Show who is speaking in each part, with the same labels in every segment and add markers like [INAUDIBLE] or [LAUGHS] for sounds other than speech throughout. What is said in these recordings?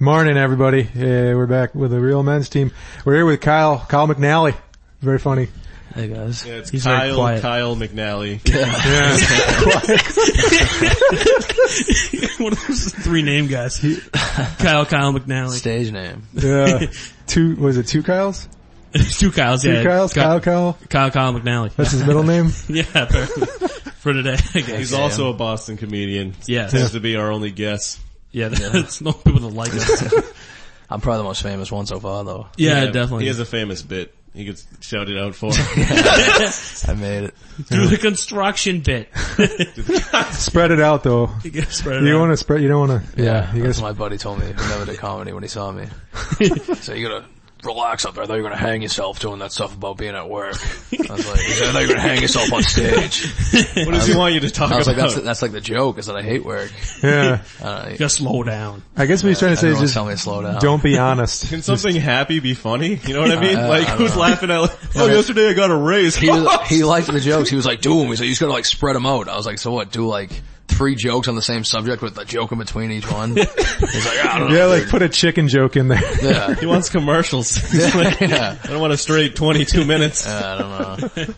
Speaker 1: Morning, everybody. Uh, we're back with the Real Men's Team. We're here with Kyle, Kyle McNally. Very funny.
Speaker 2: Hey guys.
Speaker 3: Yeah, it's
Speaker 2: He's very
Speaker 3: Kyle
Speaker 2: quiet.
Speaker 3: Kyle McNally.
Speaker 4: [LAUGHS] One of those three name guys. [LAUGHS] Kyle, Kyle [LAUGHS] McNally.
Speaker 2: Stage name.
Speaker 1: Yeah. [LAUGHS] two, was it two Kyles?
Speaker 4: There's two Kyles,
Speaker 1: Two
Speaker 4: yeah.
Speaker 1: Kyles?
Speaker 4: Kyle,
Speaker 1: Kyle, Kyle.
Speaker 4: Kyle, Kyle McNally.
Speaker 2: [LAUGHS]
Speaker 1: That's his middle name?
Speaker 4: yeah, apparently. For today, [LAUGHS] I guess.
Speaker 3: He's
Speaker 2: Yeah.
Speaker 3: also a Boston comedian.
Speaker 4: Yes.
Speaker 3: Tends to be our only guess.
Speaker 4: Yeah, that's [LAUGHS] no people that like us.
Speaker 2: [LAUGHS] I'm probably the most famous one so far though.
Speaker 4: Yeah, definitely.
Speaker 3: He has a famous bit. He gets shouted
Speaker 4: [LAUGHS]
Speaker 3: out for.
Speaker 2: I made it.
Speaker 4: Through
Speaker 2: [LAUGHS]
Speaker 4: the construction bit. [LAUGHS]
Speaker 1: Spread it out though.
Speaker 4: He gets spread
Speaker 1: You
Speaker 4: around.
Speaker 1: want to spread, you don't want to, yeah. you
Speaker 2: That's
Speaker 1: gotta-
Speaker 2: my buddy told me whenever did comedy when he
Speaker 1: [LAUGHS]
Speaker 2: saw me. so you gotta relax up there. I thought you were gonna hang yourself doing that stuff about being
Speaker 1: [LAUGHS]
Speaker 2: at work. I was like, I thought you were gonna hang yourself on stage.
Speaker 3: what does he want you to talk
Speaker 2: I was like,
Speaker 3: about?
Speaker 2: that's, that's like the joke is that I hate work.
Speaker 1: yeah.
Speaker 2: I don't know.
Speaker 4: Just slow down.
Speaker 1: I guess what he's trying to say is
Speaker 2: Everyone
Speaker 1: just
Speaker 2: tell me uh, to slow down.
Speaker 1: don't be honest.
Speaker 3: Can something happy be funny? You know what I mean?
Speaker 2: Uh, I- I
Speaker 3: like,
Speaker 2: don't
Speaker 3: who's
Speaker 2: know.
Speaker 3: laughing at, like, oh, yesterday I got a raise.
Speaker 2: He, was, he liked the jokes. He was like, do them. He's like, you just gotta like spread them out. I was like, so what? Do like three jokes on the same subject with a joke in between each
Speaker 1: [LAUGHS]
Speaker 2: one? He's like, [LAUGHS] I don't know.
Speaker 1: Yeah, like put a chicken joke in there. [LAUGHS]
Speaker 2: Yeah.
Speaker 3: he wants commercials. [LAUGHS] He's
Speaker 2: [LAUGHS]
Speaker 3: like,
Speaker 2: Yeah.
Speaker 3: I don't want a straight 22 minutes.
Speaker 2: I don't know.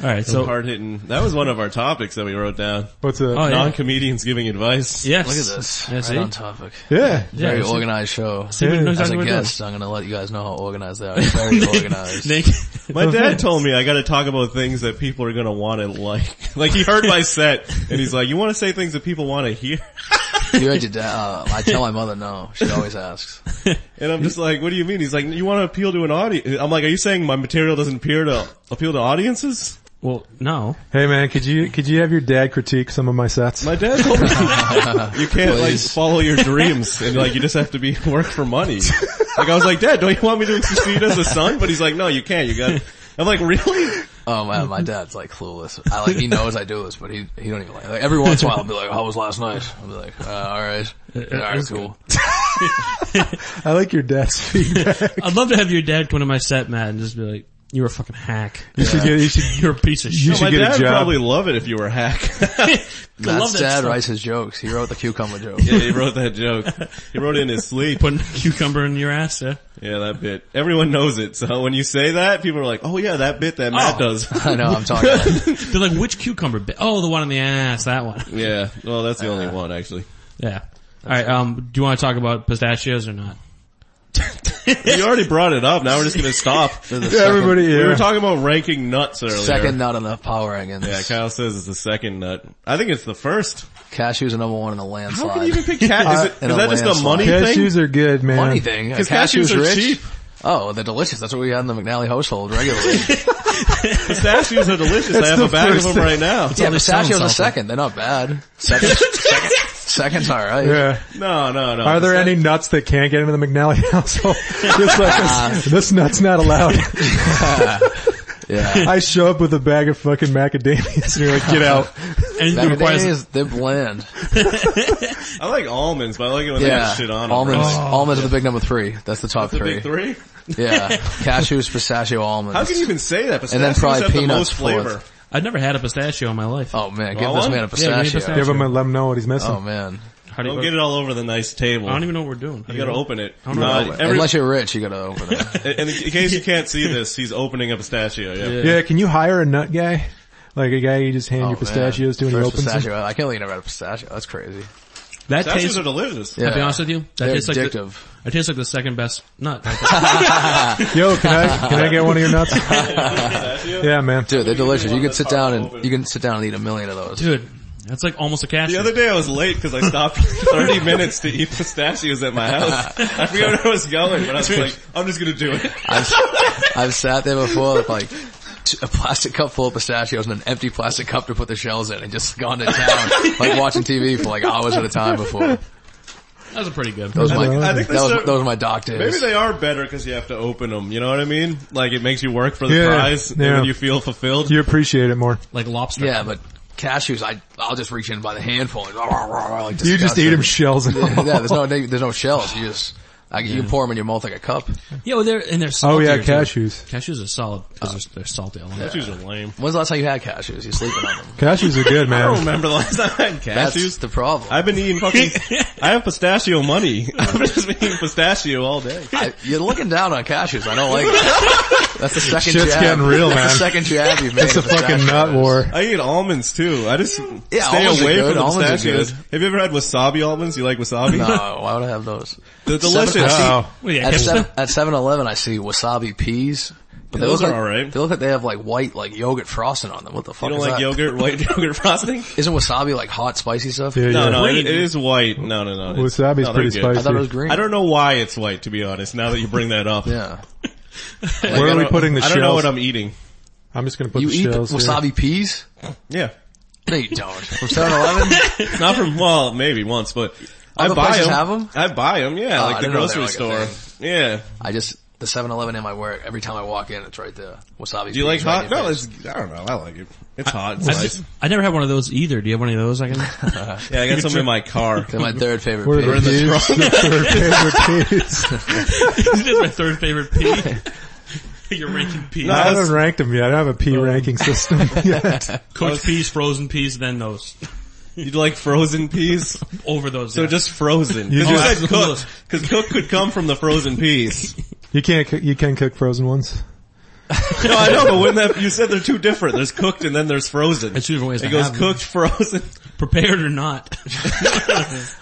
Speaker 4: Alright, so,
Speaker 3: Hard hitting. That was one of our topics that we wrote down.
Speaker 1: What's a,
Speaker 4: Oh, yeah.
Speaker 3: Non-comedians giving advice.
Speaker 4: yes.
Speaker 2: Look at this.
Speaker 4: Yes,
Speaker 2: right
Speaker 4: see?
Speaker 2: on topic.
Speaker 1: yeah.
Speaker 2: Very
Speaker 4: Yeah, see?
Speaker 2: organized show.
Speaker 4: See, we know
Speaker 2: As
Speaker 4: exactly
Speaker 2: a
Speaker 4: what we're doing.
Speaker 2: guest, I'm gonna let you guys know how organized they
Speaker 4: [LAUGHS]
Speaker 2: are. Very organized.
Speaker 4: Nick,
Speaker 3: My dad told me I gotta talk about things that people are gonna wanna like. [LAUGHS] Like he heard my set and he's like, you wanna say things that people wanna hear?
Speaker 2: you had your dad. Uh, I tell my mother no. She always asks.
Speaker 3: And I'm just like, what do you mean? He's like, you want to appeal to an audience? I'm like, are you saying my material doesn't appeal to appeal to audiences?
Speaker 4: well,
Speaker 2: [LAUGHS]
Speaker 4: no.
Speaker 1: Hey man, could you, could you have your dad critique some of my sets?
Speaker 3: My [LAUGHS] dad told me you can't like
Speaker 2: Please.
Speaker 3: follow your dreams and like you just have to be [LAUGHS] work for money. Like I was like, dad, don't you want me to succeed as a son? But he's like, no, you can't. You got. I'm like, really?
Speaker 2: Oh man, my dad's like clueless. I like he knows I do this, but he he don't even like. like every once in a while, I'll be like, "How was last night?" I'll be like, uh, "All right, all right, cool."
Speaker 1: I like your dad's [LAUGHS]
Speaker 2: [LAUGHS]
Speaker 1: feedback.
Speaker 4: I'd love to have your dad come to my set, Matt, and just be like, you're a fucking hack.
Speaker 1: You should get, you should,
Speaker 4: You're a piece of
Speaker 1: You
Speaker 4: shit.
Speaker 1: should
Speaker 3: My
Speaker 1: get a
Speaker 3: dad would
Speaker 1: job.
Speaker 3: probably love it if you were a hack.
Speaker 4: [LAUGHS] I
Speaker 2: Matt's
Speaker 4: love that
Speaker 2: dad
Speaker 4: stuff.
Speaker 2: writes his jokes. He wrote the cucumber joke.
Speaker 3: [LAUGHS] yeah, he wrote that joke. He wrote it in his sleep.
Speaker 4: Putting a cucumber in your ass, yeah.
Speaker 3: Yeah, that bit. Everyone knows it. So when you say that, people are like, oh yeah, that bit that Matt
Speaker 4: Oh.
Speaker 3: does. [LAUGHS]
Speaker 2: I know. I'm talking.
Speaker 4: [LAUGHS] They're like, which cucumber bit? Oh, the one on the ass, that one.
Speaker 3: yeah. Well, that's the only one actually.
Speaker 4: Yeah. Alright, um, do you want to talk about pistachios or not?
Speaker 3: You already brought it up. Now we're just gonna stop. [LAUGHS]
Speaker 2: The
Speaker 1: yeah, everybody, yeah.
Speaker 3: We were talking about ranking nuts earlier.
Speaker 2: Second nut on the power rankings.
Speaker 3: Yeah, Kyle says it's the second nut. I think it's the first.
Speaker 2: Cashews are number one in a
Speaker 3: How
Speaker 2: landslide.
Speaker 3: can you even pick cat? Is, it,
Speaker 2: In
Speaker 3: is
Speaker 2: a
Speaker 3: that just a
Speaker 2: landslide.
Speaker 3: money thing?
Speaker 1: Cashews are good, man.
Speaker 2: Funny thing,
Speaker 3: Because
Speaker 2: cashews,
Speaker 3: cashews are
Speaker 2: rich.
Speaker 3: cheap.
Speaker 2: Oh, they're delicious. That's what we had in the McNally household regularly.
Speaker 3: Pistachios are
Speaker 2: [LAUGHS]
Speaker 3: delicious. I
Speaker 1: That's
Speaker 3: have a
Speaker 1: the
Speaker 3: bag of
Speaker 1: first
Speaker 3: them
Speaker 1: thing.
Speaker 3: right now.
Speaker 2: yeah,
Speaker 4: all they sell in
Speaker 2: pistachios are
Speaker 4: Southland.
Speaker 2: second. They're not bad. Second, second, second's all right.
Speaker 1: Yeah.
Speaker 3: No, no, no.
Speaker 1: Are there any nuts that can't get into the McNally [LAUGHS] household? Just like this, this nut's not allowed. [LAUGHS]
Speaker 2: Yeah.
Speaker 1: I show up with a bag of fucking macadamias and you're like, get out.
Speaker 4: Anything that
Speaker 2: Back in the
Speaker 4: requires
Speaker 2: days, they're bland.
Speaker 3: I like almonds, but I like it when they
Speaker 2: Yeah.
Speaker 3: have shit on them.
Speaker 2: almonds,
Speaker 3: Right?
Speaker 2: almonds are the big number three. That's the top
Speaker 3: The
Speaker 2: three.
Speaker 3: big three?
Speaker 2: Yeah. Cashews, pistachio, almonds.
Speaker 3: How can you even say that?
Speaker 2: And then
Speaker 3: Pistachios
Speaker 2: probably
Speaker 3: have the
Speaker 2: peanuts
Speaker 3: most flavor.
Speaker 2: fourth.
Speaker 4: I've never had a pistachio in my life.
Speaker 2: Oh man, give
Speaker 3: Want
Speaker 2: this
Speaker 4: Yeah,
Speaker 3: one?
Speaker 2: man a
Speaker 4: we need
Speaker 2: pistachio.
Speaker 4: pistachio.
Speaker 1: Give him and let him know what he's missing.
Speaker 2: oh man.
Speaker 4: How do you,
Speaker 3: Don't get it all over the nice table.
Speaker 4: I don't even know what we're doing. How
Speaker 3: You
Speaker 4: do
Speaker 3: gotta open it.
Speaker 4: don't know.
Speaker 3: No, every-
Speaker 2: Unless you're rich, you gotta open it.
Speaker 3: in, in case
Speaker 2: [LAUGHS]
Speaker 3: you can't see this, he's opening a pistachio. Yeah.
Speaker 1: yeah, can you hire a nut guy? Like a guy you just hand
Speaker 2: Oh,
Speaker 1: your pistachios to
Speaker 2: man.
Speaker 1: and he
Speaker 2: First
Speaker 1: opens them?
Speaker 2: pistachio. I can't believe you never had a pistachio. That's crazy.
Speaker 4: That tastes,
Speaker 3: Pistachios are delicious.
Speaker 2: Yeah.
Speaker 4: I'll be honest with you, that
Speaker 2: They're
Speaker 4: tastes like
Speaker 2: addictive.
Speaker 4: the, it tastes like the second best nut.
Speaker 2: [LAUGHS]
Speaker 1: Yo, can I, can I get one of your nuts? [LAUGHS] yeah, man.
Speaker 2: Dude, they're delicious. You
Speaker 3: one
Speaker 2: can
Speaker 3: that's
Speaker 2: sit
Speaker 3: hard
Speaker 2: down
Speaker 3: to
Speaker 2: and
Speaker 3: open.
Speaker 2: you can sit down and eat a million of those.
Speaker 4: Dude, that's like almost a cashew.
Speaker 3: The other day I was late because I stopped for [LAUGHS] 30 minutes to eat pistachios at my house. I forgot where I was going, but I was like, I'm just gonna do it.
Speaker 2: I've, I've sat there before with like t- a plastic cup full of pistachios and an empty plastic cup to put the shells in and just gone to town, like watching TV for like hours at a time before.
Speaker 4: that was pretty good.
Speaker 2: Those were
Speaker 1: I think-
Speaker 2: my,
Speaker 1: I
Speaker 2: that
Speaker 3: think they
Speaker 2: was,
Speaker 3: should-
Speaker 2: those were my doc days.
Speaker 3: Maybe they are better because you have to open them. You know what I mean? Like it makes you work for the
Speaker 1: Yeah,
Speaker 3: prize, and
Speaker 1: yeah.
Speaker 3: then you feel
Speaker 1: [LAUGHS]
Speaker 3: fulfilled.
Speaker 1: You appreciate it more.
Speaker 4: Like lobster.
Speaker 2: yeah, but cashews, I, I'll just reach in by the handful and [LAUGHS] like
Speaker 1: You just
Speaker 2: disgust
Speaker 1: eat
Speaker 2: it.
Speaker 1: them [LAUGHS] shells and all.
Speaker 2: yeah, there's no, there's no shells. You just I, You can pour them in your mouth like a cup.
Speaker 4: Yeah, well, they're and they're salty.
Speaker 1: Oh yeah,
Speaker 4: too.
Speaker 1: cashews.
Speaker 4: Cashews are solid because they're, they're salty. I love it.
Speaker 3: Cashews are lame.
Speaker 2: When's the last time you had cashews? You're sleeping
Speaker 1: [LAUGHS]
Speaker 2: on them.
Speaker 1: Cashews are good,
Speaker 3: I don't
Speaker 1: man.
Speaker 3: remember the last time I had
Speaker 2: That's
Speaker 3: cashews.
Speaker 2: the problem.
Speaker 3: I've been eating [LAUGHS] fucking. I have pistachio money. [LAUGHS] I've just been eating pistachio all day.
Speaker 2: I, you're looking down on cashews. I don't like
Speaker 1: [LAUGHS]
Speaker 2: it. That's the second
Speaker 1: Shit's
Speaker 2: jab.
Speaker 1: getting real,
Speaker 2: That's
Speaker 1: man.
Speaker 2: the second jab you've made.
Speaker 1: It's a
Speaker 2: at
Speaker 1: fucking
Speaker 2: pistachio.
Speaker 1: nut war.
Speaker 3: I eat almonds too. I just
Speaker 2: Yeah,
Speaker 3: stay
Speaker 2: almonds are
Speaker 3: away
Speaker 2: good.
Speaker 3: from the
Speaker 2: Almonds are
Speaker 3: pistachios.
Speaker 2: good.
Speaker 3: Have you ever had wasabi almonds? You like
Speaker 1: [LAUGHS]
Speaker 3: wasabi?
Speaker 2: No, why would I have those?
Speaker 3: They're delicious.
Speaker 2: Seven-
Speaker 1: Oh.
Speaker 4: Well, yeah,
Speaker 2: At
Speaker 4: cashews-
Speaker 2: seven, at 7-Eleven I see wasabi peas. But
Speaker 3: Yeah,
Speaker 2: they
Speaker 3: those
Speaker 2: look
Speaker 3: are
Speaker 2: like,
Speaker 3: alright.
Speaker 2: They look like they have like white like yogurt frosting on them. What the fuck
Speaker 3: You don't
Speaker 2: is
Speaker 3: like
Speaker 2: that?
Speaker 3: yogurt, white [LAUGHS] yogurt frosting?
Speaker 2: Isn't wasabi like hot spicy stuff?
Speaker 1: Yeah,
Speaker 3: No,
Speaker 1: yeah.
Speaker 3: no, it,
Speaker 4: Green.
Speaker 3: it is white. No, no, no. it's-
Speaker 1: Wasabi's
Speaker 3: no, they're
Speaker 1: pretty
Speaker 3: good.
Speaker 1: spicy.
Speaker 2: I thought it was green.
Speaker 3: I don't know why it's white, to be honest. Now that you bring that up,
Speaker 2: Yeah.
Speaker 3: Like,
Speaker 1: Where
Speaker 3: I
Speaker 1: are we
Speaker 3: don't-
Speaker 1: putting the
Speaker 3: I
Speaker 1: shells?
Speaker 3: don't know what I'm eating.
Speaker 1: I'm just gonna put
Speaker 2: You
Speaker 1: the
Speaker 2: eat
Speaker 1: shells here. [LAUGHS]
Speaker 2: wasabi [LAUGHS] peas?
Speaker 3: Yeah,
Speaker 2: No you don't. From 7-Eleven?
Speaker 3: [LAUGHS] not from well, maybe once, but I
Speaker 2: Other
Speaker 3: buy
Speaker 2: places
Speaker 3: them.
Speaker 2: have 'em?
Speaker 3: I buy them. Yeah,
Speaker 2: Oh, I
Speaker 3: like the
Speaker 2: didn't know they
Speaker 3: grocery
Speaker 2: were like
Speaker 3: store.
Speaker 2: a
Speaker 3: yeah.
Speaker 2: I just, the 7-Eleven in my work, every time I walk in it's right there. Wasabi
Speaker 3: Do you like
Speaker 2: peas
Speaker 3: hot?
Speaker 2: right in your
Speaker 3: No,
Speaker 2: face.
Speaker 3: it's I don't know. I like it. It's hot. It's
Speaker 4: I,
Speaker 3: nice.
Speaker 4: just- I never had one of those either. Do you have one of those? I can. [LAUGHS]
Speaker 3: Yeah, I got some in my
Speaker 2: [LAUGHS]
Speaker 3: car. [LAUGHS]
Speaker 2: They're my third favorite
Speaker 1: Where are
Speaker 2: pea.
Speaker 1: the peas? They're favorite peas.
Speaker 4: this is my third favorite pea. [LAUGHS] You're ranking peas.
Speaker 1: I
Speaker 3: That's-
Speaker 1: haven't ranked them yet. I don't have a pea ranking [LAUGHS] system yet.
Speaker 4: Cooked peas, frozen peas, then those.
Speaker 3: You'd like frozen peas?
Speaker 4: Over those.
Speaker 3: So
Speaker 4: yeah.
Speaker 3: just frozen. You
Speaker 1: You just-
Speaker 3: said cooked. Cause cooked could come from the frozen peas. [LAUGHS]
Speaker 1: You can't. cook- You can cook frozen ones.
Speaker 3: No, I know, but when that, you said they're two different. There's cooked and then there's frozen.
Speaker 4: It's two different ways
Speaker 3: It
Speaker 4: to
Speaker 3: goes
Speaker 4: have them.
Speaker 3: cooked, frozen.
Speaker 4: prepared or not. [LAUGHS]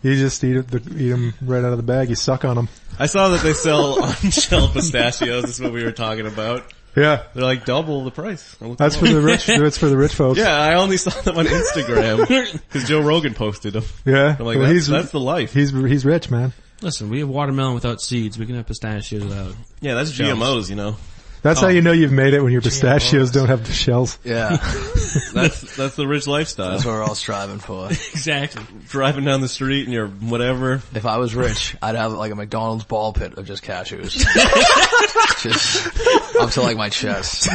Speaker 1: You just eat it. Eat them right out of the bag. You suck on them.
Speaker 3: I saw that they sell [LAUGHS] unshelled pistachios. That's what we were talking about.
Speaker 1: Yeah,
Speaker 3: They're like double the price. I looked
Speaker 1: that's
Speaker 3: them
Speaker 1: for
Speaker 3: up.
Speaker 1: the [LAUGHS] rich. That's for the rich folks.
Speaker 3: Yeah, I only saw them on Instagram because Joe Rogan posted them.
Speaker 1: yeah.
Speaker 3: I'm like,
Speaker 1: Well,
Speaker 3: that's,
Speaker 1: he's
Speaker 3: that's the life.
Speaker 1: he's he's rich, man.
Speaker 4: Listen, we have watermelon without seeds. We can have pistachios without.
Speaker 3: Yeah, that's GMOs, you know.
Speaker 1: That's how you know you've made it when your pistachios don't have the shells.
Speaker 2: Yeah. That's,
Speaker 3: That's, that's the rich lifestyle.
Speaker 2: that's what we're
Speaker 3: [LAUGHS]
Speaker 2: all striving for.
Speaker 4: Exactly.
Speaker 3: Driving down the street and you're whatever.
Speaker 2: If I was rich, I'd have like a McDonald's ball pit of just cashews. just up to like my chest.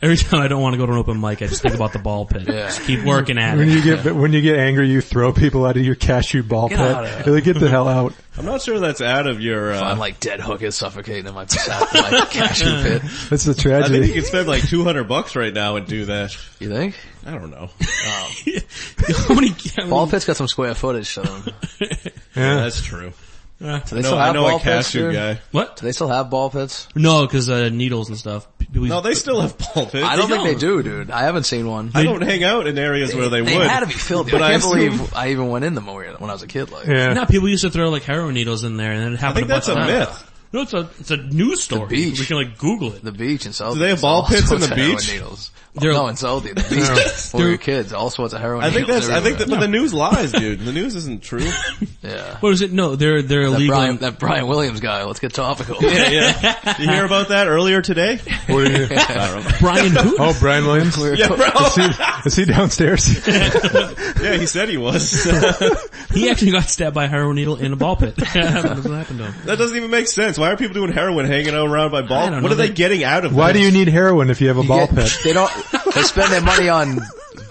Speaker 4: Every time I don't want to go to an open mic, I just think about the ball pit.
Speaker 2: Yeah.
Speaker 4: Just keep working
Speaker 1: [LAUGHS]
Speaker 4: at
Speaker 1: When
Speaker 4: it.
Speaker 1: you get [LAUGHS] when you get angry, you throw people out of your cashew ball
Speaker 2: Get
Speaker 1: pit.
Speaker 2: out of
Speaker 1: They're like, get the hell out.
Speaker 3: I'm not sure that's out of your, uh,
Speaker 2: I'm like dead hookers suffocating in my, my cashew pit.
Speaker 1: That's [LAUGHS] the
Speaker 3: I think
Speaker 1: tragedy.
Speaker 3: you could spend like 200 bucks right now and do that.
Speaker 2: You think?
Speaker 3: I don't know.
Speaker 4: [LAUGHS] How many? how many-
Speaker 2: Ball pit's got some square footage to them.
Speaker 1: yeah.
Speaker 3: That's true.
Speaker 2: Do they
Speaker 3: No,
Speaker 2: still
Speaker 3: I
Speaker 2: have
Speaker 3: know
Speaker 2: ball
Speaker 3: a
Speaker 2: pits?
Speaker 3: cashew
Speaker 2: dude?
Speaker 3: guy.
Speaker 4: What?
Speaker 2: Do they still have ball pits?
Speaker 4: No, because uh, needles and stuff. People
Speaker 3: No, they still have ball pits.
Speaker 2: I don't
Speaker 4: they
Speaker 2: think they do, dude. I haven't seen one.
Speaker 3: I don't hang out in areas where they,
Speaker 2: they
Speaker 3: would.
Speaker 2: had to be filled. Dude.
Speaker 3: But
Speaker 2: I
Speaker 3: I
Speaker 2: can't
Speaker 3: assume-
Speaker 2: believe I even went in them when we were- when I was a kid. Like,
Speaker 1: Yeah.
Speaker 4: No, people used to throw like heroin needles in there, and then it
Speaker 3: I
Speaker 4: happened.
Speaker 3: think that's a
Speaker 4: bunch of times.
Speaker 3: myth.
Speaker 4: No, it's a it's a news story.
Speaker 2: beach.
Speaker 4: We can like Google it.
Speaker 2: the beach and South.
Speaker 3: Do they have ball pits in the beach?
Speaker 2: Needles.
Speaker 4: They're-
Speaker 2: no, in Southie, the beach. when we were kids, all sorts of heroin.
Speaker 3: I think
Speaker 2: needles
Speaker 3: that's, I think that,
Speaker 2: everywhere.
Speaker 3: but the news lies, dude. The news isn't
Speaker 2: [LAUGHS]
Speaker 3: true.
Speaker 2: yeah.
Speaker 4: What is it? No, they're they're
Speaker 2: That
Speaker 4: illegal.
Speaker 2: Brian,
Speaker 4: in
Speaker 2: that Brian Williams guy. Let's get topical.
Speaker 3: [LAUGHS] Yeah, yeah. You hear about that earlier today?
Speaker 1: What do you-
Speaker 4: Brian who?
Speaker 2: [LAUGHS]
Speaker 1: oh, Brian [LAUGHS] Williams.
Speaker 2: We
Speaker 3: [LAUGHS]
Speaker 2: were
Speaker 3: Yeah,
Speaker 2: co-
Speaker 1: Is
Speaker 3: bro.
Speaker 1: he, is he downstairs?
Speaker 3: [LAUGHS]
Speaker 1: [LAUGHS]
Speaker 3: Yeah, he said he was.
Speaker 4: He actually got stabbed by a heroin needle in a ball
Speaker 2: [LAUGHS]
Speaker 4: pit. [LAUGHS] That's what happened to him.
Speaker 3: That doesn't even make sense. Why are people doing heroin hanging out around by
Speaker 4: I
Speaker 3: ball?
Speaker 4: don't
Speaker 3: What
Speaker 4: know.
Speaker 3: are they getting out of
Speaker 1: Why
Speaker 3: this?
Speaker 1: do you need heroin if you have a ball
Speaker 2: Yeah,
Speaker 1: pit?
Speaker 2: They don't. They spend their money on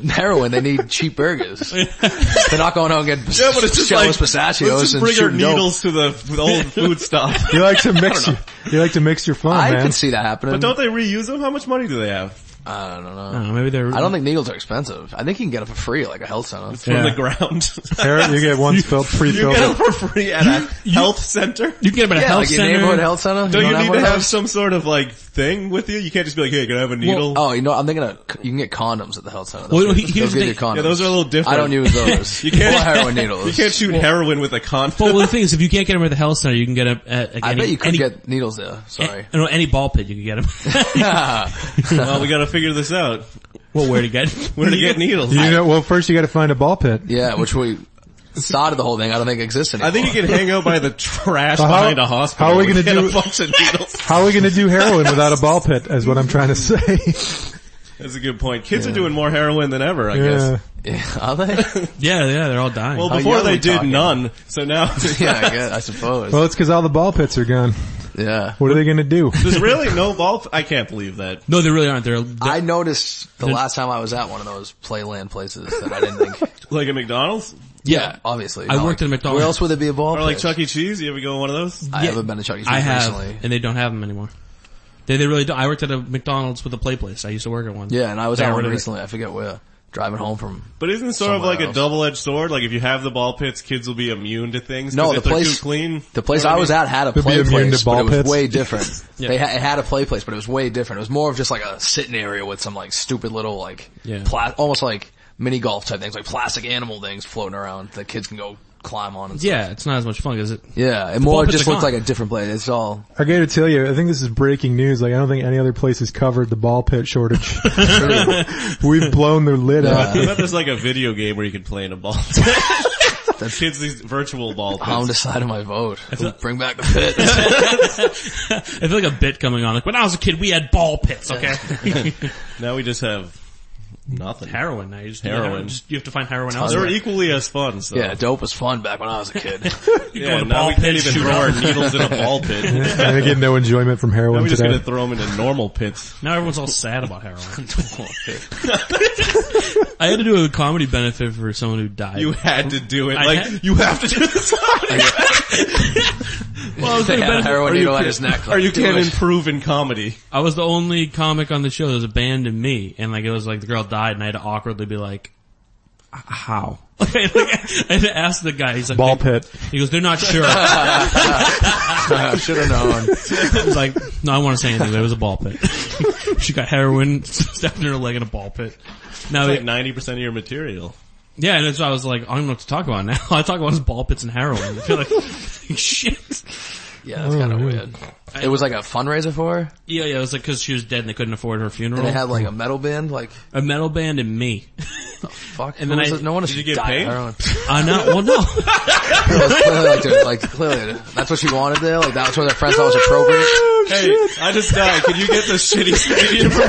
Speaker 2: heroin. They need cheap
Speaker 3: [LAUGHS]
Speaker 2: burgers. They're not going out and get
Speaker 3: Yeah, but it's just
Speaker 2: shells,
Speaker 3: like,
Speaker 2: pistachios
Speaker 3: let's just
Speaker 2: and
Speaker 3: bring our
Speaker 2: shooting dope.
Speaker 3: needles to the,
Speaker 1: [LAUGHS]
Speaker 3: the old food stuff.
Speaker 1: You like to mix. Your, you like to mix your fun,
Speaker 2: I
Speaker 1: man.
Speaker 2: can [LAUGHS] see that happening.
Speaker 3: Oh, But don't they reuse them? How much money do they have?
Speaker 2: I don't know.
Speaker 4: I don't know, maybe they're.
Speaker 2: I don't think needles are expensive. I think you can get them for free, like a health center.
Speaker 3: From
Speaker 4: Yeah.
Speaker 3: the ground.
Speaker 1: Heroin- you
Speaker 3: [LAUGHS]
Speaker 1: get one filled, free
Speaker 3: you
Speaker 1: filled.
Speaker 3: get them for free at a health center?
Speaker 4: you can get him at a
Speaker 2: Yeah,
Speaker 4: health
Speaker 2: like your
Speaker 4: center.
Speaker 2: neighborhood health center.
Speaker 3: Don't you
Speaker 2: don't
Speaker 3: need
Speaker 2: one
Speaker 3: to
Speaker 2: of
Speaker 3: have
Speaker 2: those?
Speaker 3: some sort of like thing with you? You can't just be like, hey, can I have a needle?
Speaker 2: Oh, you know, I'm thinking of, you can get condoms at the health center.
Speaker 4: Well,
Speaker 2: They'll
Speaker 4: he-
Speaker 2: give-
Speaker 4: here's
Speaker 2: they'll
Speaker 4: the
Speaker 2: give you
Speaker 4: thing.
Speaker 2: condoms.
Speaker 3: yeah, those are a little different.
Speaker 2: I don't
Speaker 3: [LAUGHS]
Speaker 2: use those.
Speaker 3: You can't-
Speaker 2: or heroin
Speaker 3: [LAUGHS]
Speaker 2: needles.
Speaker 3: You can't shoot heroin with a
Speaker 4: Well,
Speaker 3: condom.
Speaker 4: well, the thing is, if you can't get him at the health center, you can get him at. Like,
Speaker 2: I
Speaker 4: any,
Speaker 2: bet you could
Speaker 4: any,
Speaker 2: get needles there. Sorry.
Speaker 4: a- no, any ball pit you could get him.
Speaker 3: [LAUGHS]
Speaker 4: [LAUGHS]
Speaker 3: [LAUGHS]
Speaker 2: [LAUGHS]
Speaker 3: well, we gotta figure this out.
Speaker 4: well, where to get?
Speaker 3: Where to get needles?
Speaker 1: You know, well, first you got to find a ball pit.
Speaker 2: yeah, which we started the whole thing. I don't think exists anymore.
Speaker 3: I think you can hang out by the trash
Speaker 1: Well, how-
Speaker 3: behind a hospital.
Speaker 1: how are we gonna
Speaker 3: and get
Speaker 1: do-
Speaker 3: a [LAUGHS] bunch of needles?
Speaker 1: How are we going to do heroin without a ball pit? Is what I'm trying to say. [LAUGHS]
Speaker 3: That's a good point. Kids are doing more heroin than ever, I guess.
Speaker 2: Yeah, [LAUGHS] are they?
Speaker 4: [LAUGHS] Yeah, yeah, they're all dying.
Speaker 3: Well,
Speaker 2: How
Speaker 3: before
Speaker 2: young
Speaker 3: they
Speaker 2: we
Speaker 3: did
Speaker 2: talking?
Speaker 3: none, so
Speaker 2: [LAUGHS]
Speaker 3: now
Speaker 2: yeah, I guess, I suppose.
Speaker 1: Well, it's because all the ball pits are gone.
Speaker 2: yeah.
Speaker 1: What are they going to do?
Speaker 3: there's really no ball. I can't believe that.
Speaker 4: no, they really aren't. They're, they're
Speaker 2: I noticed the last time I was at one of those playland places that I didn't think.
Speaker 3: Like at McDonald's,
Speaker 4: [LAUGHS] Yeah.
Speaker 2: obviously.
Speaker 4: I
Speaker 2: Not
Speaker 4: worked
Speaker 2: like-
Speaker 4: at a McDonald's.
Speaker 2: Where else would there be a ball?
Speaker 3: Or like
Speaker 2: pit?
Speaker 3: Chuck E. Cheese. You ever go to one of those?
Speaker 2: I
Speaker 4: Yeah.
Speaker 2: haven't been to Chuck E. Cheese
Speaker 4: I have,
Speaker 2: recently.
Speaker 4: and they don't have them anymore. They they really don't. I worked at a McDonald's with a play place. I used to work at one.
Speaker 2: Yeah, and I was
Speaker 4: They
Speaker 2: out
Speaker 4: got rid of it.
Speaker 2: recently. I forget where. Driving home from.
Speaker 3: But isn't it sort of
Speaker 2: Somewhere
Speaker 3: like a
Speaker 2: else.
Speaker 3: double-edged sword? Like if you have the ball pits, kids will be immune to things. 'cause
Speaker 2: No, the
Speaker 3: if they're
Speaker 2: place-
Speaker 3: too clean.
Speaker 2: The place
Speaker 3: You know
Speaker 2: I
Speaker 3: what
Speaker 2: was
Speaker 3: mean?
Speaker 2: at had a
Speaker 1: Could be
Speaker 2: play
Speaker 1: immune to
Speaker 2: place,
Speaker 1: ball
Speaker 2: but it was
Speaker 1: pits. [LAUGHS]
Speaker 2: way different.
Speaker 4: Yeah.
Speaker 2: They ha- it had a play place, but it was way different. It was more of just like a sitting area with some like stupid little like,
Speaker 4: Yeah.
Speaker 2: pla- almost like mini golf type things, like plastic animal things floating around that kids can go climb on and stuff.
Speaker 4: Yeah, it's not as much fun, is it?
Speaker 2: Yeah, it more
Speaker 4: pits
Speaker 2: just
Speaker 4: are
Speaker 2: looked
Speaker 4: gone.
Speaker 2: like a different place.
Speaker 4: [LAUGHS]
Speaker 2: It's all
Speaker 1: I gotta tell you, I think this is breaking news. Like, I don't think any other place has covered the ball pit shortage. We've blown their lid
Speaker 3: I
Speaker 1: out.
Speaker 3: bet there's like a video game where you can play in a ball. Kids these virtual ball
Speaker 2: I'm
Speaker 3: pits.
Speaker 2: deciding my vote. Bring back the
Speaker 4: [LAUGHS]
Speaker 2: pits.
Speaker 4: I feel like a bit coming on. Like when I was a kid, we had ball pits. Okay,
Speaker 2: [LAUGHS]
Speaker 3: Now we just have nothing.
Speaker 4: heroin. I used
Speaker 3: Heroin.
Speaker 4: Just, you have to find heroin
Speaker 3: They're
Speaker 4: elsewhere.
Speaker 3: equally as fun. So.
Speaker 2: yeah, dope was fun back when I was
Speaker 4: [LAUGHS]
Speaker 2: a kid. [LAUGHS]
Speaker 4: You
Speaker 3: Yeah,
Speaker 4: go to
Speaker 3: now
Speaker 4: ball
Speaker 3: we can't
Speaker 4: pits,
Speaker 3: even
Speaker 4: shoot
Speaker 3: throw our
Speaker 4: up.
Speaker 3: needles in a ball pit.
Speaker 1: I think get no enjoyment from
Speaker 3: Now
Speaker 1: heroin
Speaker 3: we're just
Speaker 1: today.
Speaker 3: gonna throw them into normal pits.
Speaker 4: Now everyone's all sad about heroin.
Speaker 2: [LAUGHS]
Speaker 4: I had to do a comedy benefit for someone who died.
Speaker 3: You had to do it.
Speaker 4: I
Speaker 3: like
Speaker 4: had-
Speaker 3: you have to do
Speaker 4: [LAUGHS]
Speaker 3: this.
Speaker 4: well, I was
Speaker 2: [LAUGHS] they
Speaker 4: doing a benefit-
Speaker 2: had a heroin needle at his neck.
Speaker 3: or you
Speaker 2: [LAUGHS] Like, do
Speaker 3: can't
Speaker 2: it.
Speaker 3: improve in comedy.
Speaker 4: I was the only comic on the show that was abandoned me, and like it was like the girl died, and I had to awkwardly be like, "H- "How?" [LAUGHS] Like, I had to ask the guy. He's like,
Speaker 1: Ball
Speaker 4: "They-"
Speaker 1: pit.
Speaker 4: He goes, "They're not sure." I [LAUGHS]
Speaker 2: Should have known.
Speaker 4: was like, "No, I don't want to say anything." But it was a ball pit. [LAUGHS] she got heroin [LAUGHS] stabbed in her leg in a ball pit. Now,
Speaker 3: Like ninety percent of your material.
Speaker 4: yeah, and that's why I was like, "I don't know what to talk about now." [LAUGHS] All I talk about is ball pits and heroin. [LAUGHS] I feel like shit. Oh,
Speaker 2: Yeah, that's kind of weird. It was like a fundraiser for her.
Speaker 4: Yeah, yeah, it was like because she was dead and they couldn't afford her funeral.
Speaker 2: And they had like a metal band. Like
Speaker 4: a metal band and me.
Speaker 2: fuck.
Speaker 4: And
Speaker 2: And
Speaker 4: then
Speaker 2: then
Speaker 4: I-
Speaker 2: no one
Speaker 3: Did you get
Speaker 2: died
Speaker 3: paid?
Speaker 2: Heroin.
Speaker 4: [LAUGHS] I know. Well, Uh,
Speaker 2: [LAUGHS]
Speaker 4: no.
Speaker 2: It was clearly like, dude, like clearly that's what she wanted there. Like that was what their friends thought was appropriate. [LAUGHS]
Speaker 3: Hey, I just died. Can you get the shitty stadium for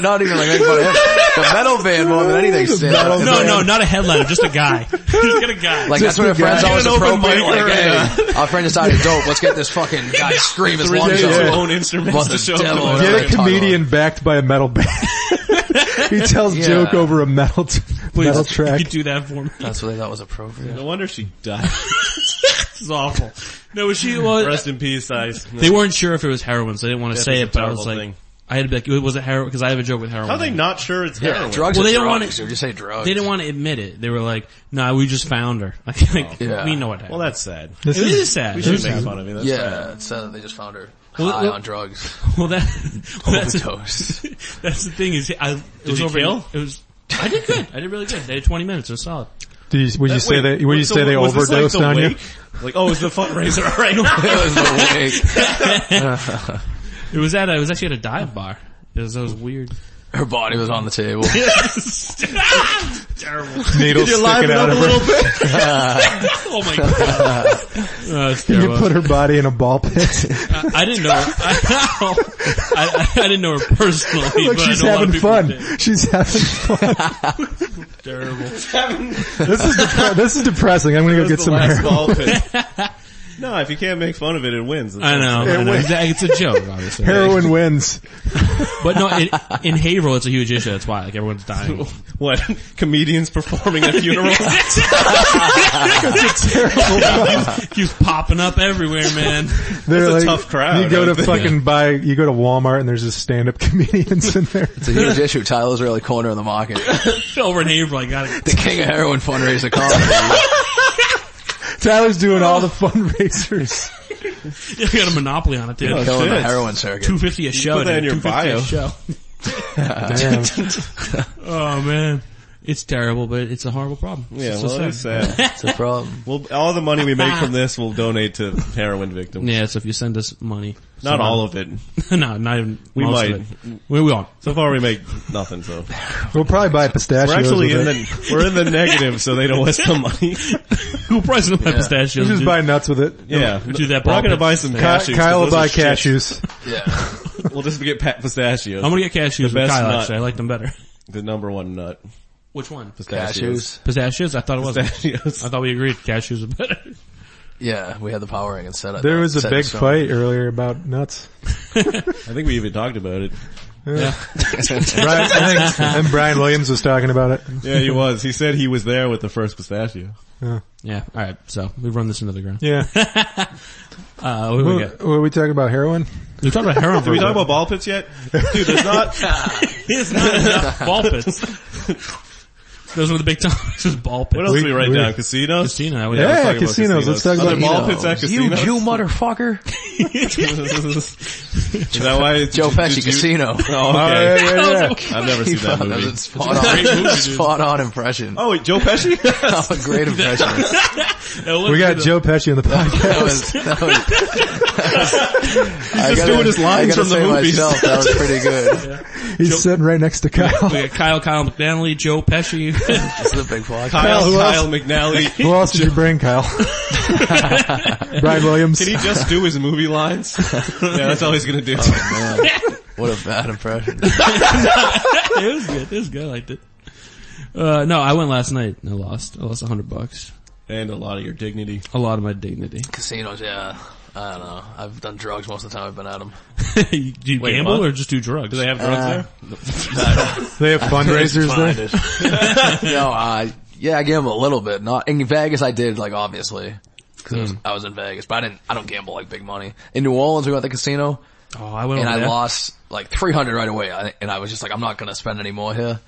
Speaker 2: Not even like making fun of him. The metal band more than anything. Stan.
Speaker 1: metal
Speaker 4: No, no, not a headliner, just a
Speaker 2: [LAUGHS]
Speaker 4: guy. [LAUGHS] just get a guy.
Speaker 2: Oh, Like that's what her
Speaker 1: the
Speaker 2: friends
Speaker 1: guy.
Speaker 2: always
Speaker 3: An open
Speaker 2: appropriate.
Speaker 3: mic or
Speaker 2: Like, hey, our friend decided dope. Let's get this fucking guy to scream as long as
Speaker 1: days
Speaker 3: your
Speaker 1: Yeah.
Speaker 3: own instruments
Speaker 2: Mother
Speaker 3: to show
Speaker 2: devil.
Speaker 3: them?
Speaker 2: Yeah.
Speaker 1: Get
Speaker 2: Right,
Speaker 1: a
Speaker 2: talk
Speaker 1: comedian backed by a metal band. [LAUGHS] he tells
Speaker 2: Yeah.
Speaker 1: joke over a metal, t- metal
Speaker 4: Please,
Speaker 1: track.
Speaker 4: you do that for me.
Speaker 2: That's what they thought was appropriate.
Speaker 3: No wonder she died.
Speaker 4: This is awful. No, but she was.
Speaker 3: Rest in peace, Ice.
Speaker 4: They weren't sure if it was heroin, so they didn't want to
Speaker 3: Death
Speaker 4: say
Speaker 3: is
Speaker 4: it.
Speaker 3: a
Speaker 4: But I was
Speaker 3: terrible
Speaker 4: like,
Speaker 3: thing.
Speaker 4: I had to be like, was it heroin? Because I have a joke with heroin.
Speaker 3: How are they not sure it's
Speaker 2: Yeah,
Speaker 3: heroin?
Speaker 2: drugs.
Speaker 4: Well,
Speaker 2: are
Speaker 4: they don't
Speaker 2: drugs,
Speaker 4: want it-
Speaker 2: dude. Just say drugs.
Speaker 4: They didn't want to admit it. They were like, "No, we just found her. [LAUGHS] Like, like,
Speaker 2: Yeah.
Speaker 4: we know what happened."
Speaker 3: Oh, Well, that's sad.
Speaker 1: This
Speaker 4: it
Speaker 1: is-
Speaker 4: is sad.
Speaker 3: We
Speaker 4: It
Speaker 3: should
Speaker 4: is
Speaker 3: make
Speaker 4: sad.
Speaker 3: fun of you. That's sad.
Speaker 2: Yeah, it's sad that they just found her
Speaker 4: Well,
Speaker 2: high
Speaker 4: well-
Speaker 2: on drugs.
Speaker 4: [LAUGHS]
Speaker 2: [LAUGHS]
Speaker 4: Well, that well, that's
Speaker 2: Overdose.
Speaker 4: [LAUGHS] that's the thing is, I it was
Speaker 3: you
Speaker 4: over.
Speaker 3: kill?
Speaker 4: It was. I did good. I did really good. They had 20 minutes. It was solid.
Speaker 1: Did you, would you say
Speaker 3: Wait,
Speaker 1: they? Would you
Speaker 3: so
Speaker 1: say they
Speaker 3: was this, like,
Speaker 1: overdosed
Speaker 3: the
Speaker 1: on you?
Speaker 3: wake? Like, oh, it's the fundraiser. [LAUGHS] All right.
Speaker 2: It was the wake.
Speaker 4: It was at. A, it was actually at a dive bar. It was. That was weird.
Speaker 2: Her body was on the table.
Speaker 4: terrible.
Speaker 1: Needles sticking out of her.
Speaker 3: bit.
Speaker 4: Oh my god.
Speaker 1: [LAUGHS]
Speaker 4: Oh, that's
Speaker 1: You
Speaker 4: terrible.
Speaker 1: put her body in a ball pit.
Speaker 4: I, I didn't know. [LAUGHS] I, I, I didn't know her personally,
Speaker 1: [LAUGHS] Look,
Speaker 4: but
Speaker 1: she's
Speaker 4: I know a lot of
Speaker 1: having fun.
Speaker 4: people did.
Speaker 1: She's having
Speaker 3: [LAUGHS]
Speaker 1: fun.
Speaker 4: Terrible.
Speaker 1: this is depre- this is depressing. I'm gonna go
Speaker 3: That's
Speaker 1: get some
Speaker 3: the last
Speaker 1: heroin.
Speaker 3: ball pit. [LAUGHS] No, if you can't make fun of it, it wins.
Speaker 4: I know. I know.
Speaker 1: went-
Speaker 4: It's a joke, obviously.
Speaker 1: Heroin wins.
Speaker 4: But no, in, in Haverhill, it's a huge issue. That's why like everyone's
Speaker 1: [LAUGHS]
Speaker 4: dying.
Speaker 3: [LAUGHS] What? Comedians performing at funerals?
Speaker 1: [LAUGHS]
Speaker 4: He's popping up everywhere, man.
Speaker 1: They're
Speaker 3: That's a tough crowd,
Speaker 1: You go
Speaker 3: I
Speaker 1: to
Speaker 3: think.
Speaker 1: fucking buy, you go to Walmart and there's just stand-up [LAUGHS] comedians in there.
Speaker 2: It's a huge issue. Tyler's really cornering the market.
Speaker 4: Over in Haverhill, I got it.
Speaker 2: The king of heroin fundraiser comedy.
Speaker 1: Tyler's doing
Speaker 3: Oh.
Speaker 1: all the fundraisers.
Speaker 4: I got a monopoly on it, dude.
Speaker 3: Oh,
Speaker 2: Killing the
Speaker 3: shit.
Speaker 2: heroin circuit.
Speaker 4: Two fifty a show.
Speaker 3: put that
Speaker 4: dude.
Speaker 3: in your
Speaker 4: 250 a
Speaker 3: bio.
Speaker 4: [LAUGHS] show.
Speaker 1: Damn.
Speaker 4: Oh man, it's terrible, but it's a horrible problem. It's
Speaker 3: [LAUGHS] yeah,
Speaker 4: so
Speaker 3: well,
Speaker 4: sad.
Speaker 3: that's sad.
Speaker 2: That's a problem.
Speaker 3: Well, all the money we make from this, we'll donate to heroin victims.
Speaker 4: Yeah, so if you send us money,
Speaker 3: Not all of it.
Speaker 4: [LAUGHS] no, not even. We most
Speaker 3: might.
Speaker 4: Of it. We won't.
Speaker 3: So far, we make nothing. So
Speaker 1: We'll probably buy pistachios.
Speaker 3: we're actually
Speaker 1: with
Speaker 3: in
Speaker 1: it.
Speaker 3: the we're in the negative, so they don't waste the money.
Speaker 4: Who prices up my pistachios?
Speaker 1: We'll just
Speaker 4: dude?
Speaker 1: buy nuts with it.
Speaker 3: Yeah,
Speaker 4: do that
Speaker 3: We're
Speaker 4: ball
Speaker 3: not gonna
Speaker 4: pit.
Speaker 3: buy some
Speaker 1: Ky-
Speaker 3: cashews. 'cause
Speaker 1: Kyle will
Speaker 3: those are
Speaker 1: buy
Speaker 3: shit.
Speaker 1: cashews.
Speaker 2: [LAUGHS] Yeah.
Speaker 3: We'll just get pat pistachios.
Speaker 4: I'm gonna get cashews with
Speaker 3: best
Speaker 4: Kyle.
Speaker 3: nut.
Speaker 4: Actually, I like them better.
Speaker 3: the number one nut.
Speaker 4: Which one?
Speaker 3: Pistachios.
Speaker 2: Cashews.
Speaker 4: Pistachios. I thought it was. I
Speaker 3: Pistachios.
Speaker 4: thought we agreed cashews are better.
Speaker 2: Yeah, we had the power ring and set up. [LAUGHS]
Speaker 1: There was a
Speaker 2: set in
Speaker 1: big
Speaker 2: stone.
Speaker 1: fight earlier about nuts.
Speaker 3: I think we even talked about it.
Speaker 4: Yeah.
Speaker 1: Brian, I think, and Brian Williams was talking about it.
Speaker 3: Yeah, he was. He said he was there with the first pistachio.
Speaker 4: Yeah. All right. So we run this into the ground.
Speaker 1: Yeah.
Speaker 4: Uh, what do we
Speaker 1: Were
Speaker 4: got?
Speaker 1: were we talking about heroin?
Speaker 4: We talked about heroin.
Speaker 3: Did [LAUGHS] we talk about ball pits yet? Dude, there's not.
Speaker 4: It's not enough ball
Speaker 3: [LAUGHS]
Speaker 4: pits. Those were the big topics. was Ball pits.
Speaker 3: What else
Speaker 1: We-
Speaker 3: did we write
Speaker 1: we-
Speaker 3: down? Casinos?
Speaker 4: Christina, that was-
Speaker 1: Yeah,
Speaker 3: talking about
Speaker 1: casinos. Let's talk
Speaker 3: Are there
Speaker 1: about
Speaker 3: ball pits at
Speaker 2: You
Speaker 3: casinos.
Speaker 2: Jew motherfucker.
Speaker 3: Is that why it's
Speaker 2: Joe Pesci
Speaker 3: did you-
Speaker 2: Casino.
Speaker 3: Oh,
Speaker 1: Oh, yeah,
Speaker 3: okay.
Speaker 1: yeah, yeah.
Speaker 3: I've never seen that
Speaker 2: [LAUGHS] That was a
Speaker 3: movie.
Speaker 2: spot on, spot on impression.
Speaker 3: Oh, wait, Joe Pesci?
Speaker 2: That was a great impression.
Speaker 4: That was
Speaker 1: We got
Speaker 4: the-
Speaker 1: Joe Pesci in the podcast.
Speaker 2: That was, that was, He's
Speaker 3: just doing his lines from the movies.
Speaker 2: Myself, that was pretty good.
Speaker 1: He's sitting right next to Kyle.
Speaker 4: We got Kyle, Kyle McDanley, Joe Pesci. [LAUGHS]
Speaker 2: It's the big podcast.
Speaker 3: Kyle,
Speaker 1: who else?
Speaker 3: Kyle McNally.
Speaker 1: Who else did you bring, Kyle? Brian Williams.
Speaker 3: Did he just do his movie
Speaker 4: [LAUGHS]
Speaker 3: lines? yeah, that's all he's gonna do.
Speaker 2: What a bad impression.
Speaker 4: it was good. It was good. I liked it. Uh, no, I went last night and I lost. I lost a hundred bucks.
Speaker 3: and a lot of your dignity.
Speaker 4: A lot of my
Speaker 3: [LAUGHS]
Speaker 4: dignity.
Speaker 2: Casinos, yeah. I don't know. I've done drugs most of the time I've been at them.
Speaker 4: do you
Speaker 3: Wait,
Speaker 4: gamble
Speaker 3: what?
Speaker 4: or just do drugs?
Speaker 3: Do they have drugs
Speaker 2: Uh,
Speaker 3: there?
Speaker 1: They have fundraisers there. [LAUGHS]
Speaker 2: [LAUGHS] no, I, yeah, I gamble a little bit. Not, in Vegas I did, like, obviously. Cause I
Speaker 1: Hmm.
Speaker 2: was, I was in Vegas, but I didn't, I don't gamble like big money. In New Orleans we went to the casino
Speaker 4: oh, I went
Speaker 2: and
Speaker 4: over
Speaker 2: I
Speaker 4: there.
Speaker 2: lost like 300 right away I- and I was just like, I'm not gonna spend any more here.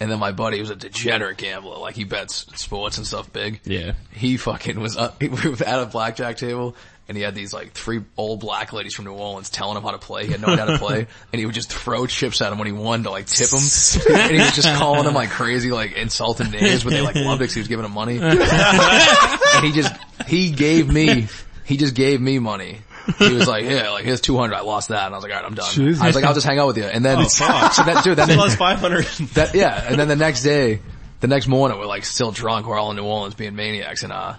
Speaker 2: And then my buddy who's a degenerate gambler, like he bets sports and stuff big.
Speaker 4: Yeah.
Speaker 2: he fucking was up, [LAUGHS] he was at a blackjack table and he had these like three old black ladies from New Orleans telling him how to play. He had no idea how to play and he would just throw chips at him when he won to like tip him. and he was just calling him like crazy, like insulting names, but they like loved it 'cause he was giving him money. and he just, he gave me, he just gave me money. He was like, yeah, like here's 200. I lost that. And I was like, alright, I'm done.
Speaker 1: Jesus.
Speaker 2: I was like, I'll just hang out with you. And then,
Speaker 3: fuck.
Speaker 2: [LAUGHS] so that, dude, that,
Speaker 3: Plus
Speaker 4: [LAUGHS]
Speaker 3: 500.
Speaker 2: that yeah, and then the next day, the next morning, we're like still drunk. We're all in New Orleans being maniacs, and uh,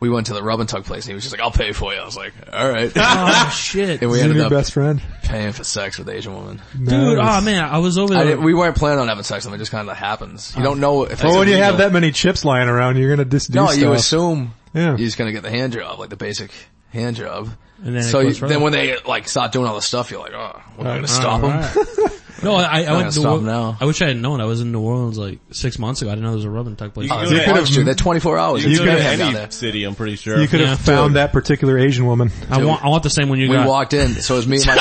Speaker 2: we went to the rub and tug place, and he was just like, "I'll pay for you." I was like, "All right,"
Speaker 4: Oh shit.
Speaker 2: and we
Speaker 1: Is he
Speaker 2: ended
Speaker 1: your
Speaker 2: up
Speaker 1: best friend?
Speaker 2: paying for sex with the Asian woman.
Speaker 4: Dude,
Speaker 1: Nice.
Speaker 4: oh man, I was over
Speaker 2: I
Speaker 4: there.
Speaker 2: didn't, we weren't planning on having sex with him; it just kind of happens. You don't know if.
Speaker 1: Well,
Speaker 2: it's
Speaker 1: when you
Speaker 2: illegal.
Speaker 1: have that many chips lying around, you're gonna just do
Speaker 2: no,
Speaker 1: stuff.
Speaker 2: you assume
Speaker 1: Yeah.
Speaker 2: you're just gonna get the hand job, like the basic hand job.
Speaker 4: And then it
Speaker 2: so you,
Speaker 4: goes wrong.
Speaker 2: then when they like start doing all this stuff, you're like, "Oh, we're not gonna stop
Speaker 4: All
Speaker 2: him." [LAUGHS]
Speaker 4: right. no, I, I went to
Speaker 2: stop
Speaker 4: New Orleans.
Speaker 2: now.
Speaker 4: I wish I had known. I was in New Orleans like six months ago. I didn't know there was a rub and tuck place.
Speaker 3: You can
Speaker 2: Oh, it's
Speaker 3: do
Speaker 2: a
Speaker 3: that.
Speaker 2: bunch, dude. They're 24 hours.
Speaker 3: You
Speaker 2: It's
Speaker 3: could
Speaker 2: mayhem
Speaker 3: have
Speaker 2: down
Speaker 3: any
Speaker 2: there.
Speaker 3: city, I'm pretty sure.
Speaker 1: You could have
Speaker 4: Yeah.
Speaker 1: found that particular Asian woman.
Speaker 4: I want, I want the same one you
Speaker 2: we
Speaker 4: got.
Speaker 2: walked in. So it was me and my,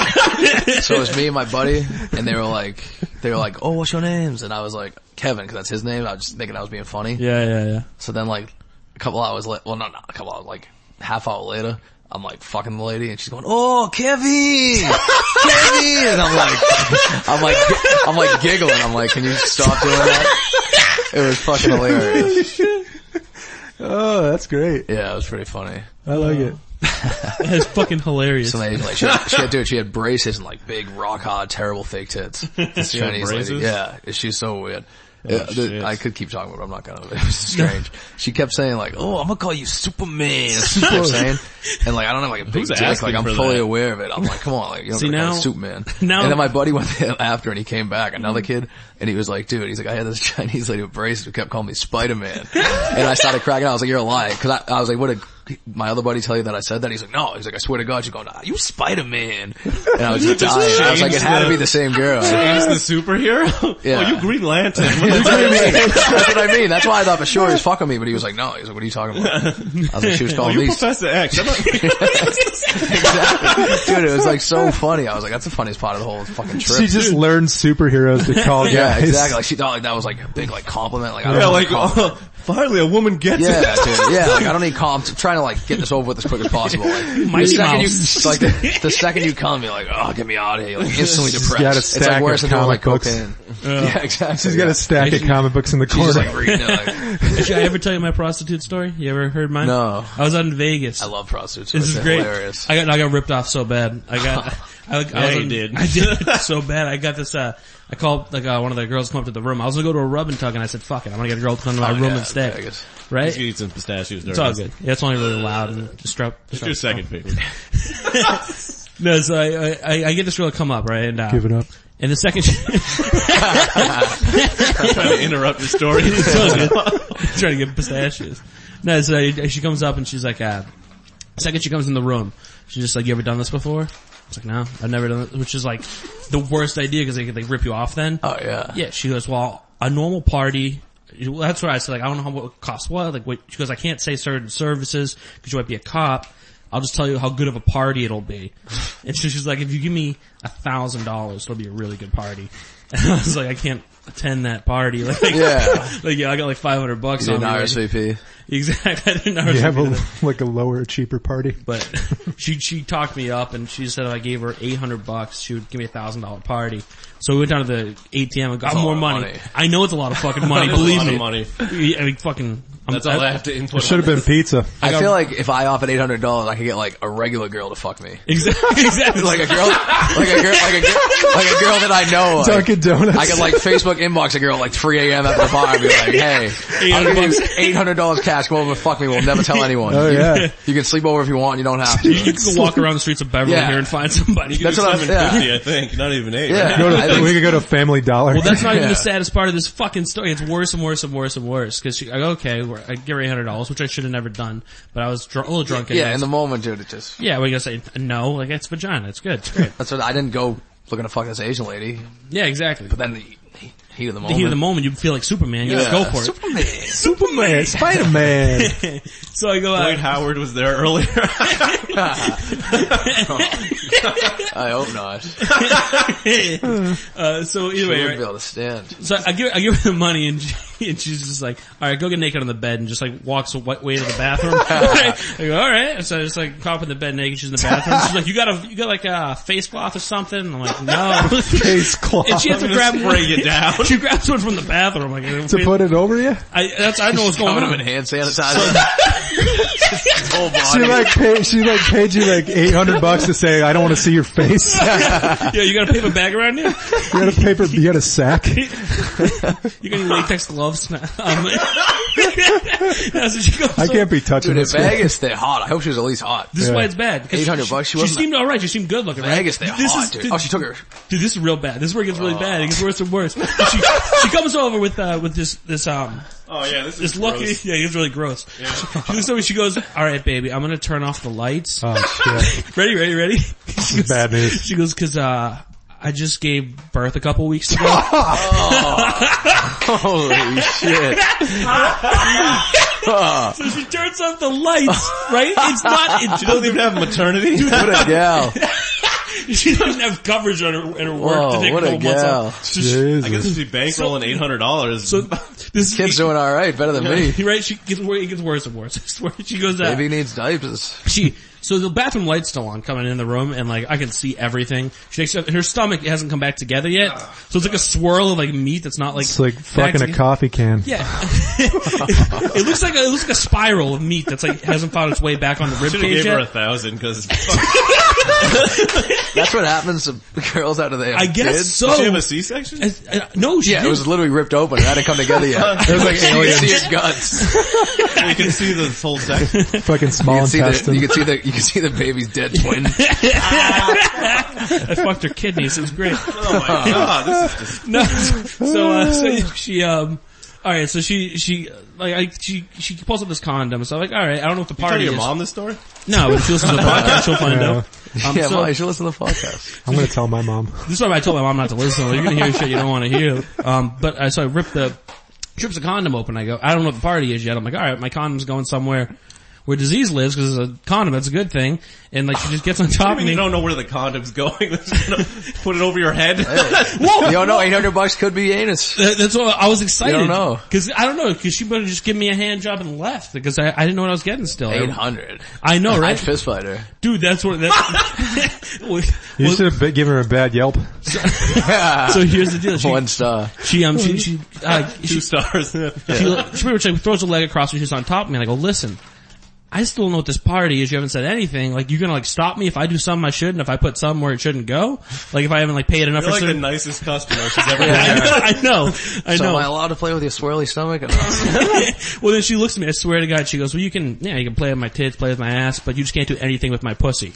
Speaker 2: so it was me and my buddy, and they were like, they were like, oh, what's your names? And I was like, Kevin, cause that's his name. I was just thinking I was being funny.
Speaker 4: yeah, yeah, yeah.
Speaker 2: So then like a couple hours later, well, not, not a couple hours, like half hour later, I'm like fucking the lady and she's going, oh, Kevin! Kevin! And I'm like, I'm like, I'm like giggling. I'm like, can you stop doing that? It was fucking hilarious.
Speaker 1: Oh, that's great.
Speaker 2: Yeah, it was pretty funny.
Speaker 1: I like it.
Speaker 4: That's fucking hilarious.
Speaker 2: So they like she had, she
Speaker 3: [LAUGHS]
Speaker 2: had dude, she had braces and like big rock hard terrible fake tits. This
Speaker 3: had
Speaker 2: Chinese lady,
Speaker 3: braces? Oh,
Speaker 2: yeah, she's so weird. Yeah, the-
Speaker 3: shit.
Speaker 2: I could keep talking, but I'm not gonna. [LAUGHS] It was strange. she kept saying like, "Oh, I'm gonna call you Superman." [LAUGHS] She
Speaker 3: [LAUGHS]
Speaker 2: kept saying, and like I don't have like a big
Speaker 3: Who's
Speaker 2: dick. Like
Speaker 3: asking
Speaker 2: I'm
Speaker 3: for
Speaker 2: fully
Speaker 3: that?
Speaker 2: aware of it. I'm like, come on, like you don't
Speaker 4: See,
Speaker 2: gotta call me
Speaker 4: now-
Speaker 3: [LAUGHS]
Speaker 2: Superman.
Speaker 4: now-
Speaker 2: and then my buddy went [LAUGHS] there after, and he came back, another kid, and he was like, "Dude," he's like, "I had this [LAUGHS] Chinese lady with braces who kept calling me Spider Man," and I started cracking. up. I was like, "You're a liar," because I, I was like, "What did my other buddy tell you that I said that?" He's like, "No," he's like, "I swear to God," she's going, ah, "You [LAUGHS] Spider Man," and I was just dying. I was like, "It had to be the same girl."
Speaker 3: [LAUGHS] He's
Speaker 4: [LAUGHS]
Speaker 3: the superhero?
Speaker 2: Yeah.
Speaker 3: Oh, you Green
Speaker 2: [LAUGHS]
Speaker 3: Lantern.
Speaker 2: That's what I mean. That's why I thought for sure he was fucking me, but he was like, "No," he's like, "What are you talking about?" I was like, "She was
Speaker 3: oh,
Speaker 2: calling
Speaker 3: you
Speaker 2: me."
Speaker 3: Professor X.
Speaker 4: [LAUGHS]
Speaker 3: I'm not-
Speaker 2: Exactly. [LAUGHS] Dude, it was like so funny. I was like, "That's the funniest part of the whole fucking trip."
Speaker 1: She just learned superheroes to call guys.
Speaker 2: Oh. [LAUGHS] Yeah, exactly. Like she thought like that was like a big like compliment. Like I don't
Speaker 3: yeah,
Speaker 2: know
Speaker 3: like, [LAUGHS]
Speaker 2: compliment.
Speaker 3: oh, finally a woman
Speaker 4: [LAUGHS]
Speaker 3: gets
Speaker 2: yeah,
Speaker 3: it.
Speaker 2: dude. Yeah, like I don't need calm. I'm trying to like get this over with as quick as possible. Like, the
Speaker 4: Mighty
Speaker 2: second
Speaker 4: Mouse.
Speaker 2: you, like the, the second you come, you're like, oh, get me out of here. Like instantly
Speaker 1: got a
Speaker 2: depressed. It's
Speaker 1: stack
Speaker 2: like worse
Speaker 1: of
Speaker 2: than doing like
Speaker 1: comic books.
Speaker 2: cocaine. Yeah, exactly.
Speaker 1: She's got a stack of comic books in the [LAUGHS]
Speaker 2: She's just,
Speaker 1: corner.
Speaker 2: like reading it. Like,
Speaker 4: Did you- I ever tell you my prostitute story? You ever heard mine?
Speaker 2: No.
Speaker 4: I was out in Vegas.
Speaker 2: I love prostitutes.
Speaker 4: This is
Speaker 2: It's
Speaker 4: great.
Speaker 2: Hilarious.
Speaker 4: I got I got ripped off so bad. I
Speaker 2: [LAUGHS]
Speaker 4: got I, I,
Speaker 3: Yeah,
Speaker 4: was
Speaker 3: you
Speaker 4: on-
Speaker 3: did.
Speaker 4: I
Speaker 3: [LAUGHS]
Speaker 4: did so bad. I got this. uh I called like uh, one of the girls come up to the room. I was gonna go to a rub and tug, and I said, "Fuck it, I'm gonna get a girl to come to my
Speaker 2: Oh,
Speaker 4: room
Speaker 2: yeah,
Speaker 4: instead."
Speaker 2: Vegas.
Speaker 4: Right?
Speaker 3: Let's eat some pistachios during
Speaker 4: It's all
Speaker 3: this.
Speaker 4: good. Yeah, it's only really loud and distru-
Speaker 3: Do a
Speaker 4: disrupt.
Speaker 3: second paper.
Speaker 4: No, so I, I I get this girl to come up right, and uh,
Speaker 1: Give it up.
Speaker 4: and the second [LAUGHS] she,
Speaker 3: Trying to interrupt your
Speaker 4: [LAUGHS]
Speaker 3: story.
Speaker 4: trying to get pistachios. No, so I- she comes up and she's like, uh, second she comes in the room, she's just like, you ever done this before? was like, no, I've never done it, which is like the worst idea because they, they rip you off then.
Speaker 2: Oh yeah.
Speaker 4: Yeah, she goes, well, a normal party, well, that's what I said, like, I don't know how what it costs what, like what, she goes, I can't say certain services because you might be a cop. I'll just tell you how good of a party it'll
Speaker 2: [LAUGHS]
Speaker 4: be. And so she's like, if you give me a thousand dollars, it'll be a really good party. [LAUGHS] And I was like, I can't attend that party. [LAUGHS] Like,
Speaker 2: Yeah.
Speaker 4: like yeah, I got like 500 bucks
Speaker 2: You
Speaker 4: on
Speaker 2: didn't
Speaker 4: me. Like,
Speaker 2: RSVP.
Speaker 4: [LAUGHS] exactly. I didn't know.
Speaker 1: You have a, like a lower, cheaper party.
Speaker 4: but [LAUGHS] she she talked me up and she said if I gave her eight hundred bucks, she would give me a thousand dollar party. So we went down to the ATM and got
Speaker 2: a
Speaker 4: more
Speaker 2: lot of
Speaker 4: money.
Speaker 2: money.
Speaker 4: I know it's a lot of
Speaker 2: [LAUGHS]
Speaker 4: fucking money.
Speaker 3: [LAUGHS] That's a
Speaker 4: believe
Speaker 3: lot of
Speaker 4: me,
Speaker 3: money.
Speaker 4: Yeah, I mean, fucking. I'm,
Speaker 3: That's all I have to input.
Speaker 1: Should have been pizza.
Speaker 2: I feel like if I offered eight hundred dollars, I could get like a regular girl to fuck me.
Speaker 4: [LAUGHS] Exactly.
Speaker 2: [LAUGHS]
Speaker 4: exactly.
Speaker 2: Like a girl, like a girl, like a girl, like a girl that I know.
Speaker 1: [LAUGHS]
Speaker 2: Like,
Speaker 1: Dunkin' Donuts.
Speaker 2: I could like Facebook inbox a girl at like 3 a.m. after the bar and
Speaker 4: [LAUGHS]
Speaker 2: be like, hey, I'm gonna give you $800 cash, go over and fuck me, we'll
Speaker 4: [LAUGHS]
Speaker 2: never tell anyone.
Speaker 1: Oh
Speaker 2: [LAUGHS]
Speaker 1: yeah.
Speaker 2: You can sleep over if you want, you don't have
Speaker 4: you
Speaker 2: to.
Speaker 4: could go walk around the streets of Beverly
Speaker 2: Yeah.
Speaker 4: here and find somebody.
Speaker 2: That's what
Speaker 4: [LAUGHS]
Speaker 2: I'm, yeah.
Speaker 3: 50, I think. Not even eight.
Speaker 2: Yeah.
Speaker 1: Go to-
Speaker 2: I think-
Speaker 1: we could go to Family Dollar.
Speaker 4: Well, that's not even
Speaker 2: Yeah.
Speaker 4: the saddest part of this fucking story. It's worse and worse and worse and worse. Because she, I go, okay, we're- I give her eight hundred dollars, which I should have never done, but I was dr- a little drunk. and
Speaker 2: yeah,
Speaker 4: I
Speaker 2: in
Speaker 4: was-
Speaker 2: the moment, dude, it just,
Speaker 4: yeah. We're gonna say no. Like it's vagina. It's good. It's great.
Speaker 2: that's what, I didn't go looking to fuck this Asian lady,
Speaker 4: [LAUGHS] Yeah, exactly.
Speaker 2: but then the heat of
Speaker 4: the
Speaker 2: the moment.
Speaker 4: heat of the moment, you feel like Superman. You just go for it.
Speaker 2: Superman.
Speaker 1: [LAUGHS]
Speaker 2: [LAUGHS]
Speaker 1: Superman, Spider Man.
Speaker 4: so I go
Speaker 3: Lloyd
Speaker 4: out.
Speaker 3: Howard was there earlier.
Speaker 4: [LAUGHS]
Speaker 2: I hope
Speaker 4: [LAUGHS]
Speaker 2: not.
Speaker 4: uh, so either way,
Speaker 2: We wouldn't be
Speaker 4: right?
Speaker 2: able to stand.
Speaker 4: so I give I give her the money and, she, [LAUGHS] and she's just like, all right, go get naked on the bed and just like walks away way to the
Speaker 1: [LAUGHS]
Speaker 4: bathroom. [LAUGHS] I go, all right. So I just like cop in the bed naked. She's in the bathroom. She's like, you got a you got like a face cloth or something? I'm like, no.
Speaker 1: [LAUGHS] Face cloth.
Speaker 4: [LAUGHS] and she has to grab
Speaker 3: spray you down.
Speaker 4: [LAUGHS] She grabs one from the bathroom. Like,
Speaker 1: to put it over you?
Speaker 4: I, that's I
Speaker 1: [LAUGHS]
Speaker 4: know what's
Speaker 2: I'm
Speaker 4: going
Speaker 2: gonna
Speaker 4: on.
Speaker 2: put hand
Speaker 4: [LAUGHS]
Speaker 2: sanitizer. [LAUGHS] Just whole
Speaker 1: She
Speaker 2: body.
Speaker 1: like paid, she like paid you like 800 bucks to say, I don't want to see your face.
Speaker 4: Yeah, you got a paper bag around you.
Speaker 1: You got a paper, you got a sack.
Speaker 4: [LAUGHS] You got any latex gloves? [LAUGHS] Um, that's what she goes.
Speaker 1: I can't be touching
Speaker 2: Dude, in
Speaker 1: this guy.
Speaker 2: Vegas, they're hot. I hope she was at least hot.
Speaker 4: This
Speaker 1: Yeah.
Speaker 4: is why it's bad. 'cause
Speaker 2: 800
Speaker 4: she-
Speaker 2: bucks, she
Speaker 4: She,
Speaker 2: wasn't-
Speaker 4: seemed alright. She seemed good looking, right?
Speaker 2: Vegas, they're
Speaker 4: this
Speaker 2: hot,
Speaker 4: is,
Speaker 2: dude.
Speaker 4: Dude,
Speaker 2: Oh, she took her. [LAUGHS]
Speaker 4: dude, this is real bad. This is where it gets really bad. It gets worse and worse. But she, she comes over with uh, with this this um
Speaker 3: Oh yeah, this
Speaker 4: this
Speaker 3: is
Speaker 4: lucky. [LAUGHS]
Speaker 3: gross.
Speaker 4: Yeah, it's really gross. She looks over. She goes, "All right, baby, I'm gonna turn off the lights. [LAUGHS]
Speaker 1: Oh shit.
Speaker 4: ready, ready, ready." [LAUGHS] She goes,
Speaker 1: Bad
Speaker 4: [LAUGHS]
Speaker 1: news.
Speaker 4: She goes, "Cause uh, I just gave birth a couple weeks ago."
Speaker 2: Holy shit.
Speaker 4: so she turns off the lights. Right? It's not. It, she
Speaker 3: Doesn't even have maternity.
Speaker 2: What a gal.
Speaker 4: [LAUGHS] She doesn't have coverage on her, in her work
Speaker 2: Whoa,
Speaker 4: to take
Speaker 2: what a
Speaker 4: a couple months
Speaker 2: gal.
Speaker 4: off. So she-
Speaker 3: I guess
Speaker 1: Jesus.
Speaker 3: if you bankroll eight hundred dollars,
Speaker 4: so this
Speaker 2: Kid's doing alright, better than [LAUGHS] me.
Speaker 4: You're right. She gets wor- it gets worse and worse. [LAUGHS] It's worse. She goes out.
Speaker 2: Maybe he needs diapers.
Speaker 4: She so the bathroom light's still on coming in the room and like I can see everything. She takes her stomach hasn't come back together yet, so it's like a swirl of like meat that's not like
Speaker 1: It's like
Speaker 4: back
Speaker 1: fucking a
Speaker 4: toge-
Speaker 1: coffee can.
Speaker 4: Yeah, [LAUGHS] it, it looks like a, it looks like a spiral of meat that's like hasn't found its way back on the rib
Speaker 3: should have
Speaker 4: cage
Speaker 3: gave her a
Speaker 4: yet. [LAUGHS]
Speaker 3: thousand because
Speaker 2: That's what happens to girls out of there.
Speaker 4: I guess so.
Speaker 3: she have a C-section.
Speaker 4: As- uh, no, she
Speaker 2: Yeah, it was literally ripped open. It hadn't come together yet. [LAUGHS] It
Speaker 4: [LAUGHS]
Speaker 2: was like you could see his guts.
Speaker 3: you can see the full section.
Speaker 1: Fucking small
Speaker 2: You could see the
Speaker 1: intestine.
Speaker 2: you could see the you could see the baby's
Speaker 4: [LAUGHS]
Speaker 2: dead twin.
Speaker 4: I fucked her kidneys. It was great.
Speaker 3: [LAUGHS] Oh my god, [LAUGHS] this is
Speaker 4: [LAUGHS]
Speaker 3: just
Speaker 4: No, so uh, so she um. All right, so she she like I, she she pulls up this condom. So I'm like, all right, I don't know what the
Speaker 3: Tell
Speaker 4: party
Speaker 3: your
Speaker 4: is.
Speaker 3: mom this story?
Speaker 4: No, but if she listens to the podcast, she'll find out. Um,
Speaker 2: yeah,
Speaker 4: so-
Speaker 2: Molly, you should listen to the podcast.
Speaker 1: I'm gonna tell my mom.
Speaker 4: This is why I told my mom not to listen. Like, you're gonna hear shit you don't want to hear. Um, but I, so I ripped the, she rips the condom open. I go, I don't know what the party is yet. I'm like, all right, my condom's going somewhere where disease lives because it's a condom. That's a good thing. And like, she just gets on
Speaker 3: I
Speaker 4: top of
Speaker 3: mean, you
Speaker 4: me.
Speaker 3: don't know where the condom's [LAUGHS] going. They're just gonna Put it over your head. [LAUGHS]
Speaker 2: You don't know, 800 bucks could be anus.
Speaker 4: That- That's what I was excited.
Speaker 2: You don't know.
Speaker 4: Cause I don't know, cause she better just give me a hand job and left because I, I didn't know what I was getting still.
Speaker 2: 800.
Speaker 4: I know,
Speaker 2: I'd
Speaker 4: right?
Speaker 2: fist fight her.
Speaker 4: Dude, that's what,
Speaker 3: [LAUGHS]
Speaker 4: that, [LAUGHS] well,
Speaker 1: You should have given her a bad Yelp.
Speaker 2: Yeah.
Speaker 4: [LAUGHS] so here's the deal. She,
Speaker 2: [LAUGHS] One star.
Speaker 4: she, um, she,
Speaker 3: [LAUGHS]
Speaker 4: she, uh, she,
Speaker 3: Two stars.
Speaker 4: She, she pretty much like, throws a leg across and she's on top of me and I go, listen, I still don't know what this party is. You haven't said anything. Like, you're gonna like stop me if I do something I shouldn't, if I put some where it shouldn't go? Like, if I haven't like paid enough for
Speaker 3: You're like the
Speaker 4: certain-
Speaker 3: nicest customer she's [LAUGHS] ever
Speaker 4: I
Speaker 3: had.
Speaker 4: know, [LAUGHS] I know, I
Speaker 2: So am I
Speaker 4: know.
Speaker 2: allowed to play with your swirly
Speaker 4: [LAUGHS]
Speaker 2: stomach?
Speaker 4: well then she looks at me, I swear to God, she goes, well you can, yeah, you can play with my tits, play with my ass, but you just can't do anything with my pussy.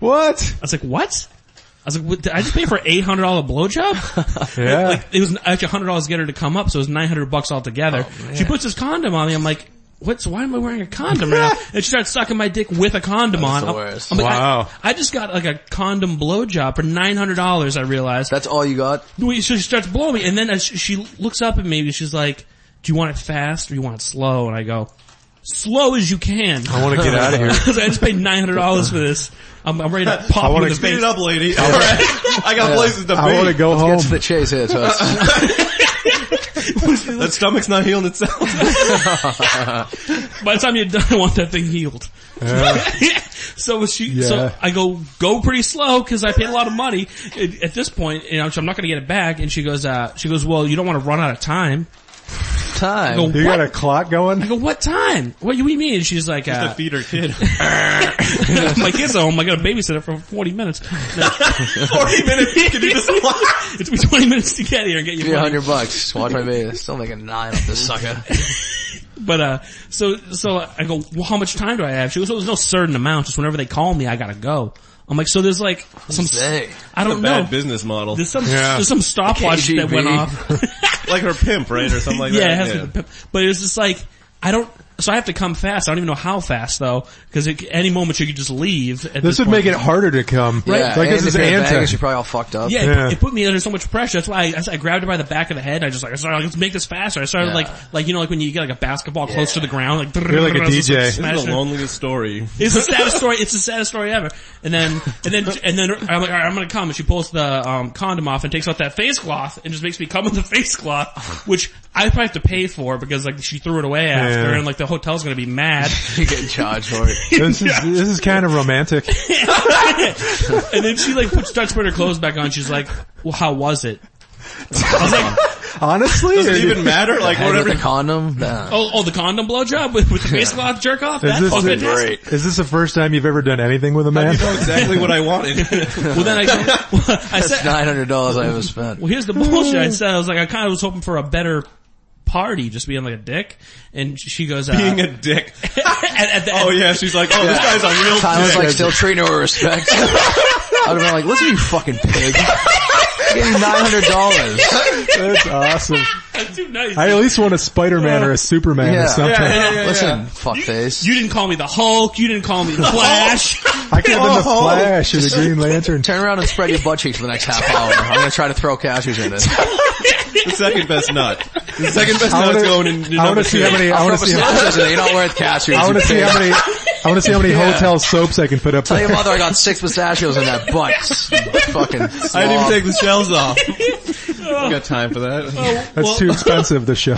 Speaker 1: What?
Speaker 4: I was like, what? I was like, what, did I just pay for an $800 blowjob?
Speaker 1: Yeah.
Speaker 4: Like it was actually hundred dollars to get her to come up, so it was nine hundred bucks altogether. she puts this condom on me. I'm like, what? So why am I wearing a condom now? And she started sucking my dick with a condom
Speaker 2: That's
Speaker 4: on.
Speaker 2: the
Speaker 4: I'm-
Speaker 2: worst.
Speaker 4: I'm like, i
Speaker 3: Wow.
Speaker 4: I, just got like a condom blowjob for nine hundred dollars. I realized.
Speaker 2: That's all you got?
Speaker 4: Wait, So she starts blowing me, and then as she, she looks up at me, and she's like, "Do you want it fast or you want it slow?" And I go, "Slow as you can." [LAUGHS]
Speaker 1: I want to get out of here.
Speaker 4: Because I just paid nine hundred dollars for this. I'm, I'm ready to pop
Speaker 1: wanna
Speaker 4: her in the
Speaker 3: Speed
Speaker 4: face.
Speaker 3: it up, lady. [LAUGHS] All right, I got places to
Speaker 1: I want to
Speaker 3: be.
Speaker 1: go
Speaker 2: Get to
Speaker 1: home.
Speaker 2: the chase here, Tuss.
Speaker 4: [LAUGHS]
Speaker 3: That stomach's not healing [LAUGHS] itself.
Speaker 4: By the time you're done, I want that thing healed. [LAUGHS] so she,
Speaker 1: Yeah.
Speaker 4: so I go, go pretty slow because I paid a lot of money at, at this point, and I'm, I'm not going to get it back. And she goes, uh, she goes, well, you don't want to run out of time.
Speaker 2: Time.
Speaker 4: No.
Speaker 1: You
Speaker 4: What?
Speaker 1: got a clock going?
Speaker 4: I go, what time? What do you mean? And she's like, uh,
Speaker 3: feed her kid.
Speaker 4: [LAUGHS] my kids at home. I got a babysitter for 40 minutes. No,
Speaker 3: 40 minutes. You can do this a lot.
Speaker 4: it took me 20 minutes to get here and get you.
Speaker 2: Give me a hundred bucks. Watch my video. Still make a nine off this sucker. [LAUGHS]
Speaker 4: But uh, so so I go, well, how much time do I have? She goes, well, there's no certain amount. Just whenever they call me, I gotta go. I'm like, so there's like some.
Speaker 2: Say.
Speaker 4: I don't know.
Speaker 3: Bad business model.
Speaker 4: There's some
Speaker 1: Yeah.
Speaker 4: there's some stopwatch that
Speaker 2: KGB.
Speaker 4: went
Speaker 3: [LAUGHS]
Speaker 4: off.
Speaker 3: like her pimp, right? Or something
Speaker 4: [LAUGHS]
Speaker 3: like
Speaker 4: yeah, it
Speaker 3: that.
Speaker 4: has to be the pimp. But it's just like I don't. So I have to come fast. I don't even know how fast though, because any moment you could just leave. At
Speaker 1: This would
Speaker 4: point.
Speaker 1: make it harder to come.
Speaker 2: Yeah,
Speaker 1: Like this
Speaker 2: and
Speaker 1: is
Speaker 2: if you're a
Speaker 1: anti.
Speaker 2: banger, You're probably all fucked up.
Speaker 4: Yeah, it-
Speaker 1: Yeah.
Speaker 4: It, put me under so much pressure. That's why I, I s- I grabbed her by the back of the head. And I just like, I started, like, let's make this faster. I started
Speaker 2: Yeah.
Speaker 4: like, like you know, like when you get like a basketball close to the ground, like
Speaker 1: You're
Speaker 4: [LAUGHS]
Speaker 1: like a
Speaker 4: just,
Speaker 1: DJ. This is
Speaker 4: smashing
Speaker 3: This is
Speaker 4: it.
Speaker 3: the loneliest story.
Speaker 4: It's the saddest story. It's the saddest story ever. And then, and then, and then I'm like, all right, I'm gonna come. And she pulls the um, condom off and takes out that face cloth and just makes me come with the face cloth, which I probably have to pay for because like she threw it away after,
Speaker 1: Yeah.
Speaker 4: and like the hotel's gonna be mad.
Speaker 2: [LAUGHS] You're getting charged for
Speaker 1: [LAUGHS]
Speaker 2: it.
Speaker 1: This
Speaker 2: [LAUGHS]
Speaker 1: is this is kind of romantic.
Speaker 4: and then she like puts, starts putting her clothes back on. She's like, well, how was it? I was like,
Speaker 1: Honestly,
Speaker 3: Does it even matter? Like
Speaker 2: Head with
Speaker 3: whatever.
Speaker 2: the condom? Nah.
Speaker 4: oh, oh, the condom blowjob with, with the face cloth jerk off.
Speaker 1: is
Speaker 4: That's
Speaker 1: this
Speaker 4: fucking
Speaker 1: the-
Speaker 4: great.
Speaker 1: is this the first time you've ever done anything with a man?
Speaker 3: You know exactly what I wanted. [LAUGHS]
Speaker 4: Well, then I, [LAUGHS] I said,
Speaker 2: Nine hundred dollars I ever spent.
Speaker 4: Well, here's the bullshit. I said I was like, I kind of was hoping for a better party, just being like a dick. And she goes, uh,
Speaker 3: Being a dick.
Speaker 4: [LAUGHS] at, at the
Speaker 3: Oh yeah, she's like, oh, this guy's a real
Speaker 2: Tyler's
Speaker 3: dick.
Speaker 2: like still treating her with respect. I'd have been like, listen you fucking pig. Give me nine hundred dollars.
Speaker 1: That's awesome.
Speaker 4: That's [LAUGHS] too nice.
Speaker 1: I at least want a Spider-Man or a Superman
Speaker 2: Yeah.
Speaker 1: or something.
Speaker 3: Yeah, yeah, yeah, yeah.
Speaker 2: Listen, fuckface.
Speaker 4: you didn't call me the Hulk. You didn't call me the Flash.
Speaker 1: I could have been the
Speaker 3: Oh.
Speaker 1: Flash or the Green Lantern.
Speaker 2: Turn around and spread your butt cheeks for the next half hour. I'm gonna try to throw cashews in this.
Speaker 3: The second best nut. The second best
Speaker 1: I
Speaker 3: nut's going in. in
Speaker 1: wanna- I
Speaker 3: number
Speaker 1: wanna see
Speaker 3: two.
Speaker 1: how many, I
Speaker 2: I'll
Speaker 1: wanna
Speaker 2: throw
Speaker 1: see
Speaker 2: up a
Speaker 1: how,
Speaker 2: slice of it. You're not worth cashews.
Speaker 1: I
Speaker 2: you
Speaker 1: wanna see how
Speaker 2: pig.
Speaker 1: many, I wanna see how many hotel soaps I can put up
Speaker 2: Tell your
Speaker 1: there.
Speaker 2: mother I got six pistachios in that butt. fucking.
Speaker 3: I didn't even
Speaker 2: slob.
Speaker 3: take the shells off. I got time for that.
Speaker 1: That's too expensive, the show.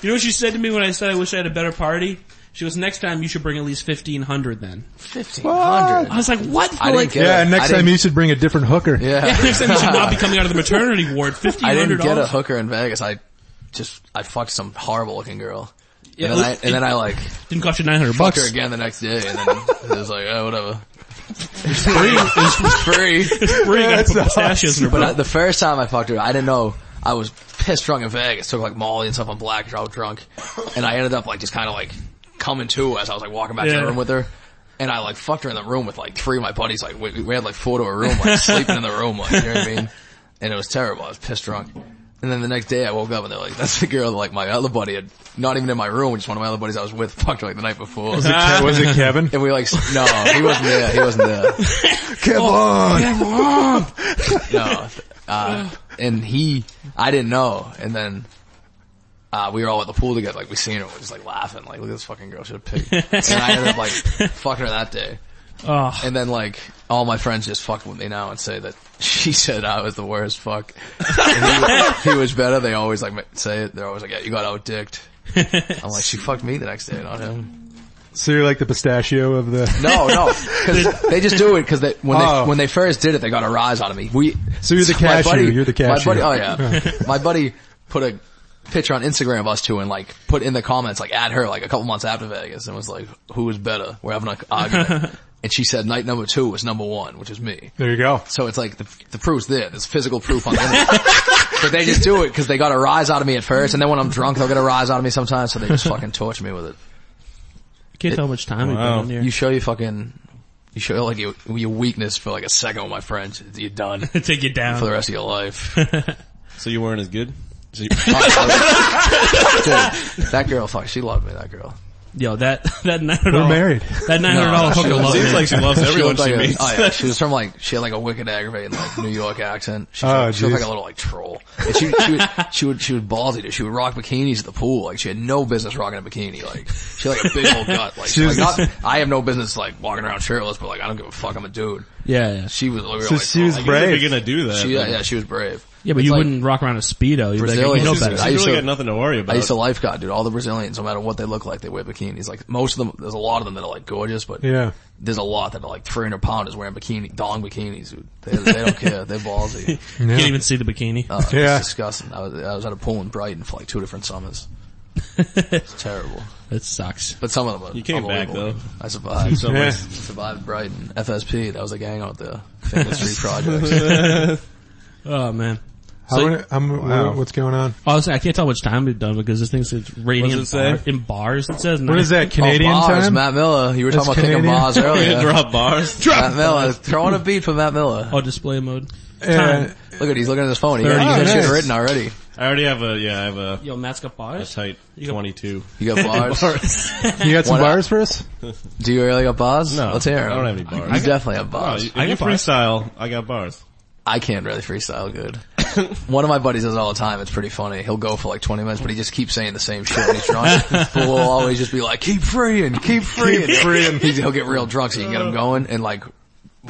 Speaker 4: You know what she said to me when I said I wish I had a better party? She goes, next time you should bring at least 1500 then.
Speaker 2: Fifteen hundred.
Speaker 4: I was like, what?
Speaker 2: I didn't
Speaker 4: like,
Speaker 2: get
Speaker 1: Yeah,
Speaker 2: it.
Speaker 1: and
Speaker 2: I
Speaker 1: next
Speaker 2: didn't-
Speaker 1: time you should bring a different hooker.
Speaker 2: Yeah.
Speaker 4: next time you should
Speaker 2: [LAUGHS]
Speaker 4: not be coming out of the maternity ward. $1,500.
Speaker 2: I didn't get a hooker in Vegas. I just I fucked some horrible looking girl.
Speaker 4: Yeah,
Speaker 2: and then I,
Speaker 4: it-
Speaker 2: and then I like
Speaker 4: Didn't cost you 900
Speaker 2: fucked her
Speaker 4: bucks.
Speaker 2: again the next day, and then it was like, oh, whatever. It's free. [LAUGHS] It's free.
Speaker 4: Where you gotta
Speaker 1: That's
Speaker 4: put pistachios in her
Speaker 2: But
Speaker 4: butt.
Speaker 2: I, the first time I fucked her, I didn't know. I was pissed drunk in Vegas. Took like Molly and stuff on black, I was drunk, and I ended up like just kind of like coming to as I was like walking back to
Speaker 4: Yeah.
Speaker 2: the room with her. And I like fucked her in the room with like three of my buddies. Like we, we had like four to a room, like sleeping in the room, like you know what I mean. And it was terrible. I was pissed drunk. And then the next day I woke up and they're like, "That's the girl." That, like my other buddy had not even in my room, just one of my other buddies I was with [LAUGHS] fucked her like the night before.
Speaker 1: Ke- Was
Speaker 2: [LAUGHS]
Speaker 1: it Kevin?
Speaker 2: and we like, s- no, he wasn't there. He wasn't there.
Speaker 1: Kevin! Oh,
Speaker 2: No. Uh, and he, I didn't know. And then, uh, we were all at the pool together, like we seen her, we just like laughing, like look at this fucking girl, she's a pig. and I ended up like fucking her that day.
Speaker 4: Ugh.
Speaker 2: And then like, all my friends just fuck with me now and say that she [LAUGHS] said I was the worst fuck. And he, he was better, they always like ma- say it, they're always like, yeah, you got outdicked. I'm like, she fucked me the next day, not him.
Speaker 1: So you're like the pistachio of the, [LAUGHS]
Speaker 2: No, no, cause they just do it cause they, when
Speaker 1: Oh.
Speaker 2: they, when they first did it, they got a rise out of me. We,
Speaker 1: so you're the
Speaker 2: my
Speaker 1: cashew,
Speaker 2: buddy-
Speaker 1: you're the
Speaker 2: my
Speaker 1: cashew.
Speaker 2: buddy- oh yeah.
Speaker 1: [LAUGHS]
Speaker 2: my buddy put a picture on Instagram of us two and like put in the comments like at her like a couple months after Vegas and was like, who was better? We're having an argument.
Speaker 1: [LAUGHS]
Speaker 2: and she said night number two was number one, which is me.
Speaker 1: There you go.
Speaker 2: So it's like the, the proof's there. There's physical proof on
Speaker 1: [LAUGHS]
Speaker 2: the internet. but they just do it because they got a rise out of me at first and then when I'm drunk they'll get a rise out of me sometimes so they just fucking torture me with it.
Speaker 4: Can't tell how much time we've been
Speaker 3: Wow.
Speaker 4: on here.
Speaker 2: You show your fucking, you show like your, your weakness for like
Speaker 1: [LAUGHS]
Speaker 2: a second with my friends. You're done
Speaker 4: Take you down.
Speaker 2: for the rest of your life.
Speaker 3: So you weren't as good?
Speaker 2: She- oh, dude, that girl, fuck, she loved me. That girl.
Speaker 4: Yo, that [LAUGHS] that nine hundred
Speaker 1: We're
Speaker 4: dollars.
Speaker 1: married.
Speaker 4: That nine hundred dollars
Speaker 2: No,
Speaker 4: hooker
Speaker 2: she
Speaker 4: loved
Speaker 3: Seems
Speaker 4: me.
Speaker 3: like she loves everyone
Speaker 2: looked
Speaker 3: [LAUGHS] she,
Speaker 2: like a-
Speaker 3: meets.
Speaker 2: oh, yeah, she was from like she had like a wicked aggravating like New York accent. She,
Speaker 1: Oh,
Speaker 2: she looked like
Speaker 1: jeez.
Speaker 2: a little like troll. And she she would, she would she would ballsy dude. She would rock bikinis at the pool. Like she had no business rocking a bikini. Like she had like a big
Speaker 1: [LAUGHS]
Speaker 2: old gut.
Speaker 1: was-
Speaker 2: Like, like not, I have no business like walking around shirtless, but like I don't give a fuck. I'm a dude.
Speaker 4: yeah, yeah,
Speaker 2: She was like,
Speaker 1: So
Speaker 2: like,
Speaker 1: she was
Speaker 2: oh,
Speaker 3: You're
Speaker 1: brave.
Speaker 3: never gonna do that.
Speaker 2: She, yeah,
Speaker 3: but-
Speaker 2: yeah, she was brave.
Speaker 4: yeah. But
Speaker 2: It's
Speaker 4: you
Speaker 2: like-
Speaker 4: wouldn't rock around a speedo. You'd be like, you
Speaker 2: Brazilians
Speaker 4: know
Speaker 2: is-
Speaker 4: better.
Speaker 2: I
Speaker 3: You
Speaker 2: used
Speaker 3: really
Speaker 2: to-
Speaker 3: got nothing to worry about.
Speaker 2: I used to lifeguard, dude. All the Brazilians, no matter what they look like, they wear bikinis. Like most of them, there's a lot of them that are like gorgeous, but
Speaker 1: Yeah.
Speaker 2: there's a lot that are like 300 pounders wearing bikini, dong bikinis. Dude. They,
Speaker 1: [LAUGHS]
Speaker 2: they don't care. They're ballsy.
Speaker 1: Yeah.
Speaker 4: Can't even see the bikini.
Speaker 2: Uh,
Speaker 1: Yeah.
Speaker 2: It's disgusting. I was, I was at a pool in Brighton for like two
Speaker 1: [LAUGHS]
Speaker 2: different summers. It's terrible.
Speaker 4: That sucks.
Speaker 2: But some of them are
Speaker 3: You came back,
Speaker 2: unbelievable.
Speaker 3: though.
Speaker 2: I survived.
Speaker 3: So
Speaker 1: Yeah.
Speaker 3: much-
Speaker 2: survived Brighton. FSP, that was a gang out there.
Speaker 1: [LAUGHS]
Speaker 2: Famous Street Projects.
Speaker 4: Oh man.
Speaker 1: How,
Speaker 4: So-
Speaker 1: many- I'm,
Speaker 3: Wow.
Speaker 1: What's going on?
Speaker 4: Honestly, I can't tell which time we've done because this thing's it's rating in,
Speaker 3: What's it
Speaker 4: bar-
Speaker 3: say?
Speaker 4: in bars. It says
Speaker 1: What is that, Canadian
Speaker 2: oh, bars,
Speaker 1: time?
Speaker 2: Matt Miller. You were
Speaker 1: That's
Speaker 2: talking about kicking
Speaker 1: Canadian. [LAUGHS]
Speaker 2: bars
Speaker 3: You
Speaker 2: earlier.
Speaker 3: drop bars.
Speaker 2: Matt Miller. Throwing a beat for Matt Miller.
Speaker 4: Oh, display mode.
Speaker 1: Uh,
Speaker 2: Look at he's looking at his phone. He
Speaker 4: Thirty
Speaker 2: got that
Speaker 1: minutes.
Speaker 2: shit written already.
Speaker 3: I already have a yeah. I have a,
Speaker 4: Yo, Matt's got
Speaker 3: a
Speaker 4: bars.
Speaker 3: tight
Speaker 4: got-
Speaker 3: twenty-two. [LAUGHS]
Speaker 2: You got bars?
Speaker 1: you got some
Speaker 2: What up?
Speaker 1: bars for us?
Speaker 2: Do you really got bars?
Speaker 3: No,
Speaker 2: Let's hear
Speaker 3: I
Speaker 2: it.
Speaker 3: don't have any bars.
Speaker 2: You
Speaker 3: I got-
Speaker 2: definitely have
Speaker 3: Oh,
Speaker 2: bars.
Speaker 3: you,
Speaker 4: I
Speaker 3: you
Speaker 4: got bars.
Speaker 3: freestyle. I got bars.
Speaker 2: I can't really freestyle
Speaker 3: [LAUGHS]
Speaker 2: good. One of my buddies does it all the time. It's pretty funny. He'll go for like 20 minutes, but he just keeps saying the same shit when
Speaker 3: [LAUGHS]
Speaker 2: he's drunk. but we'll always just be like, keep freeing, keep freeing. Keep freeing. [LAUGHS] He's, he'll get real drunk so you can get
Speaker 3: Uh.
Speaker 2: him going. And like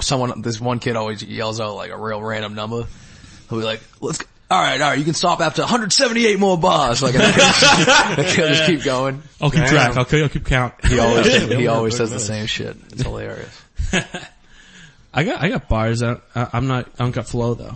Speaker 2: someone, this one kid always yells out like a real random number. He'll be like, let's, all right, all right, you can stop after 178 more bars. Like, and he'll just- he'll just keep [LAUGHS] going.
Speaker 4: I'll keep track. I'll, keep- I'll keep count.
Speaker 2: He always, he
Speaker 3: Yeah,
Speaker 2: always
Speaker 3: pretty
Speaker 2: says the
Speaker 3: much.
Speaker 2: same shit. It's hilarious.
Speaker 4: I got I got bars. I, I, I'm not. I don't got flow though.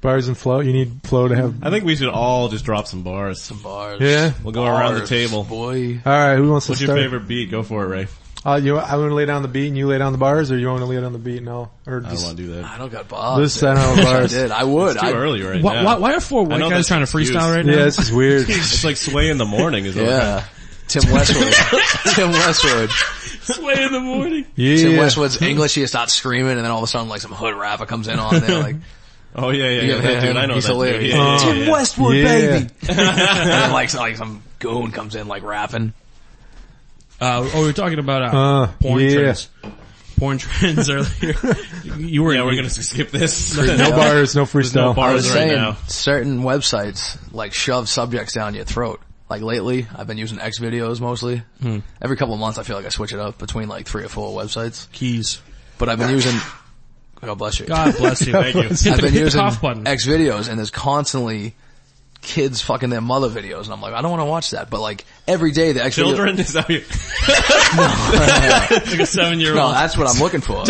Speaker 1: Bars and flow. You need flow to have.
Speaker 3: I think we should all just drop some bars.
Speaker 2: Bars.
Speaker 1: Yeah.
Speaker 3: We'll go around the
Speaker 2: Bars,
Speaker 3: table.
Speaker 2: Boy.
Speaker 1: All right. Who wants to
Speaker 3: What's your
Speaker 1: start?
Speaker 3: favorite beat? Go for it, Ray.
Speaker 1: Uh, you, I want to lay down the beat and you lay down the bars, or you want to lay down the beat and I'll or
Speaker 3: I don't
Speaker 1: just
Speaker 3: want to do that.
Speaker 2: I don't got bars.
Speaker 1: This
Speaker 2: dude.
Speaker 1: I don't have
Speaker 2: Wish
Speaker 1: bars.
Speaker 2: [LAUGHS] I did. I would.
Speaker 3: It's too
Speaker 2: I,
Speaker 3: early right
Speaker 4: Why,
Speaker 3: now.
Speaker 4: why, why are four
Speaker 3: I
Speaker 4: white
Speaker 3: know
Speaker 4: guys
Speaker 3: that's
Speaker 4: trying to
Speaker 3: an excuse.
Speaker 4: freestyle right now?
Speaker 1: Yeah, this is
Speaker 2: [LAUGHS]
Speaker 1: weird.
Speaker 3: It's like sway in the morning is what we're [LAUGHS]
Speaker 2: Yeah. Tim Westwood. Tim Westwood.
Speaker 4: [LAUGHS] It's way in the morning.
Speaker 2: Tim
Speaker 1: Yeah.
Speaker 2: Westwood's English, he starts screaming and then all of a sudden like some hood rapper comes in on
Speaker 3: [LAUGHS]
Speaker 2: there like,
Speaker 3: Oh yeah, yeah, yeah,
Speaker 2: Yeah,
Speaker 3: that dude.
Speaker 2: yeah,
Speaker 3: I know
Speaker 2: he's
Speaker 3: that dude.
Speaker 2: hilarious.
Speaker 3: Yeah, yeah,
Speaker 1: Tim
Speaker 3: Oh, yeah, yeah.
Speaker 2: Westwood
Speaker 1: Yeah.
Speaker 2: baby. and then like, like some goon comes in like rapping.
Speaker 4: Uh, oh, we were talking about uh,
Speaker 1: Uh,
Speaker 4: porn
Speaker 1: yeah.
Speaker 4: trends. Porn trends [LAUGHS] earlier. you were
Speaker 3: Yeah, we're gonna skip this. [LAUGHS]
Speaker 1: No bars, no freestyle.
Speaker 3: no
Speaker 2: I
Speaker 3: bars.
Speaker 2: was
Speaker 3: right
Speaker 2: saying
Speaker 3: now.
Speaker 2: certain websites like shove subjects down your throat. Like lately, I've been using X videos mostly.
Speaker 3: Hmm.
Speaker 2: Every couple of months I feel like I switch it up between like three or four websites.
Speaker 4: keys.
Speaker 3: [LAUGHS]
Speaker 2: But I've been using, God bless you.
Speaker 4: God bless you.
Speaker 3: Thank you.
Speaker 4: Hit the,
Speaker 2: I've been
Speaker 4: hit the
Speaker 2: using
Speaker 4: cough button.
Speaker 2: X videos and there's constantly kids fucking their mother videos and I'm like, I don't want to watch that, but like every day the X video- [LAUGHS]
Speaker 3: Children is out here.
Speaker 4: like a seven year
Speaker 2: No,
Speaker 4: old.
Speaker 2: that's what I'm
Speaker 3: [LAUGHS]
Speaker 2: looking for.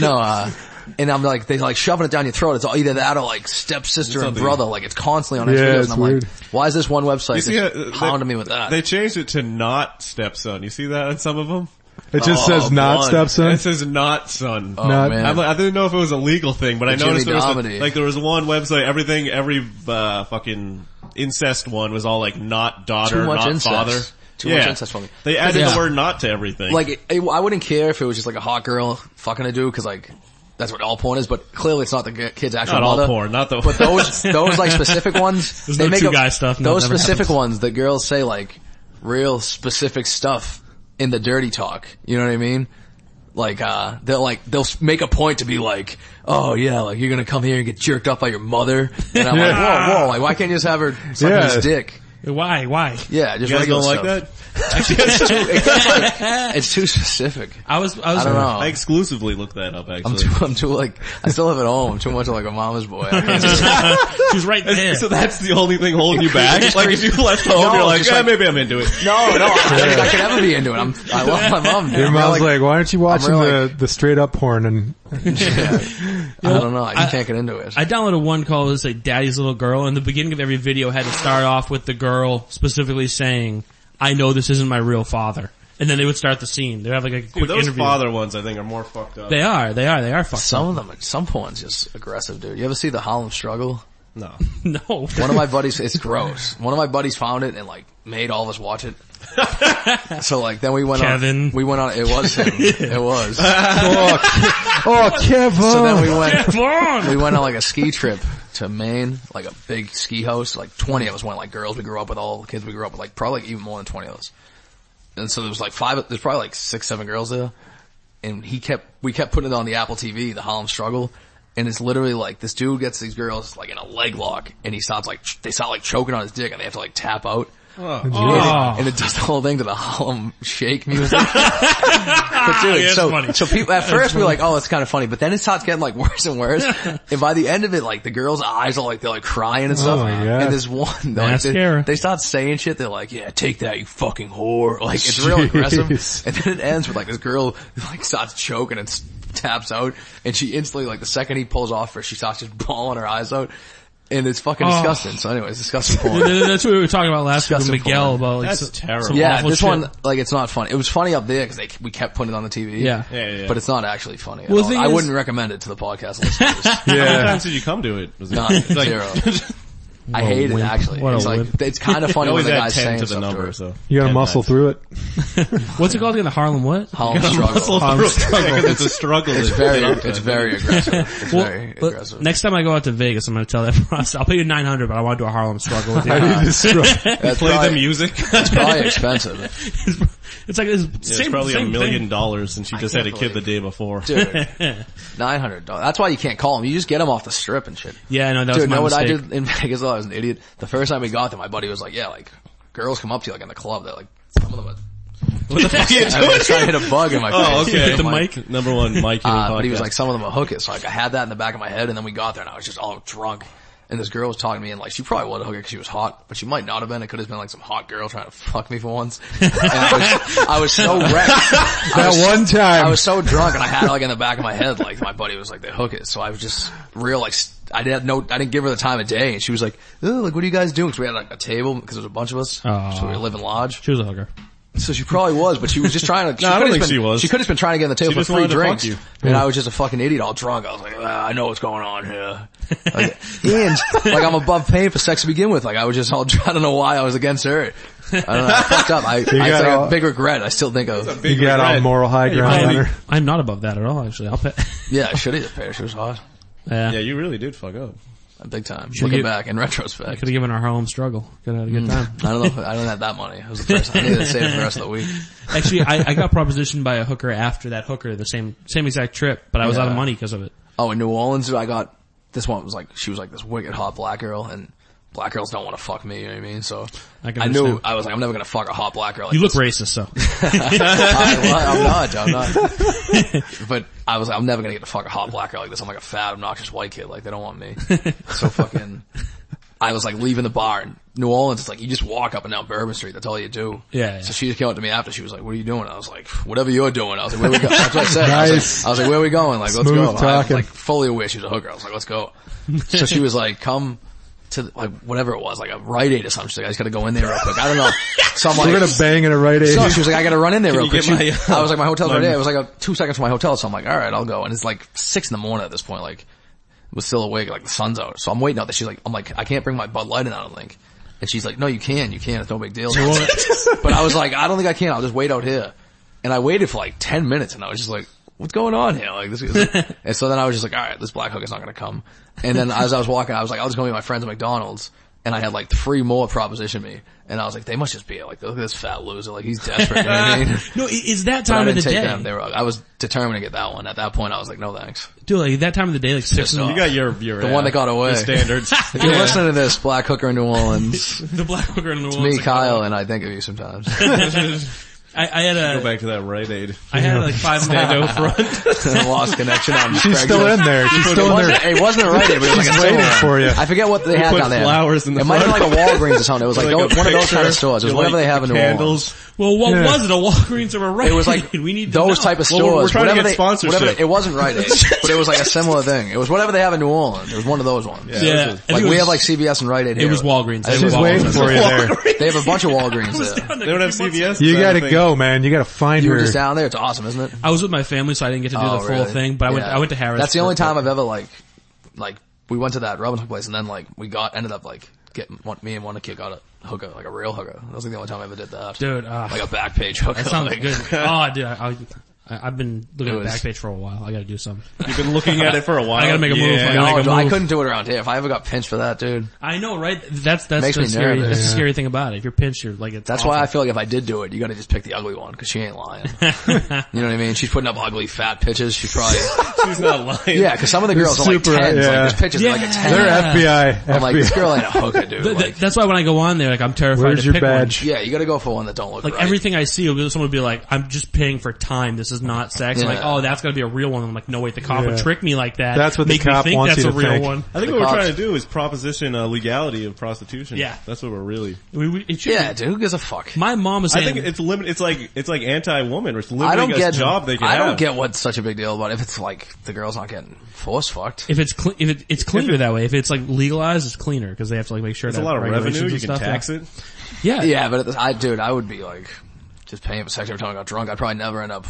Speaker 2: no, uh, and I'm like, they like shoving it down your throat. It's all either that or like stepsister and
Speaker 3: Something.
Speaker 2: brother. Like it's constantly on
Speaker 1: Yeah,
Speaker 2: X videos
Speaker 1: it's
Speaker 2: and I'm
Speaker 1: weird.
Speaker 2: like, why is this one website
Speaker 3: You see,
Speaker 2: just
Speaker 3: uh, they-
Speaker 2: hounding me with that?
Speaker 3: They changed it to not stepson. You see that on some of them?
Speaker 1: It just
Speaker 2: Oh,
Speaker 1: says not
Speaker 2: blood.
Speaker 1: stepson.
Speaker 3: It says not son.
Speaker 2: oh
Speaker 1: not-
Speaker 2: man.
Speaker 3: I'm like, I didn't know if it was a legal thing, but I
Speaker 2: Jimmy
Speaker 3: noticed there was a,
Speaker 2: Dominy.
Speaker 3: like there was one website, everything, every uh, fucking incest one was all like not daughter,
Speaker 2: Too much
Speaker 3: not
Speaker 2: incest.
Speaker 3: father.
Speaker 2: Too
Speaker 3: yeah.
Speaker 2: much incest for me.
Speaker 3: They added
Speaker 4: Yeah.
Speaker 3: the word not to everything.
Speaker 2: like, it, it- I wouldn't care if it was just like a hot girl fucking a dude cause like, that's what all porn is, but clearly it's not the g- kid's actual
Speaker 3: not all
Speaker 2: mother.
Speaker 3: porn, not the. [LAUGHS]
Speaker 2: But those those like specific ones,
Speaker 4: There's
Speaker 2: they
Speaker 4: no
Speaker 2: make
Speaker 4: two
Speaker 2: up-
Speaker 4: guy stuff, no,
Speaker 2: those
Speaker 4: it never
Speaker 2: specific
Speaker 4: happens.
Speaker 2: ones, the girls say like real specific stuff in the dirty talk. You know what I mean? Like, uh, they'll like, they'll s- make a point to be like, oh yeah, like you're gonna come here and get jerked off by your mother. And I'm like, whoa, whoa, like why can't you just have her suck
Speaker 1: Yeah.
Speaker 2: his dick?
Speaker 4: Why? Why?
Speaker 2: Yeah, just
Speaker 3: you guys
Speaker 2: regular
Speaker 3: don't like
Speaker 2: stuff.
Speaker 3: that?
Speaker 2: It's too specific.
Speaker 4: I was. I was.
Speaker 2: I don't know.
Speaker 3: I exclusively looked that up actually.
Speaker 2: I'm too, I'm too like, I still have it home. I'm too much like a mama's boy. I can't
Speaker 4: [LAUGHS] She was right there.
Speaker 3: So that's the only thing holding you back?
Speaker 2: Just
Speaker 3: like if you left home,
Speaker 2: No,
Speaker 3: you're like,
Speaker 2: just
Speaker 3: yeah,
Speaker 2: like-
Speaker 3: maybe I'm into it.
Speaker 2: No, no, I, don't think I could ever be into it. I'm, I love my mom. dude.
Speaker 1: Your
Speaker 2: I'm
Speaker 1: mom's
Speaker 2: not
Speaker 1: like, why aren't you watching
Speaker 2: really
Speaker 1: the, the straight up porn?
Speaker 2: [LAUGHS]
Speaker 1: And
Speaker 2: I don't know. I,
Speaker 4: I-
Speaker 2: can't get into it.
Speaker 4: I downloaded one called it's like Daddy's Little Girl and the beginning of every video had to start off with the girl specifically saying, I know this isn't my real father. And then they would start the scene. They would have like a quick
Speaker 3: Dude, those
Speaker 4: interview.
Speaker 3: father ones I think are more fucked up.
Speaker 4: they are, they are, they are fucked up.
Speaker 2: some of them, some porn's just aggressive, dude. You ever see the Harlem Struggle?
Speaker 3: No.
Speaker 4: [LAUGHS] No.
Speaker 2: One of my buddies, it's gross. One of my buddies found it and like made all of us watch it. [LAUGHS] so like then we went
Speaker 4: Kevin.
Speaker 2: on, we went on, it was [LAUGHS] him. It was.
Speaker 1: [LAUGHS] Oh, Kevin!
Speaker 2: So then we went,
Speaker 4: Come on!
Speaker 2: [LAUGHS] we went on like a ski trip to Maine, like a big ski house, like 20 of us went, like girls we grew up with, all the kids we grew up with, like probably like, even more than 20 of us. And so there was like five, there's probably like six, seven girls there. And he kept, we kept putting it on the Apple TV, the Harlem Struggle. And it's literally like this dude gets these girls like in a leg lock and he stops like, ch- they start like choking on his dick and they have to like tap out.
Speaker 4: Oh.
Speaker 2: And it does the whole thing to the Harlem shake music. but dude,
Speaker 4: that's
Speaker 2: so,
Speaker 4: funny.
Speaker 2: so people, at first we were like, oh, it's kind of funny, but then it starts getting like [LAUGHS] worse and worse. and by the end of it, like the girls' eyes are like, they're like crying and stuff.
Speaker 1: my God.
Speaker 2: And this one, [LAUGHS] like, they,
Speaker 4: Mascara.
Speaker 2: they start saying shit, they're like, yeah, take that, you fucking whore. [LAUGHS] Like it's real aggressive.
Speaker 1: Jeez.
Speaker 2: And then it ends with like this girl [LAUGHS] like starts choking and s- taps out and she instantly, like the second he pulls off her, she starts just [LAUGHS] bawling her eyes out. And it's fucking
Speaker 4: Oh.
Speaker 2: disgusting. So anyways, disgusting porn.
Speaker 4: That's what we were talking about last week with
Speaker 2: Disgusting
Speaker 4: Miguel
Speaker 2: porn.
Speaker 4: about like
Speaker 3: That's
Speaker 4: some,
Speaker 3: terrible.
Speaker 4: some
Speaker 2: Yeah,
Speaker 4: awful
Speaker 2: this
Speaker 4: shit.
Speaker 2: one, like, it's not funny. It was funny up there because they, we kept putting it on the TV.
Speaker 4: Yeah.
Speaker 3: Yeah, yeah, yeah.
Speaker 2: But it's not actually funny. At
Speaker 4: Well, the
Speaker 2: all.
Speaker 4: thing
Speaker 2: I
Speaker 4: is-
Speaker 2: wouldn't recommend it to the
Speaker 4: [LAUGHS]
Speaker 2: podcast listeners.
Speaker 3: How many
Speaker 1: yeah.
Speaker 3: times did you come to it? Was it
Speaker 2: None. Zero. I hate it actually.
Speaker 4: What a
Speaker 2: it's like,
Speaker 4: wimp. [LAUGHS]
Speaker 2: it's kind of funny when
Speaker 3: always
Speaker 2: the
Speaker 3: add
Speaker 2: guy's
Speaker 3: ten
Speaker 2: saying
Speaker 3: to the
Speaker 2: stuff
Speaker 3: number,
Speaker 2: to her.
Speaker 3: so
Speaker 1: You gotta
Speaker 3: Ten
Speaker 1: muscle
Speaker 3: times.
Speaker 1: through it.
Speaker 4: What's it called again? [LAUGHS] The Harlem what?
Speaker 2: Harlem struggle.
Speaker 3: Muscle through it, because it's a struggle.
Speaker 2: It's
Speaker 3: to- [LAUGHS] to
Speaker 2: very,
Speaker 3: get up to
Speaker 2: it's
Speaker 3: it.
Speaker 2: very aggressive. It's
Speaker 4: Well,
Speaker 2: very
Speaker 4: but
Speaker 2: aggressive.
Speaker 4: next time I go out to Vegas, I'm going to tell [LAUGHS] that process. I'll pay you 900, but I want to do a Harlem struggle
Speaker 2: [LAUGHS]
Speaker 4: with you.
Speaker 2: That's
Speaker 3: Play
Speaker 2: probably,
Speaker 3: the music.
Speaker 2: It's probably expensive.
Speaker 4: it's like it's,
Speaker 3: It's
Speaker 4: same,
Speaker 3: probably a
Speaker 4: same
Speaker 3: million
Speaker 4: Thing.
Speaker 3: dollars and she just had
Speaker 2: can't
Speaker 3: a kid the
Speaker 2: believe
Speaker 3: day before.
Speaker 2: Dude,
Speaker 4: [LAUGHS]
Speaker 2: nine hundred dollars. That's why you can't call them. You just get them off the strip and shit.
Speaker 4: Yeah, I know that was
Speaker 2: Dude,
Speaker 4: my
Speaker 2: know what I
Speaker 4: mistake.
Speaker 2: did in [LAUGHS] Vegas? though? I was an idiot. The first time we got there, my buddy was like, "Yeah, like girls come up to you like in the club. They're like, some of them
Speaker 3: What the
Speaker 2: [LAUGHS]
Speaker 3: fuck are you
Speaker 2: are I was
Speaker 3: doing?
Speaker 2: trying to hit a bug in my face."
Speaker 3: Oh, okay.
Speaker 4: Hit the
Speaker 2: I'm like,
Speaker 4: mic.
Speaker 3: Number one, Mike.
Speaker 2: Uh, but he was like, some of them are hookers. So like, I had that in the back of my head, and then we got there, and I was just all drunk. And this girl was talking to me, and like, she probably was a hooker because she was hot, but she might not have been. It could have been like some hot girl trying to fuck me
Speaker 1: [LAUGHS]
Speaker 2: for once. And I was, I was so wrecked. I was,
Speaker 1: At one time.
Speaker 2: I was so drunk, and I had it, like in the back of my head, like my buddy was like, they hookers. So I was just real like, st- I didn't know, I didn't give her the time of day, and she was like, oh, like what are you guys doing? Because we had like a table because there was a bunch of us, so we were living lodge.
Speaker 4: She was a hooker.
Speaker 2: So she probably was, but she was
Speaker 3: [LAUGHS]
Speaker 2: just trying to. She
Speaker 3: No, I don't
Speaker 2: could've
Speaker 3: think
Speaker 2: been-
Speaker 3: she was.
Speaker 2: She could have been trying to get on the table
Speaker 3: She
Speaker 2: for
Speaker 3: just
Speaker 2: free
Speaker 3: wanted to fuck
Speaker 2: drinks,
Speaker 3: you.
Speaker 2: and I was just a fucking idiot, all drunk. I was like, "Ah, I know what's going
Speaker 3: [LAUGHS]
Speaker 2: on here, like, and like I'm above paying for sex to begin with. Like I was just all. [LAUGHS] I don't know why I was against her. I don't know. I
Speaker 3: [LAUGHS]
Speaker 2: fucked up. I, I
Speaker 1: got
Speaker 2: it's like
Speaker 1: all-
Speaker 2: a big regret. I still think of.
Speaker 1: You got all moral high ground on
Speaker 4: I'm,
Speaker 1: her.
Speaker 4: I'm not above that at all, actually. I'll pay. [LAUGHS]
Speaker 2: Yeah, I should have fair. She was hot,
Speaker 4: Yeah.
Speaker 3: Yeah, you really did fuck up.
Speaker 2: big time.
Speaker 4: we
Speaker 2: Looking
Speaker 4: get-
Speaker 2: back in
Speaker 4: I
Speaker 2: retrospect,
Speaker 4: could have given her Harlem struggle. Could have had a
Speaker 2: Hmm.
Speaker 4: good time.
Speaker 2: I don't know. If, I don't have that money. It was the first. I needed to save it for the rest of the week.
Speaker 4: Actually, I, I got propositioned by a hooker after that hooker, the same same exact trip, but I was out of
Speaker 2: Yeah.
Speaker 4: money because of it.
Speaker 2: Oh, in New Orleans, dude, I got this one was like she was like this wicked hot black girl, and black girls don't want to fuck me. You know what I mean? So
Speaker 4: I can
Speaker 2: knew
Speaker 4: understand.
Speaker 2: I was like, I'm never gonna fuck a hot black girl. Like
Speaker 4: You look
Speaker 2: this.
Speaker 4: racist,
Speaker 2: [LAUGHS]
Speaker 1: [LAUGHS]
Speaker 4: so.
Speaker 2: I, am not. I'm not. but I was like, I'm never gonna get to fuck a hot black girl like this. I'm like a fat, obnoxious white kid. Like they don't
Speaker 1: [LAUGHS]
Speaker 2: want me. So fucking. I was like leaving the bar in New Orleans. It's like you just walk up and down Bourbon Street. That's all you do.
Speaker 4: Yeah, yeah.
Speaker 2: So she just came up to me after. She was like, "What are you doing?" I was like, "Whatever you're doing." I was like, "Where we go?" That's what I said. I was like-
Speaker 1: Nice.
Speaker 2: I was like, "Where we going?" Like, let's
Speaker 1: Smooth
Speaker 2: go. I was
Speaker 1: talking.
Speaker 2: like fully aware she was a hooker. I was like, "Let's go."
Speaker 1: [LAUGHS]
Speaker 2: So she was like, "Come." To like whatever it was, like a Rite Aid or something. She's like, I just gotta go in there real quick.
Speaker 1: [LAUGHS]
Speaker 2: I don't know. So I'm like,
Speaker 1: We're gonna bang in a right
Speaker 2: so
Speaker 1: age.
Speaker 2: she was like, I gotta run in there real
Speaker 3: you
Speaker 2: quick.
Speaker 3: get
Speaker 2: She-
Speaker 3: my, uh,
Speaker 2: I was like, my hotel's
Speaker 3: my-
Speaker 2: right there. It was like a, two seconds from my hotel, so I'm like, alright, I'll go. And it's like six in the morning at this point, like, was still awake, like the sun's out. So I'm waiting out there. She's like, I'm like, I can't bring my Bud Light in, I don't think. And she's like, no, you can, you can, it's no big deal. [LAUGHS] but I was like, I don't think I can, I'll just wait out here. And I waited for like 10 minutes and I was just like, what's going on here? Like this is,
Speaker 4: [LAUGHS]
Speaker 2: and so then I was just like, alright, this black hook is not gonna come. And then as I was walking, I was like, I'll just go meet my friends at McDonald's. And I had like three more proposition me. And I was like, they must just be like, look at this fat loser. Like he's desperate. You know what
Speaker 4: [LAUGHS]
Speaker 2: I mean?
Speaker 4: No, i- it's that
Speaker 2: But I
Speaker 4: time of
Speaker 2: didn't
Speaker 4: the
Speaker 2: take
Speaker 4: day.
Speaker 2: them. They were, I was determined to get that one. At that point, I was like, no thanks.
Speaker 4: Dude, like that time of the day, like six
Speaker 2: Pissed
Speaker 4: in the
Speaker 2: off.
Speaker 3: You got your your
Speaker 2: The one that got away.
Speaker 3: your
Speaker 2: [LAUGHS]
Speaker 3: standards.
Speaker 2: If you're listening to this, Black Hooker in
Speaker 3: [LAUGHS]
Speaker 2: New
Speaker 4: [LAUGHS]
Speaker 2: Orleans,
Speaker 4: The black hooker in the world.
Speaker 2: me, Kyle, and I think of you sometimes.
Speaker 4: [LAUGHS]
Speaker 2: [LAUGHS]
Speaker 4: I, I had
Speaker 3: Go
Speaker 4: a,
Speaker 3: back to that Rite Aid.
Speaker 4: I had
Speaker 2: [LAUGHS]
Speaker 4: like five
Speaker 3: Stand
Speaker 4: miles.
Speaker 3: out front.
Speaker 2: Lost connection on
Speaker 1: She's still in there. She's
Speaker 2: It
Speaker 1: still in
Speaker 2: wasn't, [LAUGHS]
Speaker 1: there.
Speaker 2: it wasn't a Rite Aid, but it was like a
Speaker 1: She's waiting
Speaker 2: store.
Speaker 1: for you.
Speaker 2: I forget what they had
Speaker 3: put
Speaker 2: down there.
Speaker 3: flowers in the
Speaker 2: It might have been
Speaker 3: front.
Speaker 2: like a Walgreens or something. It was like,
Speaker 3: Like
Speaker 2: the-
Speaker 3: a
Speaker 2: one of those
Speaker 3: picture.
Speaker 2: kind of stores. It was
Speaker 3: You
Speaker 2: whatever
Speaker 3: like
Speaker 2: they have in New Orleans.
Speaker 3: candles.
Speaker 4: Well, what
Speaker 1: Yeah.
Speaker 4: was it? A Walgreens or a Rite [LAUGHS]
Speaker 3: [LAUGHS]
Speaker 2: It was like
Speaker 4: Aid? We need to
Speaker 2: those
Speaker 4: know.
Speaker 2: type of
Speaker 3: Well,
Speaker 2: stores.
Speaker 3: we're- we're trying to
Speaker 2: whatever
Speaker 3: get
Speaker 2: they,
Speaker 3: sponsorship.
Speaker 2: Whatever, it wasn't
Speaker 3: [LAUGHS]
Speaker 2: Rite Aid, but it was like a similar thing. It was whatever they have in New Orleans. It was one of those ones.
Speaker 4: Yeah,
Speaker 3: It was-
Speaker 4: I think
Speaker 2: Like
Speaker 4: it
Speaker 2: we
Speaker 4: was- [LAUGHS]
Speaker 2: have like CVS and Rite Aid here.
Speaker 4: It was Walgreens.
Speaker 2: I think
Speaker 4: It was
Speaker 1: She's
Speaker 2: Walgreens.
Speaker 1: waiting for you
Speaker 3: [LAUGHS]
Speaker 1: there.
Speaker 2: They have a bunch of Walgreens there.
Speaker 3: They don't have CVS.
Speaker 1: You
Speaker 3: I
Speaker 1: gotta
Speaker 3: think.
Speaker 1: go, man. You gotta find
Speaker 2: You were
Speaker 1: her.
Speaker 2: just down there. It's awesome, isn't it?
Speaker 4: I was with my family, so I didn't get to do the
Speaker 2: Oh,
Speaker 4: full
Speaker 2: really?
Speaker 4: thing. But I went.
Speaker 2: Yeah.
Speaker 4: I went to Harris.
Speaker 2: That's the
Speaker 4: for-
Speaker 2: only time I've ever like, like we went to that Robin Hook place and then like we got ended up like getting one, me and one kid got a hooker, like a real hooker. That was like the only time I ever did that.
Speaker 4: Dude, uh,
Speaker 2: like a back page hooker.
Speaker 4: That sounds
Speaker 2: like, [LAUGHS]
Speaker 4: good. Oh, dude, I, I, I've been looking
Speaker 2: It
Speaker 4: at
Speaker 2: was-
Speaker 4: Backpage for a while. I gotta do something.
Speaker 3: You've been looking at it for a while.
Speaker 4: I gotta make a move. I [LAUGHS] gotta
Speaker 2: No,
Speaker 4: make a
Speaker 2: I
Speaker 4: move.
Speaker 2: couldn't do it around here. If I ever got pinched for that, dude,
Speaker 4: I know, right? That's that's
Speaker 2: Makes
Speaker 4: the
Speaker 2: me
Speaker 4: scary.
Speaker 2: nervous.
Speaker 4: That's the
Speaker 1: Yeah.
Speaker 4: scary thing about it. If you're pinched, you're like it's.
Speaker 2: that's why I
Speaker 4: awful.
Speaker 2: feel like if I did do it, you gotta just pick the ugly one, cause she ain't
Speaker 4: [LAUGHS]
Speaker 2: lying. you know what I mean? She's putting up ugly fat pitches. She
Speaker 4: [LAUGHS]
Speaker 2: probably,
Speaker 3: [LAUGHS] She's not lying.
Speaker 2: yeah, cause some of the girls are like
Speaker 1: super,
Speaker 2: tens, like
Speaker 1: yeah.
Speaker 2: there's pitches are like a
Speaker 4: Yeah.
Speaker 2: ten.
Speaker 1: They're
Speaker 4: Yeah.
Speaker 1: FBI.
Speaker 2: I'm like, this
Speaker 1: FBI.
Speaker 2: girl ain't a hooker, dude.
Speaker 4: Th- th-
Speaker 2: Like,
Speaker 4: that's why when I go on there, like I'm terrified.
Speaker 1: Where's
Speaker 4: to
Speaker 1: your
Speaker 4: pick one.
Speaker 1: badge?
Speaker 2: yeah, you gotta go for one that don't look
Speaker 4: Like
Speaker 2: right.
Speaker 4: everything I see, will- someone will be like, "I'm just paying for time. This is not sex." I'm like,
Speaker 2: Yeah.
Speaker 4: "Oh, that's gonna be a real one." I'm like, "No, wait, the cop would
Speaker 1: Yeah.
Speaker 4: trick me like that.
Speaker 1: That's what the
Speaker 4: Make
Speaker 1: cop
Speaker 4: me think
Speaker 1: wants
Speaker 4: that's
Speaker 1: you
Speaker 4: a
Speaker 1: to
Speaker 4: real
Speaker 1: think.
Speaker 4: one."
Speaker 3: I think
Speaker 2: The
Speaker 3: what we're
Speaker 2: cops.
Speaker 3: trying to do is proposition uh, legality of prostitution.
Speaker 4: Yeah.
Speaker 3: That's what we're really.
Speaker 4: We, we, it should, [LAUGHS]
Speaker 2: Yeah, dude, who gives a fuck?
Speaker 4: My mom was
Speaker 3: I
Speaker 4: saying,
Speaker 3: think it's limit. It's like it's like anti-woman. It's limiting
Speaker 2: I don't
Speaker 3: us
Speaker 2: get
Speaker 3: job they can
Speaker 2: I don't
Speaker 3: have.
Speaker 2: get what's such a big deal about it. if it's like the girl's not getting force fucked.
Speaker 4: if it's cle- if it, it's cleaner that way, if it's like legalized, it's cleaner because they have to like make sure
Speaker 3: It's
Speaker 4: that
Speaker 3: a lot of
Speaker 4: regulations
Speaker 3: revenue.
Speaker 4: and
Speaker 3: You can
Speaker 4: stuff, yeah.
Speaker 3: tax it.
Speaker 4: Yeah,
Speaker 2: Yeah, but at this, I, dude, I would be like, just paying for sex every time I got drunk. I'd probably never end up,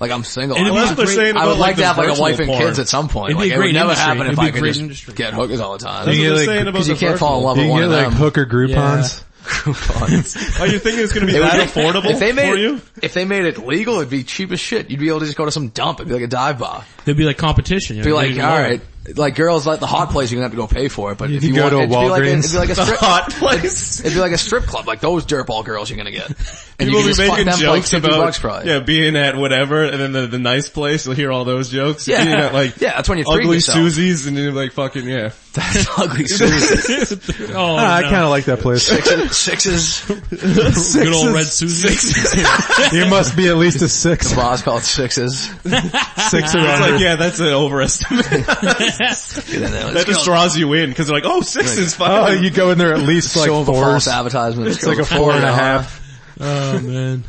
Speaker 2: like I'm single.
Speaker 4: It'd be
Speaker 2: I
Speaker 3: Unless they're
Speaker 4: great-
Speaker 3: saying
Speaker 2: would
Speaker 3: about
Speaker 2: like
Speaker 3: the
Speaker 2: to have like a
Speaker 3: virtual
Speaker 2: wife and
Speaker 3: porn.
Speaker 2: kids at some point.
Speaker 4: It'd be
Speaker 2: Like
Speaker 4: a
Speaker 2: it would
Speaker 4: great
Speaker 2: never
Speaker 4: industry.
Speaker 2: happen if
Speaker 4: It'd be
Speaker 2: I
Speaker 4: a
Speaker 2: could
Speaker 4: great
Speaker 2: just
Speaker 4: industry.
Speaker 2: get hookers all the time.
Speaker 3: That's
Speaker 1: You can
Speaker 3: what they're
Speaker 1: get, like-
Speaker 3: saying about
Speaker 2: Cause you
Speaker 3: the
Speaker 2: can't fall in love
Speaker 1: You can
Speaker 2: with one
Speaker 1: get
Speaker 2: of
Speaker 1: like
Speaker 2: them.
Speaker 1: hooker Groupons.
Speaker 2: Coupons.
Speaker 3: Are you thinking it's going to be
Speaker 2: It would
Speaker 3: that
Speaker 2: be-
Speaker 3: affordable
Speaker 2: if they made
Speaker 3: for
Speaker 2: it,
Speaker 3: you?
Speaker 2: If they made it legal, it'd be cheap as shit. You'd be able to just go to some dump. It'd be like a dive bar.
Speaker 4: there'd be like competition. you
Speaker 2: Be
Speaker 4: know,
Speaker 2: like,
Speaker 4: maybe
Speaker 2: all
Speaker 4: more.
Speaker 2: right, like girls like the hot place. You're gonna have to go pay for it, but if
Speaker 1: could
Speaker 2: you
Speaker 1: go
Speaker 2: want,
Speaker 1: to a
Speaker 2: it'd, be like a,
Speaker 1: Walgreens.
Speaker 2: it'd be like a strip.
Speaker 3: Hot place.
Speaker 2: It'd be like a strip club, like those dirtball girls you're gonna get. And
Speaker 3: People
Speaker 2: you can
Speaker 3: be
Speaker 2: just fuck
Speaker 3: making
Speaker 2: them for like
Speaker 3: jokes
Speaker 2: 50
Speaker 3: about
Speaker 2: bucks probably.
Speaker 3: yeah being at whatever, and then the, the nice place. You'll hear all those jokes.
Speaker 2: Yeah.
Speaker 3: Being at, like
Speaker 2: [LAUGHS] Yeah, that's when you freak
Speaker 3: ugly
Speaker 2: yourself.
Speaker 3: Susie's, and you're like fucking yeah.
Speaker 2: [LAUGHS] That's ugly Susie.
Speaker 4: [LAUGHS] Oh,
Speaker 1: Ah, I
Speaker 4: no.
Speaker 1: kind of like that
Speaker 2: [LAUGHS]
Speaker 1: place.
Speaker 2: Sixes. Sixes.
Speaker 4: good old Red Susie.
Speaker 1: [LAUGHS] you must be at least a
Speaker 2: [LAUGHS]
Speaker 1: six,
Speaker 2: Bar's called sixes.
Speaker 1: six or
Speaker 3: It's
Speaker 1: under.
Speaker 3: like yeah, that's an overestimate.
Speaker 4: [LAUGHS]
Speaker 2: And then they're
Speaker 3: that
Speaker 2: like,
Speaker 3: just draws you in because they're like oh six is
Speaker 1: Oh,
Speaker 3: fine.
Speaker 1: you go in there at least like
Speaker 2: showing
Speaker 1: fours.
Speaker 2: false advertisement.
Speaker 1: It's like a four and a half.
Speaker 2: [LAUGHS]
Speaker 4: oh man.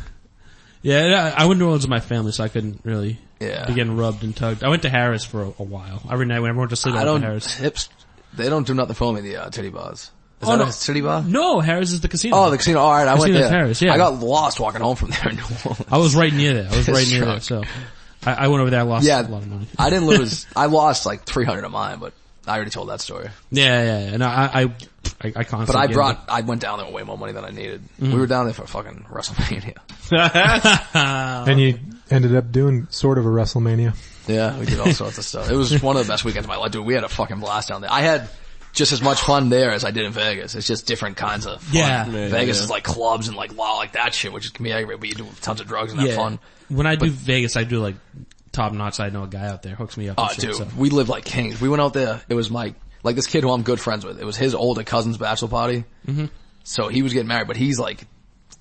Speaker 4: Yeah, yeah, I went to New Orleans with my family, so I couldn't really
Speaker 2: Yeah.
Speaker 4: be getting rubbed and tugged. I went to Harris for a, a while. Every night when I went to sleep, I
Speaker 2: I
Speaker 4: went
Speaker 2: don't,
Speaker 4: to Harris.
Speaker 2: hips, they don't do nothing for me, the uh, titty bars. Is
Speaker 4: Oh,
Speaker 2: that
Speaker 4: no.
Speaker 2: a titty bar?
Speaker 4: No, Harris is the casino.
Speaker 2: Oh, the casino. Alright, I went
Speaker 4: Casino
Speaker 2: there.
Speaker 4: Paris, yeah.
Speaker 2: I got lost walking home from there in New Orleans.
Speaker 4: I was right near that. I was right
Speaker 2: Piss
Speaker 4: near that. So I, I went over there. I lost
Speaker 2: Yeah.
Speaker 4: a lot of money.
Speaker 2: I
Speaker 4: [LAUGHS]
Speaker 2: didn't lose, I lost like 300 of mine, but I already told that story.
Speaker 4: Yeah, yeah, yeah. And I, I, I, I constantly.
Speaker 2: But I
Speaker 4: gambled.
Speaker 2: brought, I went down there with way more money than I needed.
Speaker 4: Mm-hmm.
Speaker 2: We were down there for fucking WrestleMania.
Speaker 1: And you ended up doing sort of a WrestleMania.
Speaker 2: Yeah, we did
Speaker 4: [LAUGHS]
Speaker 2: all sorts of stuff. It was one of the best weekends of my life, dude. We had a fucking blast down there. I had just as much fun there as I did in Vegas. It's just different kinds of fun.
Speaker 4: Yeah. Yeah,
Speaker 2: Vegas is like clubs and like law, like that shit, which can be aggravating, but you do tons of drugs and have
Speaker 4: Yeah.
Speaker 2: fun.
Speaker 4: When I do Vegas, I do like top notch. I know a guy out there hooks me up.
Speaker 2: Oh,
Speaker 4: and shit,
Speaker 2: dude,
Speaker 4: so.
Speaker 2: we lived like kings. We went out there. It was my like this kid who I'm good friends with. It was his older cousin's bachelor party. Mm-hmm. So he was getting married, but he's like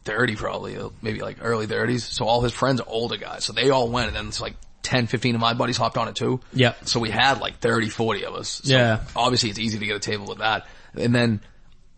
Speaker 2: 30 probably, uh, maybe like early 30s. So all his friends are older guys. So they all went and then it's like 10, 15 of my buddies hopped on it too.
Speaker 4: Yep.
Speaker 2: So we had like 30, 40 of us. So
Speaker 4: Yeah.
Speaker 2: Obviously it's easy to get a table with that. And then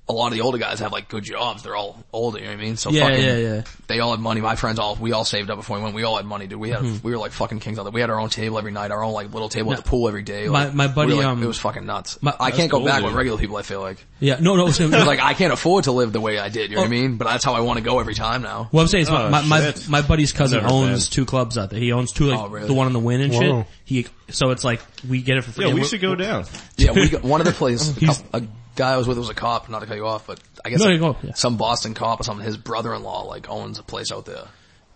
Speaker 2: a lot of the older guys have like good jobs. They're all older, you know what I mean? So
Speaker 4: Yeah,
Speaker 2: fucking,
Speaker 4: yeah, yeah.
Speaker 2: they all had money. My friends all, we all saved up before we went. We all had money, dude. We had,
Speaker 4: Mm-hmm.
Speaker 2: we were like fucking kings out there. We had our own table every night, our own like little table at the pool every day. Like,
Speaker 4: my
Speaker 2: we
Speaker 4: buddy,
Speaker 2: were, like-
Speaker 4: um,
Speaker 2: it was fucking nuts.
Speaker 4: my-
Speaker 2: I can't go
Speaker 3: cool,
Speaker 2: back
Speaker 3: dude.
Speaker 2: with regular people. I feel like,
Speaker 4: yeah, no, no.
Speaker 2: [LAUGHS]
Speaker 4: So,
Speaker 2: 'Cause, like I can't afford to live the way I did. You know what I
Speaker 4: Oh.
Speaker 2: mean? But that's how I want to go every time now.
Speaker 4: What I'm saying is my,
Speaker 3: Oh,
Speaker 4: my, my,
Speaker 3: shit.
Speaker 4: my buddy's cousin
Speaker 3: Never
Speaker 4: owns two clubs out there. He owns two, like
Speaker 2: Oh, really?
Speaker 4: the one on the win and
Speaker 1: Whoa.
Speaker 4: shit. He, so it's like we get it for free.
Speaker 3: yeah,
Speaker 4: And
Speaker 3: we
Speaker 4: we're-
Speaker 3: should go down.
Speaker 2: Yeah, we got, one
Speaker 4: [LAUGHS]
Speaker 2: of the places, a,
Speaker 4: He's-
Speaker 2: couple- a guy I was with was a cop. Not to cut you off, but I guess
Speaker 4: No,
Speaker 2: like,
Speaker 4: you go, yeah.
Speaker 2: some Boston cop or something. His brother-in-law like owns a place out there.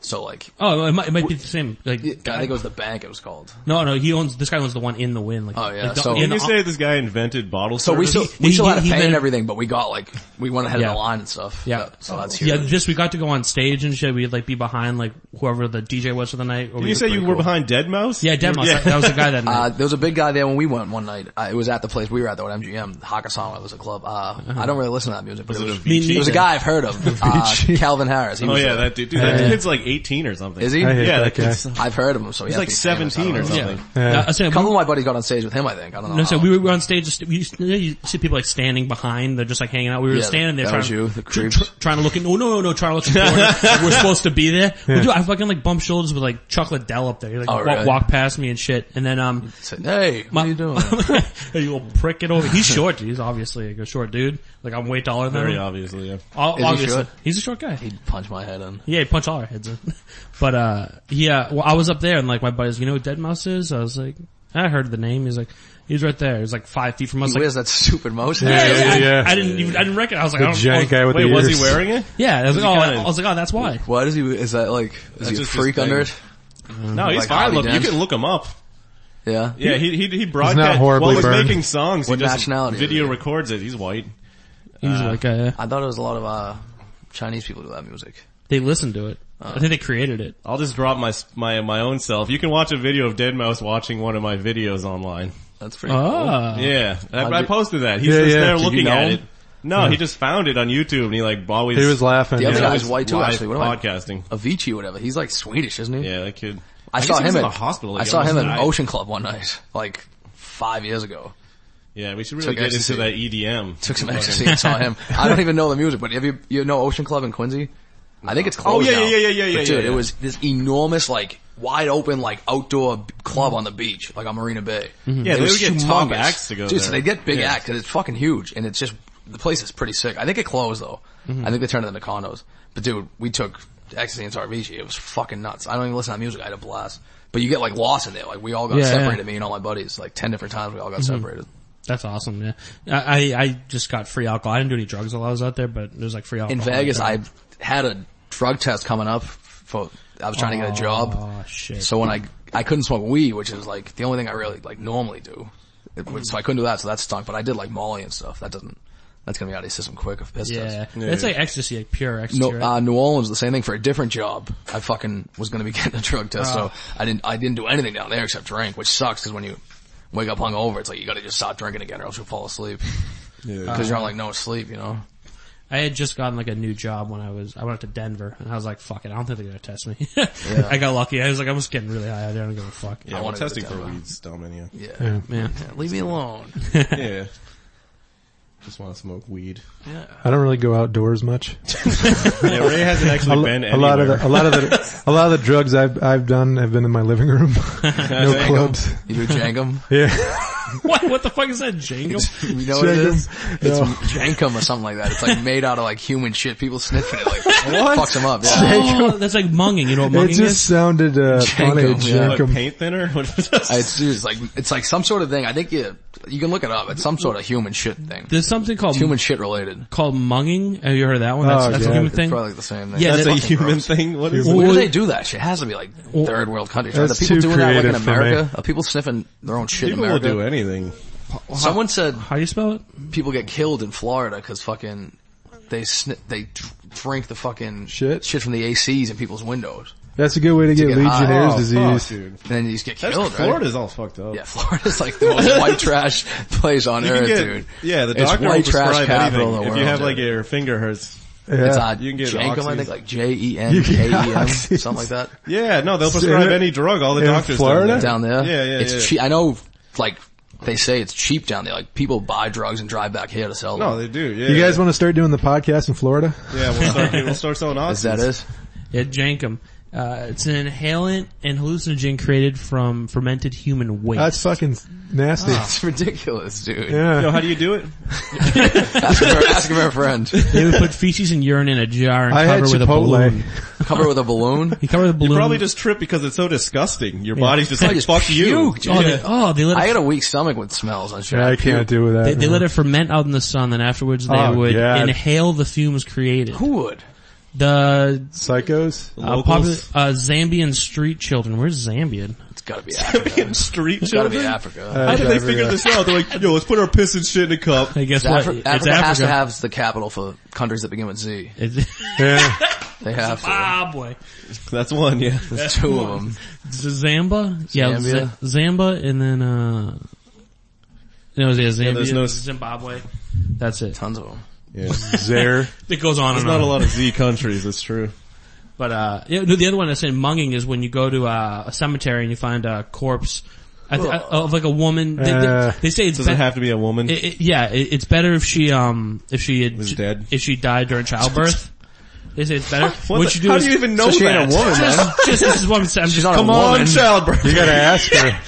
Speaker 2: So like,
Speaker 4: Oh, it might, it might be the same. Like,
Speaker 2: I think it was the bank. It was called.
Speaker 4: no, no, he owns this guy owns the one in the win. Like,
Speaker 2: Oh, yeah,
Speaker 4: like, the-
Speaker 2: so-
Speaker 4: in
Speaker 2: Can
Speaker 3: Can
Speaker 4: the-
Speaker 3: you say this guy invented bottle
Speaker 2: So we
Speaker 3: service?
Speaker 2: still
Speaker 4: he-
Speaker 2: we still had a
Speaker 4: he
Speaker 2: fan
Speaker 4: made-
Speaker 2: and everything, but we got like we went ahead
Speaker 4: Yeah.
Speaker 2: of the line and stuff.
Speaker 4: Yeah.
Speaker 2: so that's huge.
Speaker 4: yeah, this we got to go on stage and shit. We'd like be behind like whoever the DJ was for the night. Or
Speaker 3: Did you say you were behind Dead Mouse?
Speaker 4: Yeah, Deadmau5. That, that was the guy
Speaker 3: [LAUGHS]
Speaker 4: that
Speaker 3: Ah,
Speaker 4: night.
Speaker 2: Uh, there was a big guy there when we went one night. Uh, it was at the place we were at though at MGM. Hakasama was a club. Uh, I don't really listen to that music, but it was,
Speaker 3: it a Me VG?
Speaker 2: it was a guy I've
Speaker 4: [LAUGHS]
Speaker 2: heard of. Uh, Calvin Harris. He
Speaker 3: Oh
Speaker 2: was
Speaker 3: yeah,
Speaker 2: a-
Speaker 3: that dude. dude that kid's like 18 or something.
Speaker 2: Is he?
Speaker 1: I hate
Speaker 3: Yeah,
Speaker 1: that
Speaker 3: that
Speaker 1: guy.
Speaker 3: kid's
Speaker 2: I've heard of him, so he's
Speaker 3: like 17 or something.
Speaker 1: Yeah.
Speaker 4: Yeah, I said,
Speaker 2: A
Speaker 4: we,
Speaker 2: couple of my buddies got on stage with him, I think. I don't know.
Speaker 4: no, so
Speaker 2: how.
Speaker 4: we were we were on stage. Just, we used, you, know, you see people like standing behind. They're just like hanging out. We were
Speaker 2: Yeah,
Speaker 4: standing there
Speaker 2: that
Speaker 4: trying,
Speaker 2: was you, the
Speaker 4: tr-
Speaker 2: creeps.
Speaker 4: tr- trying to look. In, oh no, no, no, trying to
Speaker 2: [LAUGHS]
Speaker 4: look important. like, we're supposed to be there. Well, dude, I fucking like bumped shoulders with like Chocolate Dell up there. He, like
Speaker 2: Oh,
Speaker 4: walk,
Speaker 2: really?
Speaker 4: walk past me and shit. And then um, [LAUGHS]
Speaker 2: Said, hey, what are
Speaker 3: [LAUGHS]
Speaker 2: you doing?
Speaker 4: Hey, you little prick it over. He's short. Dude. He's obviously like a short dude. Like I'm way taller than
Speaker 3: Very
Speaker 4: him.
Speaker 3: obviously, yeah.
Speaker 4: O-
Speaker 2: Is he
Speaker 4: obviously,
Speaker 2: short?
Speaker 4: he's a short guy.
Speaker 2: He'd punch my head in.
Speaker 4: Yeah, he punched [LAUGHS] all our heads in. But uh, yeah, well, I was up there and like my buddies, you know who Dead Mouse is? I was like, I heard the name. He's like, he's right there. He's like five feet from us.
Speaker 2: He
Speaker 4: Like,
Speaker 2: wears that stupid motion.
Speaker 1: Yeah,
Speaker 4: yeah, yeah,
Speaker 1: yeah.
Speaker 4: I, I didn't even, I didn't recognize. I was like, I
Speaker 1: The
Speaker 4: don't, I
Speaker 1: giant
Speaker 4: was,
Speaker 1: guy with
Speaker 3: Wait,
Speaker 1: the
Speaker 3: was
Speaker 1: ears.
Speaker 3: he wearing it?
Speaker 4: yeah, I was, like, oh,
Speaker 3: kinda-
Speaker 4: I was like, oh, that's why.
Speaker 2: Why does he? Is that like? Is he
Speaker 3: just
Speaker 2: a
Speaker 3: his
Speaker 2: freak
Speaker 3: thing.
Speaker 2: under it?
Speaker 3: No, he's
Speaker 2: Like
Speaker 3: fine.
Speaker 2: Harley
Speaker 3: Look, you
Speaker 2: Dent.
Speaker 3: can look him up.
Speaker 2: Yeah.
Speaker 3: Yeah, he he, he broadcast
Speaker 1: horribly
Speaker 3: while he was
Speaker 1: burned.
Speaker 3: making songs.
Speaker 2: What
Speaker 3: he just
Speaker 2: nationality is
Speaker 3: video
Speaker 2: he?
Speaker 3: records it. He's white.
Speaker 4: He's like, uh,
Speaker 2: I thought it was a lot of uh, Chinese people do that music.
Speaker 4: they listened to it. I think they created it.
Speaker 3: I'll just drop my my my own self. You can watch a video of Dead Mouse watching one of my videos online.
Speaker 2: That's pretty.
Speaker 1: Oh.
Speaker 2: cool.
Speaker 4: Ah,
Speaker 3: Yeah,
Speaker 2: How'd
Speaker 3: I, I
Speaker 2: you-
Speaker 3: posted that. He's
Speaker 1: Yeah,
Speaker 3: just
Speaker 1: yeah.
Speaker 3: there
Speaker 1: Did you
Speaker 3: looking
Speaker 1: know
Speaker 3: at
Speaker 1: him?
Speaker 3: it. No, he just found it on YouTube and he like always
Speaker 1: He was laughing.
Speaker 2: The other
Speaker 1: yeah.
Speaker 2: guy was white too,
Speaker 3: live
Speaker 2: actually. What am I-
Speaker 3: podcasting.
Speaker 2: Avicii, whatever. He's like Swedish, isn't he?
Speaker 3: Yeah, that kid.
Speaker 2: I,
Speaker 3: guess
Speaker 2: saw
Speaker 3: he was
Speaker 2: him
Speaker 3: in
Speaker 2: at
Speaker 3: the hospital.
Speaker 2: I
Speaker 3: like,
Speaker 2: saw him
Speaker 3: almost
Speaker 2: at
Speaker 3: died.
Speaker 2: Ocean Club one night, like five years ago.
Speaker 3: Yeah, we should really
Speaker 2: Took
Speaker 3: get into
Speaker 2: ecstasy.
Speaker 3: that E EDM.
Speaker 2: Took some ecstasy and
Speaker 3: [LAUGHS]
Speaker 2: saw him. I don't even know the music, but have you you know Ocean Club in Quincy? I think it's closed
Speaker 3: Oh, yeah,
Speaker 2: now.
Speaker 3: yeah, yeah, yeah, yeah,
Speaker 2: But dude,
Speaker 3: yeah, yeah.
Speaker 2: it was this enormous, like wide open, like outdoor b- club on the beach, like on Marina Bay.
Speaker 3: Mm-hmm. Yeah,
Speaker 2: It
Speaker 3: they
Speaker 2: was
Speaker 3: would get top
Speaker 2: humongous.
Speaker 3: acts to go
Speaker 2: Dude,
Speaker 3: there.
Speaker 2: so they get big
Speaker 3: Yeah.
Speaker 2: acts and it's fucking huge, and it's just the place is pretty sick. I think it closed though.
Speaker 3: Mm-hmm.
Speaker 2: I think they turned it into condos. But dude, we took ecstasy and saw Avicii. It was fucking nuts. I don't even listen to music. I had a blast. But you get like lost in there. Like we all got
Speaker 4: Yeah,
Speaker 2: separated.
Speaker 4: yeah.
Speaker 2: Me and all my buddies, like ten different times, we all got
Speaker 3: Mm-hmm.
Speaker 2: separated.
Speaker 4: that's awesome. Yeah, I, I, I just got free alcohol. I didn't do any drugs while I was out there, but it was like free alcohol.
Speaker 2: in Vegas, I had a drug test coming up for, I was trying to get a job.
Speaker 4: Oh shit.
Speaker 2: So when I, I couldn't smoke weed, which is like the only thing I really like normally do. It would- so I couldn't do that, so that stunk, but I did like Molly and stuff. That doesn't, that's gonna be out of your system quick if piss
Speaker 4: yeah,
Speaker 2: test.
Speaker 4: that's like ecstasy, like pure ecstasy.
Speaker 2: No,
Speaker 4: right?
Speaker 2: uh, New Orleans, the same thing for a different job. I fucking was gonna be [LAUGHS] getting a drug test, so I didn't, I didn't do anything down there except drink, which sucks cause when you wake up hungover, it's like you gotta just stop drinking again or else you'll
Speaker 4: [LAUGHS]
Speaker 2: fall asleep. Cause you're on like no sleep, you know?
Speaker 4: I had just gotten like a new job when I was, I went up to Denver and I was like, fuck it, I don't think they're gonna test me. [LAUGHS] I got lucky. I was like, I was getting really high. I don't give a fuck.
Speaker 3: Yeah,
Speaker 2: I
Speaker 3: we're
Speaker 2: wanted to
Speaker 3: testing
Speaker 2: go
Speaker 3: for
Speaker 2: down there.
Speaker 3: weeds, Dominion.
Speaker 2: Yeah.
Speaker 1: Yeah.
Speaker 4: Man. [LAUGHS]
Speaker 2: yeah leave me alone.
Speaker 3: [LAUGHS] yeah. Just want to smoke weed.
Speaker 1: I don't really go outdoors much.
Speaker 3: [LAUGHS] Yeah, Ray hasn't actually been
Speaker 1: a lot of
Speaker 3: anywhere.
Speaker 1: the, a lot of the, a lot of the drugs I've I've done have been in my living room. [LAUGHS] no
Speaker 3: Django.
Speaker 1: clubs.
Speaker 2: You
Speaker 1: [LAUGHS]
Speaker 2: do Jangum?
Speaker 1: Yeah,
Speaker 4: what, what the fuck is that jingle?
Speaker 2: You know what it is? It's
Speaker 1: No.
Speaker 2: jankum or something like that. It's like made out of like human shit. People sniffing it like
Speaker 1: [LAUGHS] What?
Speaker 2: fucks them up. Yeah.
Speaker 4: Oh, [LAUGHS] that's like munging. You know what
Speaker 1: it
Speaker 4: munging
Speaker 1: just
Speaker 4: is?
Speaker 1: sounded uh, funny.
Speaker 2: Jankum, yeah.
Speaker 3: What,
Speaker 1: Jankum.
Speaker 3: paint thinner? [LAUGHS]
Speaker 2: It's, it's like it's like some sort of thing. I think you you can look it up. It's some sort of human shit thing.
Speaker 4: There's something called
Speaker 2: Human shit related.
Speaker 4: called munging. Have you heard of that one? That's,
Speaker 1: Oh,
Speaker 4: that's a
Speaker 1: yeah.
Speaker 4: human
Speaker 1: It's
Speaker 4: thing.
Speaker 2: Probably like the same thing.
Speaker 4: Yeah,
Speaker 3: That's
Speaker 4: they-
Speaker 3: a
Speaker 2: fucking
Speaker 3: human
Speaker 2: gross.
Speaker 3: thing? What is
Speaker 2: Where
Speaker 3: it?
Speaker 2: do they do that shit? It has to be like third world countries. Are the
Speaker 1: That's
Speaker 2: people
Speaker 1: too
Speaker 2: doing that like in
Speaker 1: creative for me.
Speaker 2: America? Are people sniffing their own shit
Speaker 3: People
Speaker 2: in
Speaker 3: will
Speaker 2: America?
Speaker 3: do anything.
Speaker 2: Someone said
Speaker 4: How do you spell it?
Speaker 2: people get killed in Florida because fucking they sni- they dr- drink the fucking
Speaker 1: Shit?
Speaker 2: shit from the ACs in people's windows.
Speaker 1: That's a good way to get,
Speaker 2: get high.
Speaker 1: Legionnaire's
Speaker 3: Oh,
Speaker 1: disease.
Speaker 3: fuck, dude.
Speaker 2: And then you just get
Speaker 3: That's
Speaker 2: killed, right?
Speaker 3: Florida's all fucked up.
Speaker 2: Yeah, Florida's like the
Speaker 3: [LAUGHS]
Speaker 2: most white trash place on
Speaker 3: You can
Speaker 1: Uh,
Speaker 2: earth,
Speaker 3: get-
Speaker 2: dude.
Speaker 3: Yeah, the
Speaker 2: It's
Speaker 3: doctor will
Speaker 2: white trash
Speaker 3: prescribe anything.
Speaker 2: capital of the
Speaker 3: if you
Speaker 2: world,
Speaker 3: have like
Speaker 2: dude.
Speaker 3: your finger hurts.
Speaker 1: Yeah.
Speaker 2: It's odd.
Speaker 3: You can get
Speaker 2: Jankum, I
Speaker 3: oxys.
Speaker 2: think, like E J-E-N-K-E-M,
Speaker 1: oxys.
Speaker 2: something like that.
Speaker 3: Yeah, no, they'll
Speaker 1: So
Speaker 3: prescribe
Speaker 1: in-
Speaker 3: any drug. All the
Speaker 1: in
Speaker 3: doctors down
Speaker 1: Florida?
Speaker 2: Down
Speaker 3: [LAUGHS]
Speaker 2: there.
Speaker 3: Yeah, yeah,
Speaker 2: It's
Speaker 3: yeah.
Speaker 2: cheap. I know, like, they say it's cheap down there. Like, people buy drugs and drive back here to sell them.
Speaker 3: No, they do. Yeah,
Speaker 1: You guys want to start doing the podcast in Florida?
Speaker 3: Yeah, we'll start.
Speaker 1: [LAUGHS]
Speaker 3: we'll start selling oxys.
Speaker 2: Is that it?
Speaker 4: Yeah, jankum. Uh, it's an inhalant and hallucinogen created from fermented human waste.
Speaker 1: That's fucking nasty.
Speaker 2: [LAUGHS] It's ridiculous, dude.
Speaker 3: Yo,
Speaker 1: Yeah.
Speaker 3: how do you do it?
Speaker 2: Ask, of our, ask of our
Speaker 3: [LAUGHS]
Speaker 2: friend.
Speaker 1: [LAUGHS]
Speaker 4: they would put feces and urine in a jar and
Speaker 1: I had
Speaker 4: cover with a balloon.
Speaker 1: Chipotle.
Speaker 2: Cover with a balloon.
Speaker 4: You cover the balloon.
Speaker 3: Probably just trip because it's so disgusting. Your body's just
Speaker 2: I
Speaker 3: like
Speaker 2: just
Speaker 3: fuck you. [LAUGHS]
Speaker 2: puked,
Speaker 4: Oh,
Speaker 2: dude.
Speaker 4: they, oh, they let it
Speaker 2: I had a weak stomach with smells. I'm sure.
Speaker 1: Yeah, I can't do that.
Speaker 4: They, they let it ferment out in the sun, then afterwards they
Speaker 1: Oh,
Speaker 4: would
Speaker 1: God.
Speaker 4: inhale the fumes created.
Speaker 2: Who would?
Speaker 4: The
Speaker 1: Psychos.
Speaker 4: uh, popular,
Speaker 3: Locals.
Speaker 4: uh, Zambian street children. Where's Zambian?
Speaker 2: It's
Speaker 3: [LAUGHS]
Speaker 2: gotta be Africa.
Speaker 3: Being street
Speaker 2: It's gotta be
Speaker 3: children. Uh,
Speaker 2: Africa.
Speaker 3: How did [LAUGHS] they
Speaker 1: Africa,
Speaker 3: figure
Speaker 1: yeah.
Speaker 3: this out? They're like, yo, let's put our piss and shit in a cup.
Speaker 4: Hey, guess
Speaker 2: It's
Speaker 4: what?
Speaker 2: Afri-
Speaker 4: it's
Speaker 2: Africa has to
Speaker 4: Africa.
Speaker 2: have the capital for countries that begin with Z.
Speaker 4: [LAUGHS] It's-
Speaker 1: Yeah.
Speaker 2: They
Speaker 3: [LAUGHS]
Speaker 2: have to.
Speaker 4: Zimbabwe.
Speaker 3: That's one. Yeah.
Speaker 2: There's two of them.
Speaker 4: Z- Zamba? Yeah, Z-
Speaker 2: Zambia.
Speaker 4: Zamba and then, uh, no, yeah, Zambia,
Speaker 3: there's no-
Speaker 4: Zimbabwe. That's it.
Speaker 2: Tons of them.
Speaker 3: yeah. There's
Speaker 1: [LAUGHS] Zare.
Speaker 4: It goes on and on.
Speaker 3: not a lot of Z countries. That's true.
Speaker 4: But uh, yeah, no, the other one I said munging is when you go to uh, a cemetery and you find a corpse I th- I- of like a woman. They, they-
Speaker 1: Uh,
Speaker 4: they say it's
Speaker 3: Does it
Speaker 4: be-
Speaker 3: have to be a woman?
Speaker 4: it- it- yeah, it, it's better if she um if she had,
Speaker 3: Was dead.
Speaker 4: if she died during childbirth. They say it's better.
Speaker 3: [LAUGHS] What
Speaker 4: what
Speaker 3: the-
Speaker 4: you do
Speaker 3: how
Speaker 4: is
Speaker 3: do you even know
Speaker 2: she ain't
Speaker 3: that?
Speaker 2: a woman, man.
Speaker 4: just, just this is what I'm saying. I'm just,
Speaker 2: not a
Speaker 4: come
Speaker 3: Come on,
Speaker 2: woman.
Speaker 3: childbirth.
Speaker 1: You gotta ask her.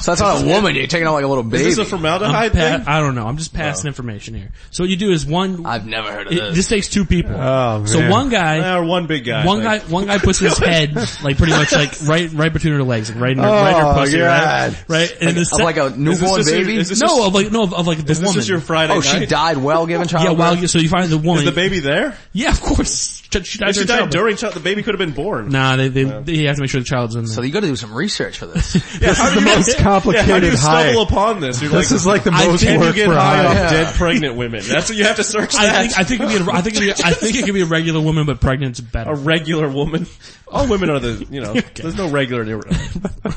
Speaker 2: So that's not a woman. You're taking out like a little baby.
Speaker 3: [LAUGHS] Is this a formaldehyde
Speaker 4: Pa-
Speaker 3: thing?
Speaker 4: I don't know. I'm just passing information here. So what you do is one.
Speaker 2: I've never heard of
Speaker 4: it-
Speaker 2: this.
Speaker 4: this takes two people.
Speaker 1: Oh,
Speaker 4: So
Speaker 1: man.
Speaker 4: one guy,
Speaker 3: Nah, one big guy.
Speaker 4: one guy,
Speaker 3: like-
Speaker 4: one guy puts his head like pretty much like right, right between her legs, like right in her, right in her
Speaker 1: Oh,
Speaker 4: pussy, right,
Speaker 1: God.
Speaker 4: right. And the
Speaker 2: of
Speaker 4: sec-
Speaker 2: like a newborn
Speaker 3: just your-
Speaker 2: baby.
Speaker 3: is this
Speaker 4: no,
Speaker 3: just-
Speaker 4: of like no, of, of like the
Speaker 3: Is this
Speaker 4: woman.
Speaker 3: just your Friday
Speaker 2: oh,
Speaker 3: night?
Speaker 2: she died
Speaker 3: [LAUGHS]
Speaker 2: while given
Speaker 4: yeah,
Speaker 2: childbirth.
Speaker 4: well, you- so you find the woman.
Speaker 3: Is the baby there?
Speaker 4: Yeah, of course. She, she died,
Speaker 3: If she
Speaker 4: during
Speaker 3: died
Speaker 4: childbirth.
Speaker 3: during child, the baby could have been born.
Speaker 4: Nah, they, they, they you have to make sure the child's in there.
Speaker 2: So you got to do some research
Speaker 3: [LAUGHS]
Speaker 2: for this.
Speaker 1: this is the most
Speaker 3: Yeah, how do
Speaker 1: complicated
Speaker 3: you stumble
Speaker 1: high.
Speaker 3: upon this? You're
Speaker 1: This
Speaker 3: like,
Speaker 1: is like the
Speaker 4: I
Speaker 1: most
Speaker 4: think
Speaker 3: can you
Speaker 1: work
Speaker 3: get
Speaker 1: for
Speaker 3: high
Speaker 1: high.
Speaker 3: off
Speaker 2: Yeah.
Speaker 3: dead pregnant women? That's what you have to search.
Speaker 4: I
Speaker 3: That.
Speaker 4: think I think it'd be a, I think it'd be, I think it could be a regular woman, but pregnant's
Speaker 3: a
Speaker 4: better.
Speaker 3: regular woman. All women are the you know. There's no regular.
Speaker 4: [LAUGHS]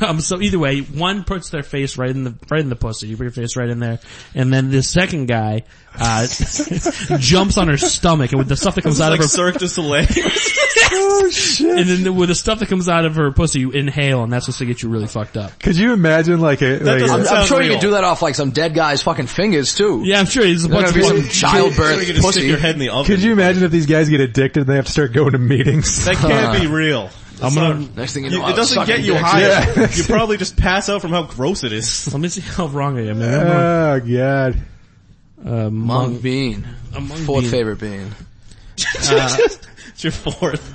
Speaker 4: Um, so either way, one puts their face right in the right in the pussy. You put your face right in there, and then the second guy uh, [LAUGHS] jumps on her stomach, and with the stuff that comes out
Speaker 3: like
Speaker 4: of her,
Speaker 3: Cirque du Soleil.
Speaker 1: [LAUGHS] Oh shit!
Speaker 4: [LAUGHS] and then the, with the stuff that comes out of her pussy, you inhale, and that's what's to get you really fucked up.
Speaker 1: Could you imagine like a like
Speaker 3: doesn't
Speaker 1: a,
Speaker 2: I'm, I'm
Speaker 3: sounds
Speaker 2: sure you
Speaker 3: real.
Speaker 2: could do that off like some dead guy's fucking fingers too.
Speaker 4: Yeah, I'm sure it's a
Speaker 2: There's
Speaker 4: bunch
Speaker 2: gonna
Speaker 4: of
Speaker 2: be some
Speaker 3: So [LAUGHS] you
Speaker 2: childbirth
Speaker 3: can just stick
Speaker 2: pussy.
Speaker 3: your head in the oven.
Speaker 1: Could you imagine if these guys get addicted and they have to start going to meetings?
Speaker 3: That can't be real.
Speaker 4: I'm gonna,
Speaker 2: Next thing you know,
Speaker 3: You,
Speaker 2: I
Speaker 3: it
Speaker 2: was
Speaker 3: doesn't
Speaker 2: sucking
Speaker 3: get you
Speaker 2: dicks.
Speaker 3: high.
Speaker 1: Yeah.
Speaker 3: You probably just pass out from how gross it is. [LAUGHS]
Speaker 4: let me see how wrong I am. Man.
Speaker 2: Uh,
Speaker 4: I'm wrong.
Speaker 1: Oh god.
Speaker 4: Uh,
Speaker 2: Mung
Speaker 4: Hmong-
Speaker 2: bean.
Speaker 4: Hmong
Speaker 2: Fourth
Speaker 4: bean.
Speaker 2: favorite bean.
Speaker 3: It's your fourth.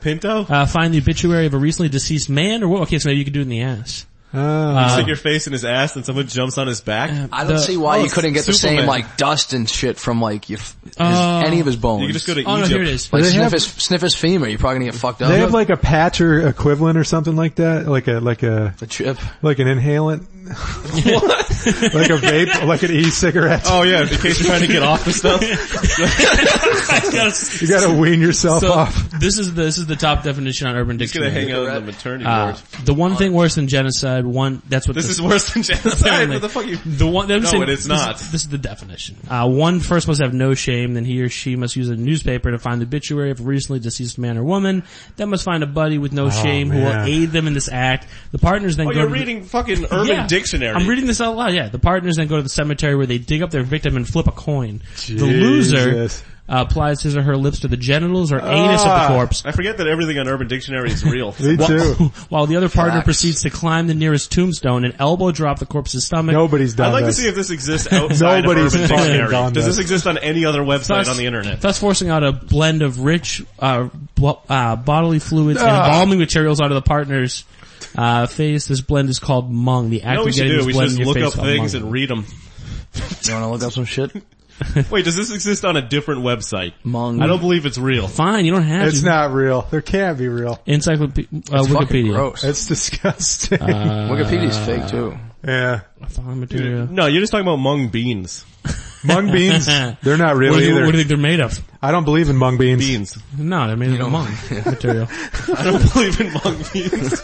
Speaker 3: Pinto?
Speaker 4: Uh, find the obituary of a recently deceased man, or what? Okay, so maybe you could do it in the ass.
Speaker 1: Oh.
Speaker 3: Stick your face in his ass and someone jumps on his back.
Speaker 2: I don't
Speaker 4: The-
Speaker 2: see why
Speaker 3: oh,
Speaker 2: you couldn't get the
Speaker 3: Superman. Oh.
Speaker 2: same like dust and shit from like your, f- his,
Speaker 4: Uh,
Speaker 2: any of his bones.
Speaker 3: You can just go to
Speaker 4: Oh no,
Speaker 3: Egypt.
Speaker 4: here it is.
Speaker 2: like
Speaker 1: They
Speaker 2: sniff
Speaker 1: have-
Speaker 2: his sniff his femur. You're probably gonna get fucked up.
Speaker 1: they have like a patch or equivalent or something like that, like a like a
Speaker 2: the chip.
Speaker 1: like an inhalant, [LAUGHS] like a vape, like an e-cigarette.
Speaker 3: Oh yeah, in case you're trying to get off
Speaker 4: [LAUGHS]
Speaker 3: of stuff.
Speaker 1: You gotta wean yourself
Speaker 4: So
Speaker 1: off.
Speaker 4: this is this is the top definition on Urban
Speaker 3: [LAUGHS] He's gonna
Speaker 4: Dictionary.
Speaker 3: hang out on the maternity
Speaker 4: Uh,
Speaker 3: ward.
Speaker 4: the one thing worse than genocide. One that's what
Speaker 3: This
Speaker 4: the,
Speaker 3: is worse than
Speaker 4: [LAUGHS]
Speaker 3: genocide.
Speaker 4: Apparently.
Speaker 3: What the fuck [LAUGHS] you?
Speaker 4: the one. No,
Speaker 3: No, it is not.
Speaker 4: This, is the definition. Uh, one first must have no shame. Then he or she must use a newspaper to find the obituary of a recently deceased man or woman. Then must find a buddy with no shame who will
Speaker 1: Oh, man.
Speaker 4: aid them in this act. The partners then
Speaker 3: Oh,
Speaker 4: go
Speaker 3: you're
Speaker 4: to the-
Speaker 3: reading fucking Urban
Speaker 4: Yeah.
Speaker 3: Dictionary.
Speaker 4: I'm reading this out loud. Yeah, the partners then go to the cemetery where they dig up their victim and flip a coin. The loser
Speaker 1: Jesus.
Speaker 4: uh, applies his or her lips to the genitals or anus
Speaker 1: Ah.
Speaker 4: of the corpse.
Speaker 3: I forget that everything on Urban Dictionary is [LAUGHS] real.
Speaker 1: Me too.
Speaker 4: While, while the other partner
Speaker 2: Facts.
Speaker 4: proceeds to climb the nearest tombstone and elbow drop the corpse's stomach.
Speaker 1: Nobody's done
Speaker 3: I'd like to
Speaker 1: this.
Speaker 3: see if this exists outside [LAUGHS]
Speaker 1: Nobody's
Speaker 3: of Urban
Speaker 1: fucking
Speaker 3: Dictionary.
Speaker 1: done
Speaker 3: Does this
Speaker 1: this.
Speaker 3: exist on any other website
Speaker 4: Thus-
Speaker 3: on the internet?
Speaker 4: Thus forcing out a blend of rich, uh, bo- uh, bodily fluids and embalming materials onto the partner's, uh, face. This blend is called mung. The act
Speaker 3: You know what we
Speaker 4: of
Speaker 3: should
Speaker 4: getting
Speaker 3: do?
Speaker 4: this
Speaker 3: We should
Speaker 4: blend
Speaker 3: just
Speaker 4: in your
Speaker 3: look up
Speaker 4: face called
Speaker 3: things
Speaker 4: mung.
Speaker 3: and read [LAUGHS] them.
Speaker 2: You wanna look up some shit?
Speaker 3: Wait, does this exist on a different website?
Speaker 2: Mung.
Speaker 3: I don't believe it's real.
Speaker 4: Fine, you don't have
Speaker 1: it's
Speaker 4: to.
Speaker 1: not real. There can't be real.
Speaker 4: Encyclopedia, uh,
Speaker 2: Fucking
Speaker 4: Wikipedia.
Speaker 2: gross.
Speaker 1: It's [LAUGHS] disgusting.
Speaker 2: Uh. Wikipedia's fake too.
Speaker 1: yeah.
Speaker 4: Fine material.
Speaker 3: No, you're just talking about mung beans.
Speaker 1: Mung beans, they're not real
Speaker 4: What do, you,
Speaker 1: either.
Speaker 4: what do you think they're made of?
Speaker 1: I don't believe in mung beans.
Speaker 3: [LAUGHS] Beans.
Speaker 4: No, they're made of mung [LAUGHS] material.
Speaker 3: I don't believe in mung beans.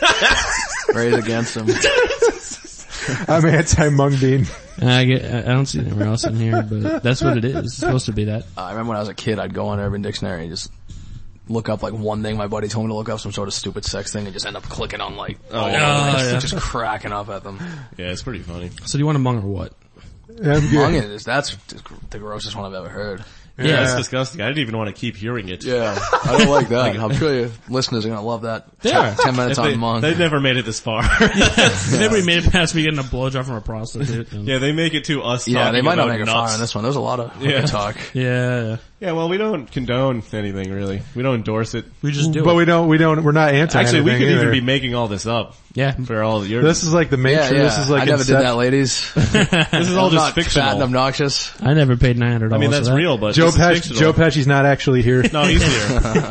Speaker 3: [LAUGHS]
Speaker 2: Raise against [LAUGHS] him. Uh,
Speaker 1: I'm anti-mung bean.
Speaker 4: I, get, I I don't see it anywhere else in here, but that's what it is. It's supposed to be that.
Speaker 2: I remember when I was a kid, I'd go on Urban Dictionary and just look up like one thing my buddy told me to look up, some sort of stupid sex thing, and just end up clicking on like, oh,
Speaker 4: yeah. Oh, yeah.
Speaker 2: just cracking up at them.
Speaker 3: yeah, it's pretty funny.
Speaker 4: So do you want a mung or what?
Speaker 1: I'm good.
Speaker 2: Mung is that's the grossest one I've ever heard.
Speaker 3: Yeah,
Speaker 4: Yeah.
Speaker 3: it's disgusting. I didn't even want to keep hearing it.
Speaker 2: [LAUGHS] Yeah, I don't like that. I'm sure your listeners are gonna love that.
Speaker 4: Yeah.
Speaker 2: Ten, minutes
Speaker 3: They,
Speaker 2: on Mung.
Speaker 3: they never made it this far. [LAUGHS]
Speaker 4: Nobody made it past me getting a blowjob from a prostitute. And-
Speaker 3: yeah, they make it to us.
Speaker 2: yeah, they
Speaker 3: talking
Speaker 2: might not
Speaker 3: about
Speaker 2: make a
Speaker 3: nuts.
Speaker 2: fire on this one. There's a lot of
Speaker 3: Yeah.
Speaker 2: yeah. talk.
Speaker 4: yeah.
Speaker 3: Yeah, well, we don't condone anything really. We don't endorse it.
Speaker 4: We just do
Speaker 1: But
Speaker 4: it.
Speaker 1: we don't, we don't, we're not anti
Speaker 3: Actually, we could
Speaker 1: either.
Speaker 3: even be making all this up
Speaker 4: yeah.
Speaker 3: for all your.
Speaker 1: This is like the
Speaker 2: Yeah,
Speaker 1: matrix.
Speaker 2: yeah.
Speaker 1: This is like
Speaker 2: I never
Speaker 1: Incep-
Speaker 2: did that, ladies. [LAUGHS]
Speaker 3: this is all just
Speaker 2: I'm not fat and
Speaker 3: fictional.
Speaker 2: obnoxious.
Speaker 4: I never paid nine hundred
Speaker 3: I
Speaker 4: dollars.
Speaker 3: mean, that's real, but
Speaker 1: Joe
Speaker 3: this is
Speaker 1: Pesci,
Speaker 3: fictional.
Speaker 1: Joe
Speaker 3: [LAUGHS]
Speaker 1: Pesci's not actually here.
Speaker 3: no, he's
Speaker 2: [LAUGHS]
Speaker 3: here.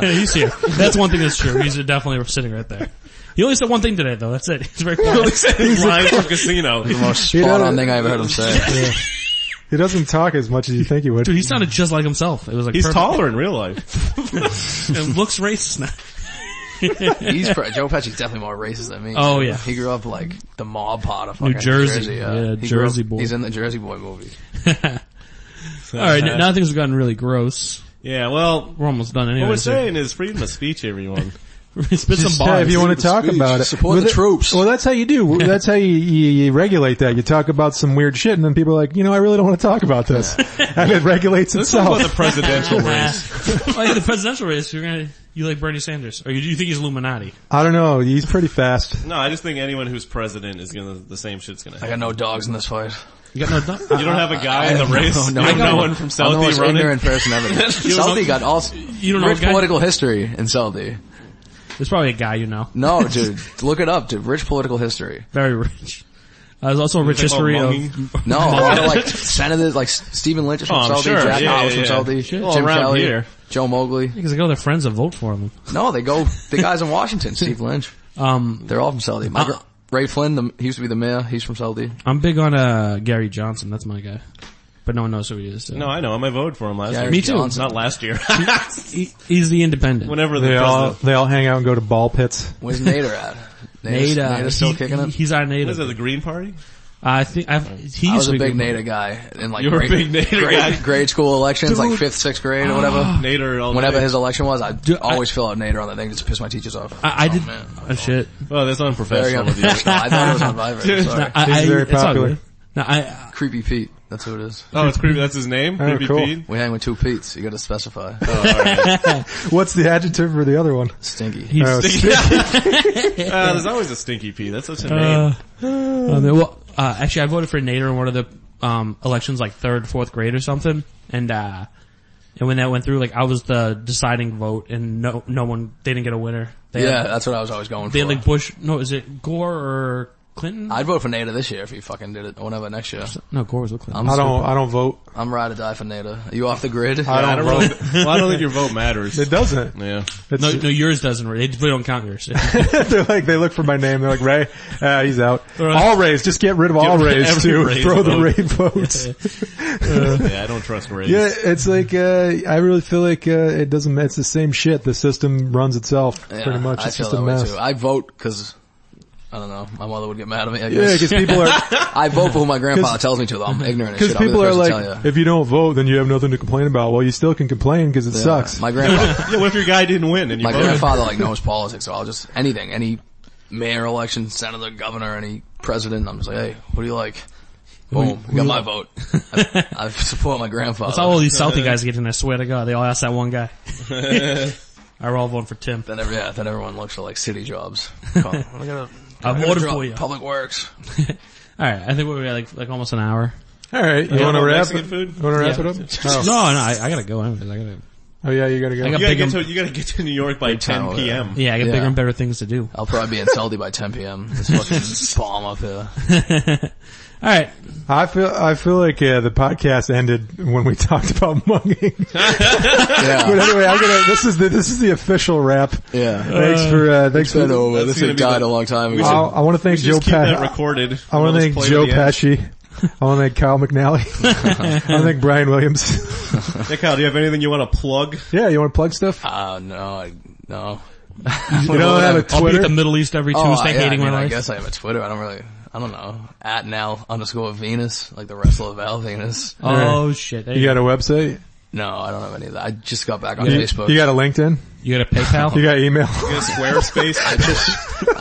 Speaker 4: [LAUGHS] He's here. That's one thing that's true. He's definitely sitting right there. He only said one thing today, though. That's it. He's very quiet.
Speaker 3: [LAUGHS] He's [LAUGHS] lying from casino.
Speaker 2: The most
Speaker 1: You know-
Speaker 2: spot on thing I ever heard him say.
Speaker 3: [LAUGHS]
Speaker 1: He doesn't talk as much as you think he would.
Speaker 4: Dude, he sounded just like himself. It was like
Speaker 3: He's
Speaker 4: perfect.
Speaker 3: taller in real life.
Speaker 4: It looks racist now.
Speaker 2: He's pro- Joe Pesci's definitely more racist than me.
Speaker 4: Oh, yeah.
Speaker 2: he grew up like the mob part of fucking
Speaker 4: Jersey. Yeah,
Speaker 2: He grew
Speaker 4: Jersey
Speaker 2: up-
Speaker 4: boy.
Speaker 2: He's in the Jersey Boy movie.
Speaker 4: [LAUGHS] All right, now now things have gotten really gross.
Speaker 3: Yeah, well,
Speaker 4: We're almost done anyway.
Speaker 3: what we're
Speaker 4: so- [LAUGHS]
Speaker 3: saying is freedom of speech, [LAUGHS] everyone.
Speaker 4: Spit some
Speaker 1: Yeah,
Speaker 4: bars.
Speaker 1: if you
Speaker 4: [LAUGHS]
Speaker 1: want to talk
Speaker 2: speech.
Speaker 1: about it.
Speaker 2: Support
Speaker 1: well,
Speaker 2: the
Speaker 1: that-
Speaker 2: troops.
Speaker 1: Well, that's how you do. That's how you, you, you regulate that. You talk about some weird shit and then people are like, you know, I really don't want to talk about this. [LAUGHS] and it regulates
Speaker 3: Let's talk
Speaker 1: itself.
Speaker 2: [LAUGHS]
Speaker 3: about the presidential
Speaker 4: [LAUGHS]
Speaker 3: race.
Speaker 4: like the Oh, presidential race, you're gonna You like Bernie Sanders, or you, you think he's Illuminati?
Speaker 1: I don't know. He's pretty fast.
Speaker 3: No, I just think anyone who's president is gonna the same shit's gonna
Speaker 2: I
Speaker 3: happen.
Speaker 2: got no dogs in this fight.
Speaker 4: You got no. [LAUGHS]
Speaker 3: You don't have a guy in the race.
Speaker 2: No,
Speaker 3: you
Speaker 2: [LAUGHS] I
Speaker 3: have no
Speaker 2: got
Speaker 3: one from
Speaker 2: I'm the
Speaker 3: Southie
Speaker 2: most
Speaker 3: running.
Speaker 2: ignorant
Speaker 3: [LAUGHS]
Speaker 2: person ever. Southie got all you
Speaker 4: don't know
Speaker 2: rich
Speaker 4: a guy?
Speaker 2: political history in Southie.
Speaker 4: There's probably a guy you know,
Speaker 3: [LAUGHS]
Speaker 2: No, dude, look it up, dude. Rich political history.
Speaker 4: very rich. Uh, there's also a rich
Speaker 3: Talking
Speaker 4: history
Speaker 3: about
Speaker 4: of
Speaker 3: munging.
Speaker 2: No, a lot of, like [LAUGHS] senators, like Stephen Lynch is from
Speaker 3: Oh, I'm
Speaker 2: Southie,
Speaker 3: sure.
Speaker 2: Jack
Speaker 3: Yeah,
Speaker 2: Ma was
Speaker 3: yeah,
Speaker 2: from
Speaker 3: yeah.
Speaker 2: Southie,
Speaker 3: Well,
Speaker 2: Jim
Speaker 3: around
Speaker 2: Kelly,
Speaker 3: here.
Speaker 2: Joe Mogley.
Speaker 4: because they go to their friends that vote for him.
Speaker 2: No, they go
Speaker 4: [LAUGHS]
Speaker 2: the guys in Washington, Steve Lynch.
Speaker 4: Um,
Speaker 2: They're all from Southie. My gr- Ray Flynn, the, he used to be the mayor. He's from Southie.
Speaker 4: I'm big on uh Gary Johnson. That's my guy, but no one knows who he is. so.
Speaker 3: [LAUGHS] No, I know him. I voted for him last
Speaker 2: Yeah,
Speaker 3: year.
Speaker 4: me too.
Speaker 2: Johnson.
Speaker 3: Not last year.
Speaker 4: He- he's the independent.
Speaker 3: [LAUGHS] Whenever the
Speaker 1: They all,
Speaker 3: president.
Speaker 1: they all hang out and go to ball pits.
Speaker 2: Where's Nader
Speaker 4: [LAUGHS]
Speaker 2: at? Nader's,
Speaker 4: Nada.
Speaker 2: Nader's still
Speaker 4: uh, He-
Speaker 2: kicking
Speaker 4: he-
Speaker 2: it.
Speaker 4: He's our
Speaker 3: What is
Speaker 4: native.
Speaker 3: it, the Green Party?
Speaker 4: I think I've, he used
Speaker 2: I was
Speaker 4: to
Speaker 2: a
Speaker 4: be
Speaker 2: big
Speaker 4: good.
Speaker 2: Nader guy in like
Speaker 3: You were a
Speaker 2: grade,
Speaker 3: big Nader
Speaker 2: grade,
Speaker 3: guy.
Speaker 2: grade school elections, like fifth, sixth grade or whatever.
Speaker 3: Nader. All
Speaker 2: Whenever
Speaker 3: day.
Speaker 2: his election was, I'd
Speaker 4: Ah. Dude, I-
Speaker 2: always fill out Nader on that thing just to piss my teachers off.
Speaker 4: I, I did.
Speaker 2: man.
Speaker 4: Oh, shit.
Speaker 3: Well, that's
Speaker 2: Very
Speaker 3: unprofessional of you.
Speaker 2: [LAUGHS] unprofessional. I thought
Speaker 4: [LAUGHS]
Speaker 2: it was on Viber.
Speaker 3: Dude,
Speaker 2: Sorry.
Speaker 4: I,
Speaker 1: He's
Speaker 4: I-
Speaker 1: very
Speaker 4: it's all
Speaker 1: popular.
Speaker 4: good. No, I,
Speaker 2: Creepy Pete. That's who it is.
Speaker 3: Oh, it's creepy. That's his name.
Speaker 1: Oh,
Speaker 3: Creepy
Speaker 1: cool.
Speaker 3: Pete.
Speaker 2: We hang with two Pete's. You gotta specify.
Speaker 4: Oh.
Speaker 1: What's the adjective for the other one?
Speaker 2: Stinky.
Speaker 4: he's,
Speaker 1: Oh,
Speaker 3: Uh, there's always a stinky Pete. That's such a name.
Speaker 4: uh, um, well, uh, actually I voted for Nader in one of the, um elections like third, fourth grade or something. And, uh, and when that went through, like I was the deciding vote and no, no one, they didn't get a winner. They
Speaker 2: Yeah,
Speaker 4: Had,
Speaker 2: that's what I was always going
Speaker 4: they
Speaker 2: for.
Speaker 4: had like Bush, no, is it Gore or Clinton?
Speaker 2: I'd vote for Nader this year if he fucking did it, or whenever next year.
Speaker 4: no, Gore was with Clinton.
Speaker 2: I'm,
Speaker 1: I
Speaker 2: I'm,
Speaker 1: don't, I don't vote.
Speaker 2: ride or die for Nader. Are you off the grid?
Speaker 1: I
Speaker 3: I
Speaker 1: don't,
Speaker 3: don't
Speaker 1: vote.
Speaker 3: really, [LAUGHS] well, I don't think your vote
Speaker 1: [LAUGHS]
Speaker 3: matters.
Speaker 1: It doesn't.
Speaker 3: Yeah.
Speaker 1: [LAUGHS] It's,
Speaker 4: no, no, yours doesn't. really. They don't count
Speaker 2: [LAUGHS]
Speaker 4: yours.
Speaker 1: they're like, they look for my name. They're like, Ray, uh, he's out.
Speaker 4: Right.
Speaker 1: All Rays, just get rid of all
Speaker 3: Get
Speaker 1: Rays
Speaker 3: every
Speaker 1: too.
Speaker 3: Rays
Speaker 1: Throw the
Speaker 3: vote.
Speaker 1: Ray votes.
Speaker 3: Yeah, I don't trust Ray.
Speaker 1: Yeah, it's like uh, I really feel like uh, it doesn't. It's the same shit. The system runs itself
Speaker 2: Yeah,
Speaker 1: pretty much.
Speaker 2: I
Speaker 1: It's
Speaker 2: feel
Speaker 1: just a
Speaker 2: that way
Speaker 1: mess.
Speaker 2: too. I vote because I don't know. My mother would get mad at me. I
Speaker 1: Yeah,
Speaker 2: guess.
Speaker 1: because
Speaker 2: [LAUGHS]
Speaker 1: people are
Speaker 2: I vote for who my
Speaker 1: [LAUGHS]
Speaker 2: grandpa
Speaker 1: 'Cause-
Speaker 2: tells me to. I'm ignorant.
Speaker 1: because
Speaker 2: Because
Speaker 1: people are
Speaker 2: to tell
Speaker 1: like,
Speaker 2: you.
Speaker 1: if you don't vote, then you have nothing to complain about. Well, you still can complain because it
Speaker 2: Yeah.
Speaker 1: sucks.
Speaker 2: My grandpa,
Speaker 3: Yeah, what if your guy didn't
Speaker 1: [LAUGHS]
Speaker 3: win and you
Speaker 2: my
Speaker 3: voted?
Speaker 2: grandfather like knows politics, so I'll just anything, any mayor election, senator, governor, any president. I'm just like, hey, what do you like? Boom, got
Speaker 1: [LAUGHS]
Speaker 2: my vote. I, I support my grandfather.
Speaker 4: It's all these Southie guys getting. I swear to God, they all ask that one guy.
Speaker 2: [LAUGHS]
Speaker 4: I all voting for Tim.
Speaker 2: then every, yeah, then everyone looks for like city
Speaker 1: [LAUGHS]
Speaker 2: jobs. Come on, I gotta-
Speaker 4: I
Speaker 2: I gotta
Speaker 4: voted
Speaker 2: drop
Speaker 4: for you. All
Speaker 2: Public works.
Speaker 4: right, I think we're at like like almost an hour.
Speaker 1: All right, you
Speaker 3: Yeah,
Speaker 1: want to
Speaker 3: about
Speaker 1: wrap?
Speaker 3: Mexican food?
Speaker 1: You want to wrap
Speaker 4: Yeah.
Speaker 1: it
Speaker 2: [LAUGHS]
Speaker 1: up?
Speaker 4: No, no, I, I gotta go. anyways. I gotta,
Speaker 1: Oh yeah, you gotta go.
Speaker 4: I
Speaker 3: You
Speaker 4: got-
Speaker 3: gotta, get
Speaker 4: Big
Speaker 3: to, you gotta get to New York by 10
Speaker 2: town, yeah.
Speaker 3: p.m.
Speaker 4: yeah, I got
Speaker 2: Yeah.
Speaker 4: bigger and better things to do.
Speaker 2: I'll probably be in Salty by 10 p.m. This fucking
Speaker 3: [LAUGHS]
Speaker 2: bomb up here.
Speaker 4: All right,
Speaker 1: I feel I feel like uh, the podcast ended when we [LAUGHS] talked about mugging. but
Speaker 2: Yeah,
Speaker 1: anyway, I'm gonna. This is the this is the official wrap.
Speaker 2: yeah.
Speaker 1: Thanks for uh, thanks
Speaker 2: Been
Speaker 1: for.
Speaker 2: over.
Speaker 3: That's
Speaker 2: This
Speaker 3: gonna
Speaker 2: thing
Speaker 3: be
Speaker 2: died
Speaker 3: the-
Speaker 2: a long time ago.
Speaker 1: I, I want to thank Joe
Speaker 3: Just keep that
Speaker 1: Pat.
Speaker 3: recorded.
Speaker 1: I want to
Speaker 3: We'll
Speaker 1: thank
Speaker 3: just play
Speaker 1: Joe
Speaker 3: to the end.
Speaker 1: Pesci. I want to thank Kyle McNally. I want to thank Brian Williams.
Speaker 3: Hey Kyle, do you have anything you want to plug?
Speaker 1: Yeah, you want to plug stuff?
Speaker 2: Oh no, I, no.
Speaker 1: You don't have a
Speaker 4: I'll be at the
Speaker 1: Twitter?
Speaker 4: Middle East every
Speaker 2: Oh,
Speaker 4: Tuesday,
Speaker 2: yeah,
Speaker 4: hating
Speaker 2: I, mean,
Speaker 4: my
Speaker 2: I
Speaker 4: life.
Speaker 2: guess I have a Twitter. I don't really, I don't know. At now underscore Venus, like the wrestler Val Venus.
Speaker 4: Oh shit! There
Speaker 1: You
Speaker 4: you,
Speaker 1: got a website?
Speaker 2: No, I don't have any of that. I just got back on
Speaker 1: You,
Speaker 2: Facebook.
Speaker 1: you got a LinkedIn?
Speaker 4: go. you got a PayPal.
Speaker 1: [LAUGHS] You got email?
Speaker 3: You got Squarespace? How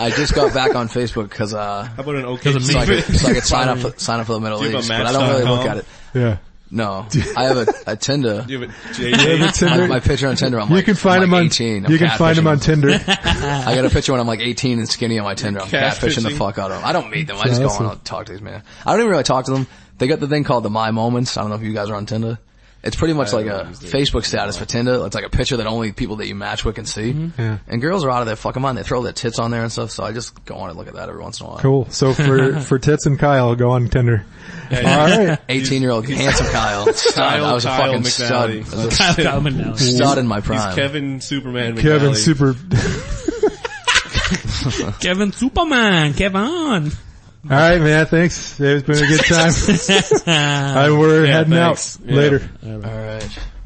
Speaker 2: I just got back on Facebook because uh,
Speaker 3: about an OK
Speaker 4: Doesn't
Speaker 2: so I, could,
Speaker 3: Cupid?
Speaker 2: so I could sign
Speaker 3: [LAUGHS]
Speaker 2: up, for, sign up for the Middle
Speaker 3: Do you have
Speaker 2: East,
Speaker 3: a
Speaker 2: but I don't really
Speaker 3: Match.com?
Speaker 2: look at it.
Speaker 1: yeah.
Speaker 2: No, I have a, a Tinder.
Speaker 3: Do you have a
Speaker 1: You
Speaker 3: JJ?
Speaker 2: My, my picture on Tinder. I'm like,
Speaker 1: can find
Speaker 2: I'm
Speaker 1: him
Speaker 2: like
Speaker 1: on,
Speaker 2: 18. I'm
Speaker 1: you can find him
Speaker 2: catfishing.
Speaker 1: on Tinder.
Speaker 2: I got a picture when I'm like 18 and skinny on my Tinder. I'm catfishing the
Speaker 3: Catfishing.
Speaker 2: fuck out of them. I don't meet them. I just go
Speaker 1: Awesome.
Speaker 2: on and talk to these men. I don't even really talk to them. They got the thing called the My Moments. I don't know if you guys are on Tinder. It's pretty much like a Facebook status for Tinder. It's like a picture that only people that you match with can see.
Speaker 3: Mm-hmm.
Speaker 1: Yeah.
Speaker 2: And girls are out of their fucking mind. They throw their tits on there and stuff. So I just go on and look at that every once in a while.
Speaker 1: Cool. So for, for Tits and Kyle, go on Tinder. Alright.
Speaker 2: 18 year old handsome Kyle. Stud. I was
Speaker 3: [LAUGHS]
Speaker 2: a
Speaker 3: Kyle
Speaker 2: fucking stud. I
Speaker 3: McNally.
Speaker 2: was a
Speaker 4: [LAUGHS] Kyle Kalman now.
Speaker 2: [LAUGHS] stud in my prime.
Speaker 3: He's Kevin Superman McNally.
Speaker 1: Kevin Super.
Speaker 4: Kevin Superman, Kevin.
Speaker 1: Alright man, thanks. It's been a good time. I, we're
Speaker 3: Yeah,
Speaker 1: heading
Speaker 3: thanks.
Speaker 1: out.
Speaker 3: Yeah.
Speaker 1: Later.
Speaker 2: All right.